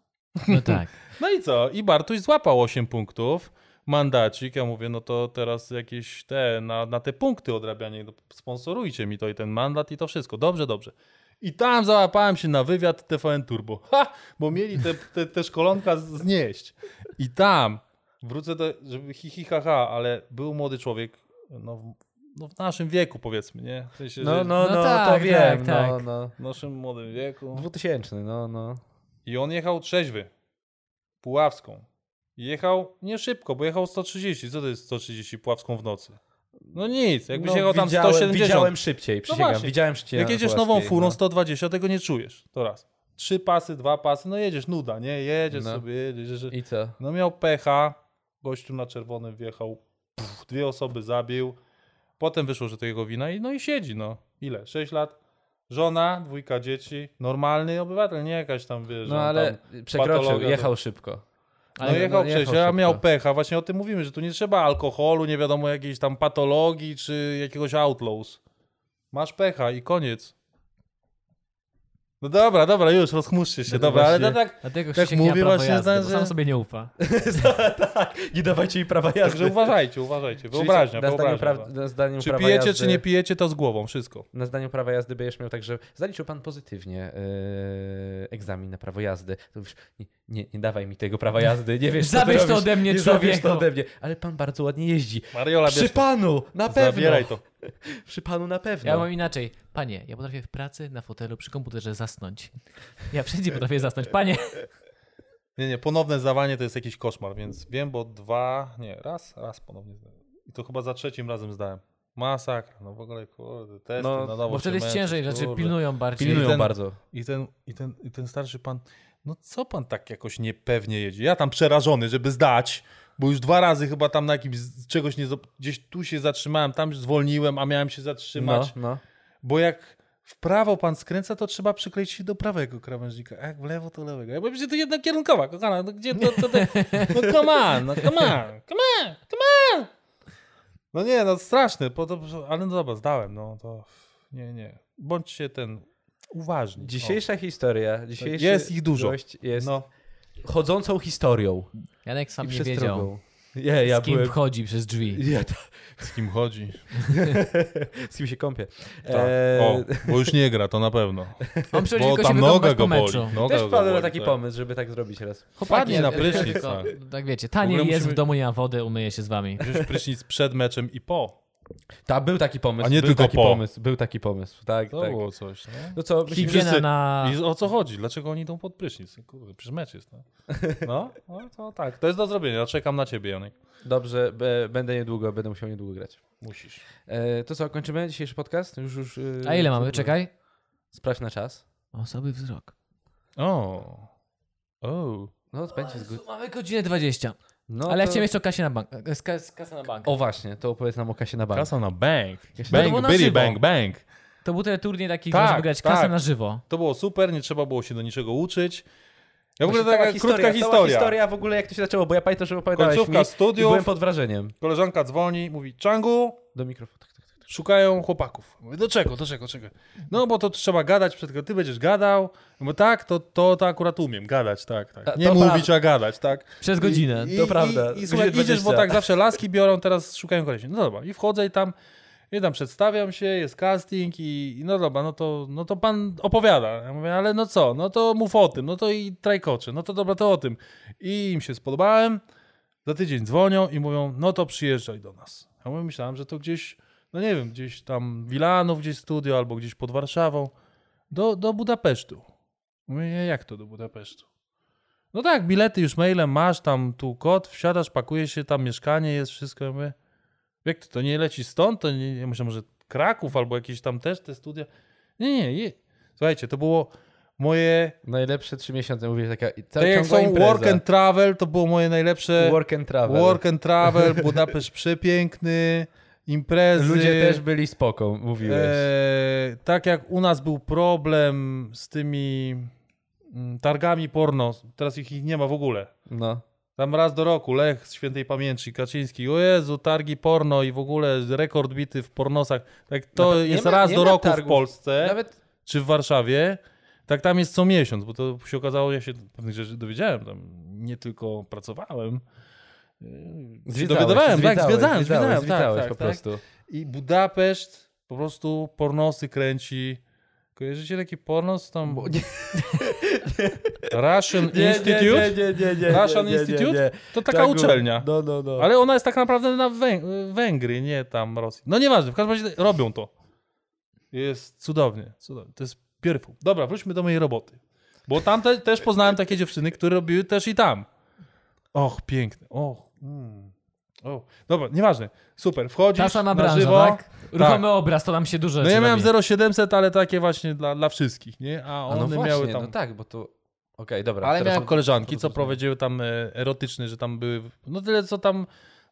No tak.
No i co? I Bartuś złapał 8 punktów. Mandacik, ja mówię, no to teraz jakieś te, na, na te punkty odrabianie, no, sponsorujcie mi to i ten mandat i to wszystko. Dobrze, dobrze. I tam załapałem się na wywiad TVN Turbo. Ha! Bo mieli te, te, te szkolonka z- znieść. I tam, wrócę do, żeby hi, hi ha, ha, ale był młody człowiek, no, w- no w naszym wieku powiedzmy, nie? W sensie,
No,
że
no,
No
no,
tak,
to
tak,
wiem, no,
tak.
no.
w naszym młodym wieku.
2000, no, no.
I on jechał trzeźwy. Puławską. I Jechał nie szybko, bo jechał 130. Co to jest 130 Puławską w nocy? No nic, jakbyś
no,
jechał tam
widziałem,
170.
Widziałem szybciej, przysięgam,
właśnie.
widziałem szybciej.
Jak
na
jedziesz
Puławskiej,
nową furą
no.
120, tego nie czujesz. To raz. Trzy pasy, dwa pasy, no jedziesz, nuda, nie? Jedziesz
No.
sobie, jedziesz. jedziesz.
I co?
No miał pecha, gościu na czerwonym wjechał, pff, dwie osoby zabił. Potem wyszło, że to jego wina i no i siedzi, no. Ile? Sześć lat? Żona, dwójka dzieci, normalny obywatel, nie jakaś tam, wiesz,
No
on
ale
tam...
przekroczył,
patologa to-
jechał szybko.
No
Ale
jechał
no,
przecież,
jechał
ja
szybko.
miał pecha, właśnie o tym mówimy, że tu nie trzeba alkoholu, nie wiadomo jakiejś tam patologii, czy jakiegoś outlaws. Masz pecha i koniec. No dobra, dobra, już, rozchmurzcie się,
No
dobra, ale
właśnie.
to tak,
Dlatego
Tak
tak mówi
mówi
prawo
właśnie,
jazdy, bo
że-
sam sobie nie ufa.
Nie dawajcie mi prawa
także uważajcie, uważajcie, wyobraźnia,
na
wyobraźnia.
zdaniu, pra...
tak.
na zdaniu
Czy
prawa
pijecie,
jazdy...
czy nie pijecie, to z głową, wszystko.
Na zdaniu prawa jazdy będziesz miał także, zaliczył pan pozytywnie yy, egzamin na prawo jazdy. To mówisz, nie, nie, nie dawaj mi tego prawa jazdy, nie wiesz co ty
Zabierz to
robisz,
ode mnie,
nie zabierz to
człowieku.
ode mnie. Ale pan bardzo ładnie jeździ.
Mariola,
Przy
bierz to.
panu, na pewno.
Zabieraj to.
Przy panu na pewno.
Ja mam inaczej. Panie, ja potrafię w pracy, na fotelu, przy komputerze zasnąć. Ja wszędzie potrafię zasnąć. Panie,
Nie, nie, ponowne zdawanie to jest jakiś koszmar, więc wiem, bo dwa, nie, raz, raz ponownie zdałem. I to chyba za trzecim razem zdałem. Masakra, no w ogóle, kurde, testy
No,
na nowo
bo
się
wtedy jest
męczysz,
ciężej, znaczy rzeczy
kurde.
pilnują bardziej.
Pilnują.
Pilnują
Ten-
bardzo.
I ten, i, ten, I ten starszy pan, no co pan tak jakoś niepewnie jedzie? Ja tam przerażony, żeby zdać, bo już dwa razy chyba tam na jakimś z- czegoś nie. zap- Gdzieś tu się zatrzymałem, tam zwolniłem, a miałem się zatrzymać.
no.
Bo jak w prawo pan skręca, to trzeba przykleić się do prawego krawężnika, a jak w lewo, to lewego. Ja mówię, że to jedna kierunkowa, kochana, no gdzie to, to, to no come on, no come on, come on, come on. No nie, no straszne, po to, ale no dobra, zdałem, no to nie, nie. Bądźcie ten uważni. O.
Dzisiejsza historia. Dzisiejszy
Jest ich dużo.
gość no. Jest
No.
chodzącą historią.
Janek sam
I
nie wiedział,
przestrogą. Nie, ja
z kim
byłem...
wchodzi przez drzwi.
Ja ta...
Z kim chodzi?
Z kim się kąpię.
Tak.
Eee,
O, bo już nie gra, to na pewno.
On przychodzi
Bo
tylko się
tam noga
wykąpać po
go boli.
meczu.
Noga
Też
go
wpadłem na
boli,
taki
tak.
pomysł, żeby tak zrobić raz.
Wpadnij na prysznic,
tylko-
tak.
Tak wiecie,
W
taniej
ogóle
jest, w
musimy-
domu nie ma wody, umyję się z wami.
Wziąć prysznic przed meczem i po.
Ta, był taki pomysł.
A nie
był
tylko
taki
po.
pomysł, był taki pomysł, tak,
To
tak.
było coś. No.
No co, myślisz,
Higiena
wszyscy-
na...
I o co chodzi? Dlaczego oni idą pod prysznic? Kurde, przecież mecz jest. No. No, no to tak. To jest do zrobienia. Ja Czekam na ciebie, Janek.
dobrze, be, będę niedługo, będę musiał niedługo grać.
Musisz.
E, to co, kończymy dzisiejszy podcast? Już, już, e,
A ile mamy?
co-
Czekaj.
Sprawdź na czas.
Osoby wzrok.
O. O.
No, będzie zgód.
Mamy godzinę 20.
No,
Ale ja
to...
chciałem jeszcze o kasie na bank. Z, kas, z kasy na bank.
O właśnie, to opowiedz nam o kasie na bank.
Kasa na bank.
to było
Bang,
na
biddy,
żywo.
bang, bang.
To był ten turniej taki,
Tak,
gdzie żeby grać kasę
tak.
na żywo.
To było super, nie trzeba było się do niczego uczyć. Ja w ogóle
Właśnie
taka
cała
krótka
Cała
historia.
historia w ogóle, jak to się zaczęło, bo ja pamiętam, że opowiadałeś
Końcówka
mi
studiów.
i byłem pod wrażeniem.
Koleżanka dzwoni, mówi, Czangu,
Do mikrofonu. Tak, tak, tak.
szukają chłopaków. Mówię, do czego, do czego, czego? No bo to trzeba gadać, przed ty będziesz gadał. Bo tak, to, to, to akurat umiem, gadać, tak, tak.
A,
Nie
to
mówić, a gadać, tak.
Przez godzinę.
I, i,
to prawda.
I, i
Godzina
słuchaj, idziesz, bo
20.
tak zawsze laski biorą, teraz szukają kolesi. No dobra, i wchodzę i tam, i tam przedstawiam się, jest casting i, i no dobra, no to, no to pan opowiada. Ja mówię, ale no co, no to mów o tym, no to i trajkocze, no to dobra, to o tym. I im się spodobałem, za tydzień dzwonią i mówią, no to przyjeżdżaj do nas. Ja mówię, myślałem, że to gdzieś, no nie wiem, gdzieś tam Wilanów, gdzieś studio albo gdzieś pod Warszawą, do, do Budapesztu. Mówię, jak to do Budapesztu? No tak, bilety już mailem masz, tam tu kod, wsiadasz, pakujesz się, tam mieszkanie jest, wszystko. Ja mówię, jak to, to nie leci stąd? To nie, ja myślę, może Kraków albo jakieś tam też te studia. Nie, nie, je. słuchajcie, to było moje,
Najlepsze trzy miesiące, mówię, że taka
tak jak są work and travel, to było moje najlepsze
work and travel.
work and travel, Budapeszt przepiękny, imprezy.
Ludzie też byli spoko, mówiłeś.
E, tak jak u nas był problem z tymi mm, targami porno, teraz ich, ich nie ma w ogóle.
No.
Tam raz do roku Lech z świętej pamięci Kaczyński, o Jezu, targi porno i w ogóle rekord bity w pornosach. Tak to
Nawet nie
jest
ma-
raz
nie
do
ma
roku w
targów.
Polsce
Nawet
czy w Warszawie. Tak tam jest co miesiąc, bo to się okazało, ja się pewnych rzeczy dowiedziałem tam, nie tylko pracowałem. yy, się dowiadywałem, tak, zwiedzałem, zwiedzałem, tak,
zwiedzałeś
tak,
po
tak.
prostu.
I Budapeszt po prostu pornosy kręci. Kojarzycie taki pornos tam?
Bo- nie-
Russian Institute?
nie, nie, nie,
Russian Institute? To taka uczelnia.
No, no, no.
Ale ona jest tak naprawdę na Węg- Węgry, nie tam Rosji. No nieważne, w każdym razie robią to. Jest cudownie, cudownie. To jest pierwszy. Dobra, wróćmy do mojej roboty. Bo tam te, też poznałem takie dziewczyny, które robiły też i tam. Och, piękne. Och. Mm. O. Dobra, nieważne. Super, wchodzisz
Ta sama
na
branża,
żywo.
tak? Ruchomy obraz, to nam się dużo
No
rzeczy
ja miałem
robi.
0700, ale takie właśnie dla, dla wszystkich, nie? A
A
one
no właśnie,
miały tam...
no tak, bo tu... Okej, dobra.
Ale
teraz
miałem koleżanki, co
rozumiem.
prowadziły tam e, erotyczne, że tam były, no tyle co tam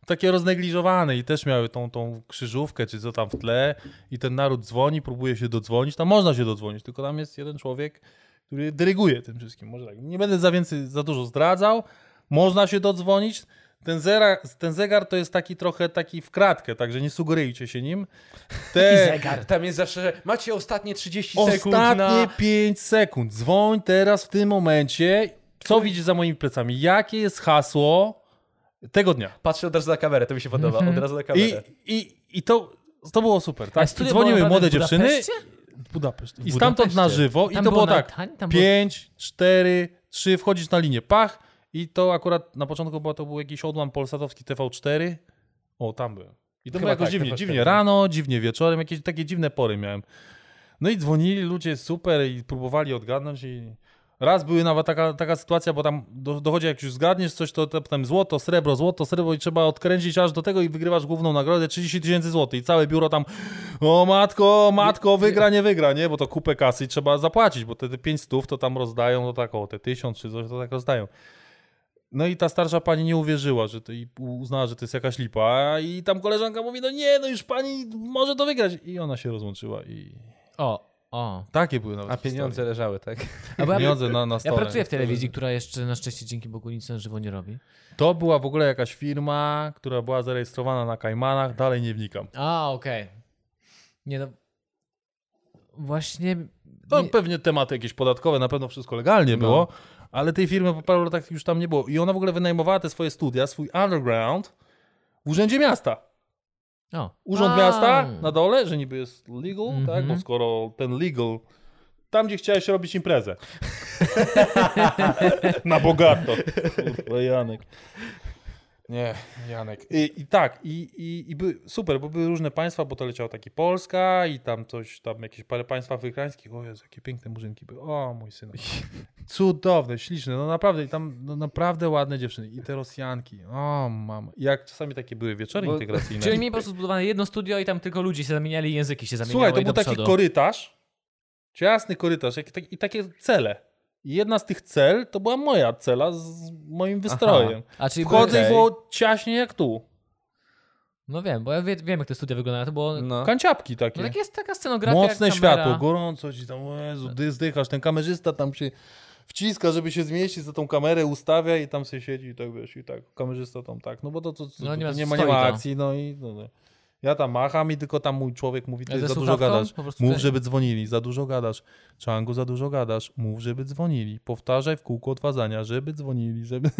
takie roznegliżowane i też miały tą, tą krzyżówkę, czy co tam w tle i ten naród dzwoni, próbuje się dodzwonić, tam można się dodzwonić, tylko tam jest jeden człowiek, który dyryguje tym wszystkim, może tak, nie będę za więcej, za dużo zdradzał, można się dodzwonić, ten, zera, ten zegar to jest taki trochę taki w kratkę, także nie sugerujcie się nim. Te,
Zegar. Tam jest zawsze, że macie ostatnie 30 sekund
Ostatnie
na...
5 sekund. Dzwoń teraz w tym momencie. Co widzisz za moimi plecami? Jakie jest hasło tego dnia?
Patrzę od razu na kamerę, to mi się podoba. Od razu na
I,
kamerę.
i, i to, to było super.
A
Tak?
studia
Dzwoniły
było
młode
robione w
dziewczyny.
Budapeszcie?
Budapeszt. I stamtąd na
Budapeszcie.
żywo. I
Tam
to
było
było tak.
najtań- tam było-
5, 4, 3. Wchodzisz na linię. Pach. I to akurat na początku była, to był jakiś odłam polsatowski TV4. O, tam byłem. I
Chyba
to było jakoś
tak,
dziwnie.
chyba
Dziwnie
tak.
rano, dziwnie wieczorem, jakieś takie dziwne pory miałem. No i dzwonili ludzie super i próbowali odgadnąć i raz były nawet taka, taka sytuacja, bo tam do, dochodzi jak już zgadniesz coś, to, to potem złoto, srebro, złoto, srebro i trzeba odkręcić aż do tego i wygrywasz główną nagrodę 30 tysięcy złotych i całe biuro tam o matko, matko, wygra, nie wygra, nie? Bo to kupę kasy i trzeba zapłacić, bo te, te 5 stów to tam rozdają, no tak o, te 1000 czy coś to tak rozdają. No i ta starsza pani nie uwierzyła, że to, i uznała, że to jest jakaś lipa i tam koleżanka mówi, no nie, no już pani może to wygrać i ona się rozłączyła i
O, o.
takie były nawet
A pieniądze leżały, tak?
A bo ja,
Pieniądze na, na
ja
stole.
pracuję w telewizji, która jeszcze na szczęście dzięki Bogu nic na żywo nie robi.
To była w ogóle jakaś firma, która była zarejestrowana na Kajmanach, dalej nie wnikam.
A, okej. Nie no... Właśnie...
No
nie-
pewnie tematy jakieś podatkowe, na pewno wszystko legalnie
No.
było, ale tej firmy po paru latach już tam nie było. I ona w ogóle wynajmowała te swoje studia, swój underground w Urzędzie Miasta.
O.
Urząd
A.
Miasta na dole, że niby jest legal, tak? Bo
Mhm.
skoro ten legal, tam gdzie chciałeś robić imprezę. na bogato. Kurwa, Janek. Nie, Janek. I, i tak, i, i, i by, super, bo były różne państwa, bo to leciało taki Polska i tam coś, tam jakieś parę państw afrykańskich. O Jezu, jakie piękne murzynki były. O, mój syn. Cudowne, śliczne, no naprawdę, i tam no naprawdę ładne dziewczyny. I te Rosjanki. O, mama. Jak czasami takie były wieczory
Bo-
integracyjne.
Czyli mieli po prostu zbudowane jedno studio i tam tylko ludzie się zamieniali, języki się zamieniały
Słuchaj, to
i
był
do
taki
przodu.
korytarz, ciasny korytarz jak, tak, i takie cele. I jedna z tych cel to była moja cela z moim wystrojem.
A czyli
Wchodzę
były-
i było ciaśnie jak tu.
No wiem, bo ja wie, wiem jak te studia wyglądają, to było... No.
No.
Kanciapki takie.
tak jest taka scenografia,
Mocne
jak kamera.
światło, gorąco ci tam, o Jezu, dy- zdychasz, ten kamerzysta tam się wciska, żeby się zmieścić, za tą kamerę ustawia i tam sobie siedzi i tak wiesz, i tak, kamerzysta tam tak, no bo to, to, to,
No nie
nie,
ma-
to nie, ma, nie
stoi
ma
to.
akcji, no i no, no. ja tam macham i tylko tam mój człowiek mówi, ty
Ze
za dużo
słuchawką?
gadasz,
Po prostu
mów,
ty-
żeby dzwonili, za dużo gadasz, Czangu, za dużo gadasz, mów, żeby dzwonili, powtarzaj w kółku odwadzania, żeby dzwonili, żeby...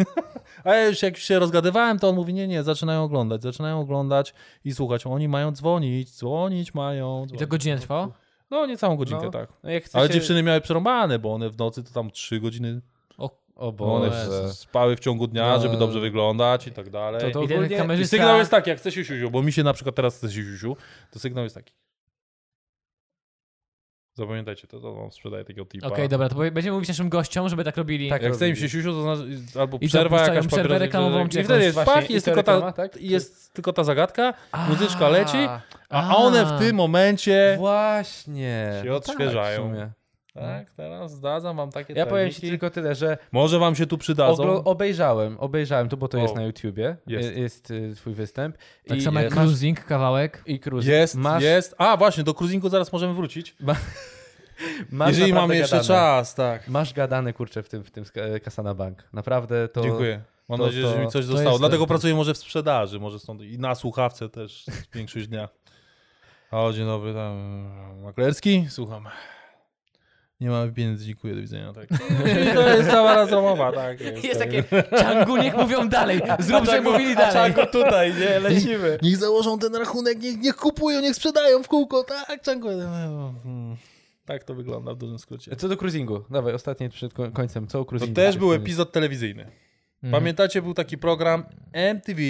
A ja już jak się rozgadywałem, to on mówi, nie, nie, zaczynają oglądać, zaczynają oglądać i słuchać, oni mają dzwonić, dzwonić mają,
I
dzwonić.
to godzinę trwało?
no niecałą godzinkę,
No.
tak.
No jak chce
Ale
się...
dziewczyny miały przerąbane, bo one w nocy to tam trzy godziny
O,
O
bo No, one
Boże.
w- spały w ciągu dnia,
No.
żeby dobrze wyglądać i tak dalej.
To- tak. to
I ten
ogólnie-
I
kamerzysta...
sygnał jest taki, jak chce się siusiu, bo mi się na przykład teraz chce się siusiu, to sygnał jest taki. Zapamiętajcie, to, to wam sprzedaję takiego tipa.
Okej, dobra, to powie- będziemy mówić naszym gościom, żeby tak robili.
Tak.
Jak chce im się
robili.
siusiu, to znaczy, albo
I co,
przerwa
puszczają
jakaś
przerwę
papierosa-
reklamową czy
I wtedy jest
Właśnie,
pach,
i
jest
to
tylko, ta,
reklama, tak?
jest tylko ta zagadka,
A,
muzyczka leci,
a.
Tak. a one w tym momencie
Właśnie.
się
No tak, w
odświeżają.
sumie.
Tak, teraz zdadzam wam takie
Ja powiem ci
tajniki.
tylko tyle, że
Może wam się tu przydadzą.
Oglo- obejrzałem, obejrzałem to, bo to
O.
jest na YouTubie.
Jest.
Jest, jest y, twój występ.
Tak
I y,
samo jak
masz-
cruising, kawałek.
I Cruz.
Jest,
masz,
jest. A właśnie, do cruisingu zaraz możemy wrócić.
Masz
Jeżeli
naprawdę
mamy jeszcze
gadane.
czas, tak.
Masz gadane, kurczę, w tym, w tym sk- Kasana Bank. Naprawdę to...
Dziękuję. Mam
to-
nadzieję, że
to-
mi coś
to
zostało.
jest-
Dlatego pracuję może w sprzedaży, może stąd i na słuchawce też większość dnia. O, dzień dobry, tam maklerski, słucham. Nie mamy pieniędzy, dziękuję, do widzenia. Tak. I to jest cała rozmowa, tak.
Jest takie, Changu, niech mówią dalej, zrób, że mówili
A
dalej.
Czanku tutaj, nie? Lecimy.
Niech założą ten rachunek, niech, niech kupują, niech sprzedają w kółko, tak, dziękuję. Hmm. Tak to wygląda w dużym skrócie.
Co do cruisingu? Dawaj, ostatnie przed ko- końcem. Co o
To
cruisingu?
też był epizod telewizyjny.
Mm,
Pamiętacie, był taki program MTV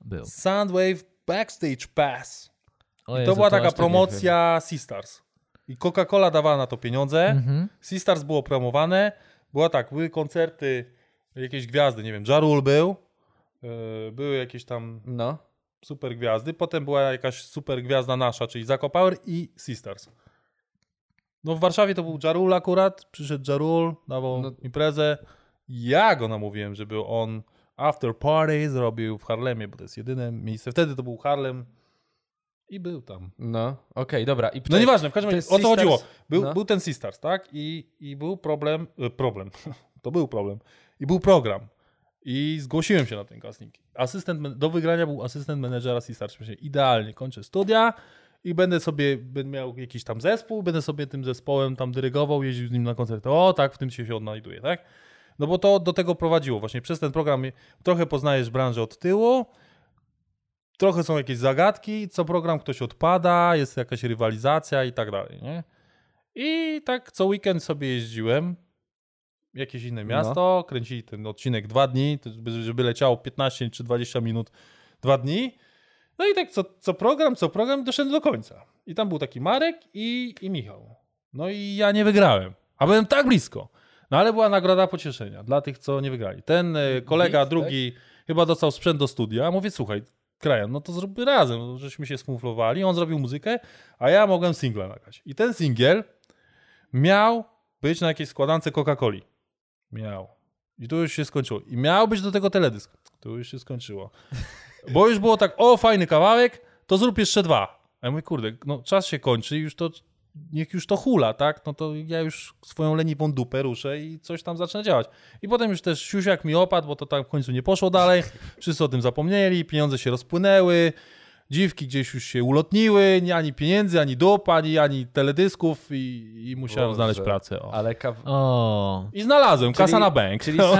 Był.
Soundwave Backstage Pass.
O
I
Jezu,
to była
aż
taka
tak
promocja Seastars. I Coca-Cola dawała na to pieniądze.
nie wiem. Mhm.
Seastars było promowane. Była tak, były koncerty jakieś gwiazdy, nie wiem, Jarul był. yy, Były jakieś tam
No.
super gwiazdy. Potem była jakaś super gwiazda nasza, czyli Zakopower i Seastars. No w Warszawie to był Jarul akurat. Przyszedł Jarul, dawał
No.
imprezę. Ja go namówiłem, żeby on after party zrobił w Harlemie, bo to jest jedyne miejsce. Wtedy to był Harlem i był tam.
No. Okej, dobra. I
No nieważne, w każdym
to jest
razie, o co
Sisters?
chodziło? Był,
No.
był ten Sisters, tak? I, i był problem, e, problem, to był problem. I był program. I zgłosiłem się na ten casting. Asystent, men- do wygrania był asystent menedżera Sisters. Myślę, idealnie, kończę studia i będę sobie, będę miał jakiś tam zespół, będę sobie tym zespołem tam dyrygował, jeździł z nim na koncerty. O, tak, w tym się się odnajduję, tak? No bo to do tego prowadziło właśnie. Przez ten program trochę poznajesz branżę od tyłu, trochę są jakieś zagadki, co program ktoś odpada, jest jakaś rywalizacja i tak dalej, nie? I tak co weekend sobie jeździłem, jakieś inne
No.
miasto, kręcili ten odcinek dwa dni, to żeby- żeby leciało 15 czy 20 minut, dwa dni. No i tak co, co program, co program, doszedłem do końca. I tam był taki Marek i, i Michał. No i ja nie wygrałem, a byłem tak blisko. No ale była nagroda pocieszenia dla tych, co nie wygrali. Ten e, kolega
Gift, tak?
drugi chyba dostał sprzęt do studia. Mówię, słuchaj, krajan, no to zróbmy razem, no żeśmy się skumflowali. On zrobił muzykę, a ja mogłem singla nagrać. I ten singiel miał być na jakiejś składance Coca-Coli. Miał. I tu już się skończyło. I miał być do tego teledysk. Tu już się skończyło. Bo już było tak, o, fajny kawałek, to zrób jeszcze dwa. A ja mówię, kurde, no czas się kończy, już to, niech już to hula, tak? No to ja już swoją leniwą dupę ruszę i coś tam zacznę działać. I potem już też siusiak mi opadł, bo to tak w końcu nie poszło dalej. Wszyscy o tym zapomnieli, pieniądze się rozpłynęły, dziwki gdzieś już się ulotniły, nie- ani pieniędzy, ani dup, ani, ani teledysków i, i musiałem
Boże.
znaleźć pracę. O.
Ale kaw...
O.
I znalazłem, kasa
Czyli-
na bank.
Czyli,
No.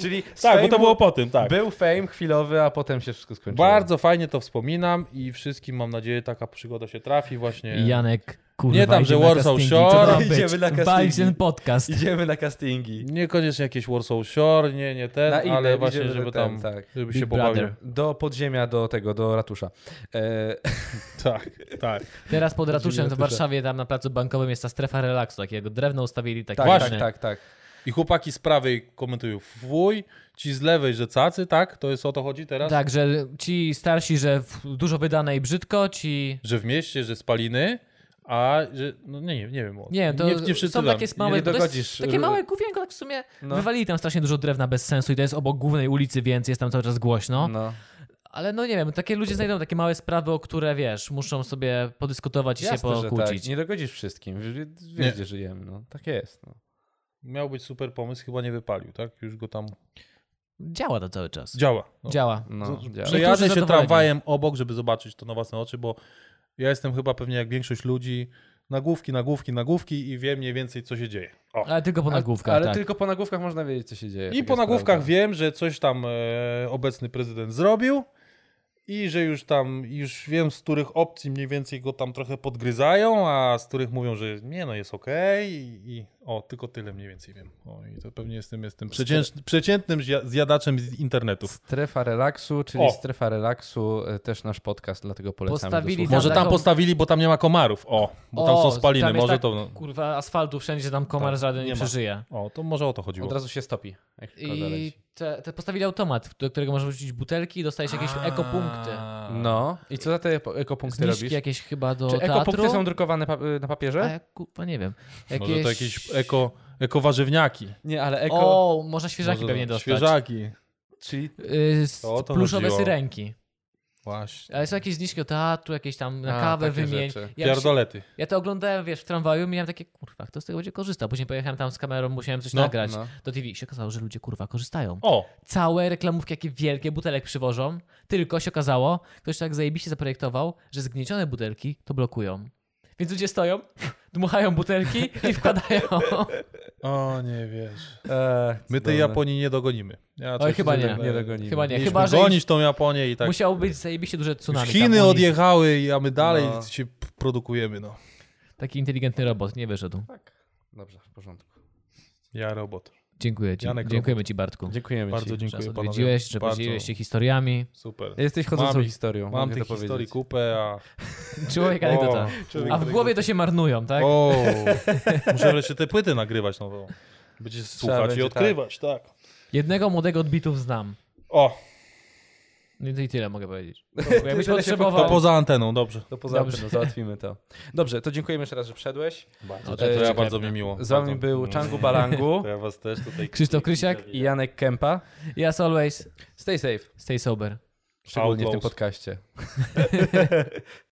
czyli z
tak, bo to
fejmu
było po tym, tak.
Był fame chwilowy, a potem się wszystko skończyło.
Bardzo fajnie to wspominam i wszystkim mam nadzieję taka przygoda się trafi właśnie.
Janek, kurwa,
Nie tam, że
idziemy na
Warsaw
castingi, co
Shore,
tam
idziemy
być?
na castingi.
Walić ten podcast.
Idziemy na castingi.
Niekoniecznie jakieś Warsaw Shore, nie, nie ten,
Na inne,
ale właśnie,
idziemy
żeby tam,
ten, tak.
żeby
Big
się pobawił.
Brother.
Do podziemia, do tego, do ratusza. E,
Tak, tak.
Teraz pod ratuszem
Dziwne
w
słyszę.
Warszawie, tam na placu bankowym jest ta strefa relaksu, takiego drewno ustawili. Takie
tak,
właśnie.
tak, tak, tak.
I chłopaki z prawej komentują wuj, ci z lewej, że cacy, tak? To jest o to chodzi teraz?
Tak, że ci starsi, że w- dużo wydane i brzydko, ci...
Że w mieście, że spaliny, a że, no nie, nie wiem. o-
Nie, to
wszyscy
są
tam.
takie małe,
nie
bo to
dogodzisz.
jest takie małe główienko, tak w sumie
No.
wywalili tam strasznie dużo drewna bez sensu i to jest obok głównej ulicy, więc jest tam cały czas głośno.
No.
Ale no nie wiem, takie ludzie znajdą takie małe sprawy, o które wiesz, muszą sobie podyskutować i się
Jasne, że
pokłócić.
tak. Nie dogodzisz wszystkim. W- w- Wiesz,
Nie.
gdzie żyjemy. No. Tak jest. No.
Miał być super pomysł, chyba nie wypalił, tak? Już go tam
Działa to cały czas.
działa. No.
Działa.
No,
Z-
działa.
Niektórzy
Przejadę się
zadowoleni.
tramwajem obok, żeby zobaczyć to na własne oczy, bo ja jestem chyba pewnie jak większość ludzi nagłówki, nagłówki, nagłówki i wiem mniej więcej, co się dzieje. O.
Ale tylko po nagłówkach,
Ale
tak.
tylko po nagłówkach można wiedzieć, co się dzieje.
I
Tak
po
jest
nagłówkach
prawda.
wiem, że coś tam e, obecny prezydent zrobił i że już tam, już wiem z których opcji mniej więcej go tam trochę podgryzają, a z których mówią, że nie no jest okej i, i o, tylko tyle mniej więcej wiem. O, i to pewnie jestem, jestem przecięć- przeciętnym zja- zjadaczem z internetów.
Strefa relaksu, czyli
O.
strefa relaksu, e, też nasz podcast, dlatego polecamy
Postawili
do
tam
Może
słuchania.
taką-
tam postawili, bo tam nie ma komarów, o, bo tam
O,
są spaliny,
tam jest
może
tak,
to... No.
Kurwa, asfaltu wszędzie tam komar
Tak,
żaden nie,
nie ma.
przeżyje.
O, to może o to chodziło.
Od razu się stopi, jak tylko
I
doleci.
te, te postawili automat, do którego możesz wrzucić butelki i dostajesz jakieś ekopunkty.
No, i co za te epo- ekopunkty
Zniżki
robisz?
jakieś chyba do
Czy
teatru.
ekopunkty są drukowane pa- y, na papierze?
A ja kurwa nie wiem. Jakieś...
Może to jakieś eko, ekowarzywniaki.
Nie, ale eko,
O, można świeżaki
Może
pewnie dostać.
Świeżaki,
czyli
Y, z-
To o to
pluszowe
chodziło.
syrenki.
właśnie.
Ale są jakieś zniżki od teatru, jakieś tam na
A,
kawę
takie
wymień.
rzeczy.
Ja, się,
Pierdolety.
ja to oglądałem, wiesz, w tramwaju i miałem takie, kurwa, kto z tego będzie korzystał? Później pojechałem tam z kamerą, musiałem coś
No,
nagrać
no.
do TV i się okazało, że ludzie, kurwa, korzystają.
O,
Całe reklamówki, jakie wielkie butelek przywożą, tylko się okazało, ktoś tak zajebiście zaprojektował, że zgniecione butelki to blokują. Więc ludzie stoją, dmuchają butelki i wkładają.
O, nie wiesz.
E,
My tej
cudowne.
Japonii nie dogonimy. Ja
Oj,
coś
chyba
tutaj
nie.
tak-
Nie dogonimy.
Chyba nie,
Mieliśmy
chyba że
gonić tą Japonię i tak.
musiało być zajebiście duże tsunami. tam
Chiny
u nich.
odjechały, a my dalej
No.
się p- produkujemy, no.
Taki inteligentny robot, nie wyszedł.
Tak. Dobrze, w porządku.
Ja robot.
Dziękuję ci.
Janek
Dziękujemy ci, Bartku.
Dziękujemy
Bardzo
ci.
Że nas
dziękuję panowie.
odwiedziłeś, że
Bardzo
podzieliłeś się historiami.
Super.
Jesteś chodzącą
Mam ich-
historią.
Mam
mogę
tych
to powiedzieć.
historii kupę, a...
Człowiek anegdota. A w głowie to się marnują, tak?
O, muszę wreszcie te płyty nagrywać, no bo będzie słuchać i
będzie, tak.
odkrywać, tak.
Jednego młodego od bitów znam.
O,
No i tyle mogę powiedzieć. Jakbyś
Tyle się
to
potrzebował.
poza anteną, dobrze.
To poza
Dobrze.
tym, no, załatwimy to. Dobrze, to dziękujemy jeszcze raz, że przyszedłeś.
Bardzo,
No to
to ja
ciekawe.
bardzo mi miło.
Z wami
Bardzo. No.
był Changu Balangu
To ja was też tutaj...
Krzysztof Krysiak.
i Janek Kępa.
Yes always,
Stay safe,
stay sober.
szczególnie w tym
Outlaws.
podcaście.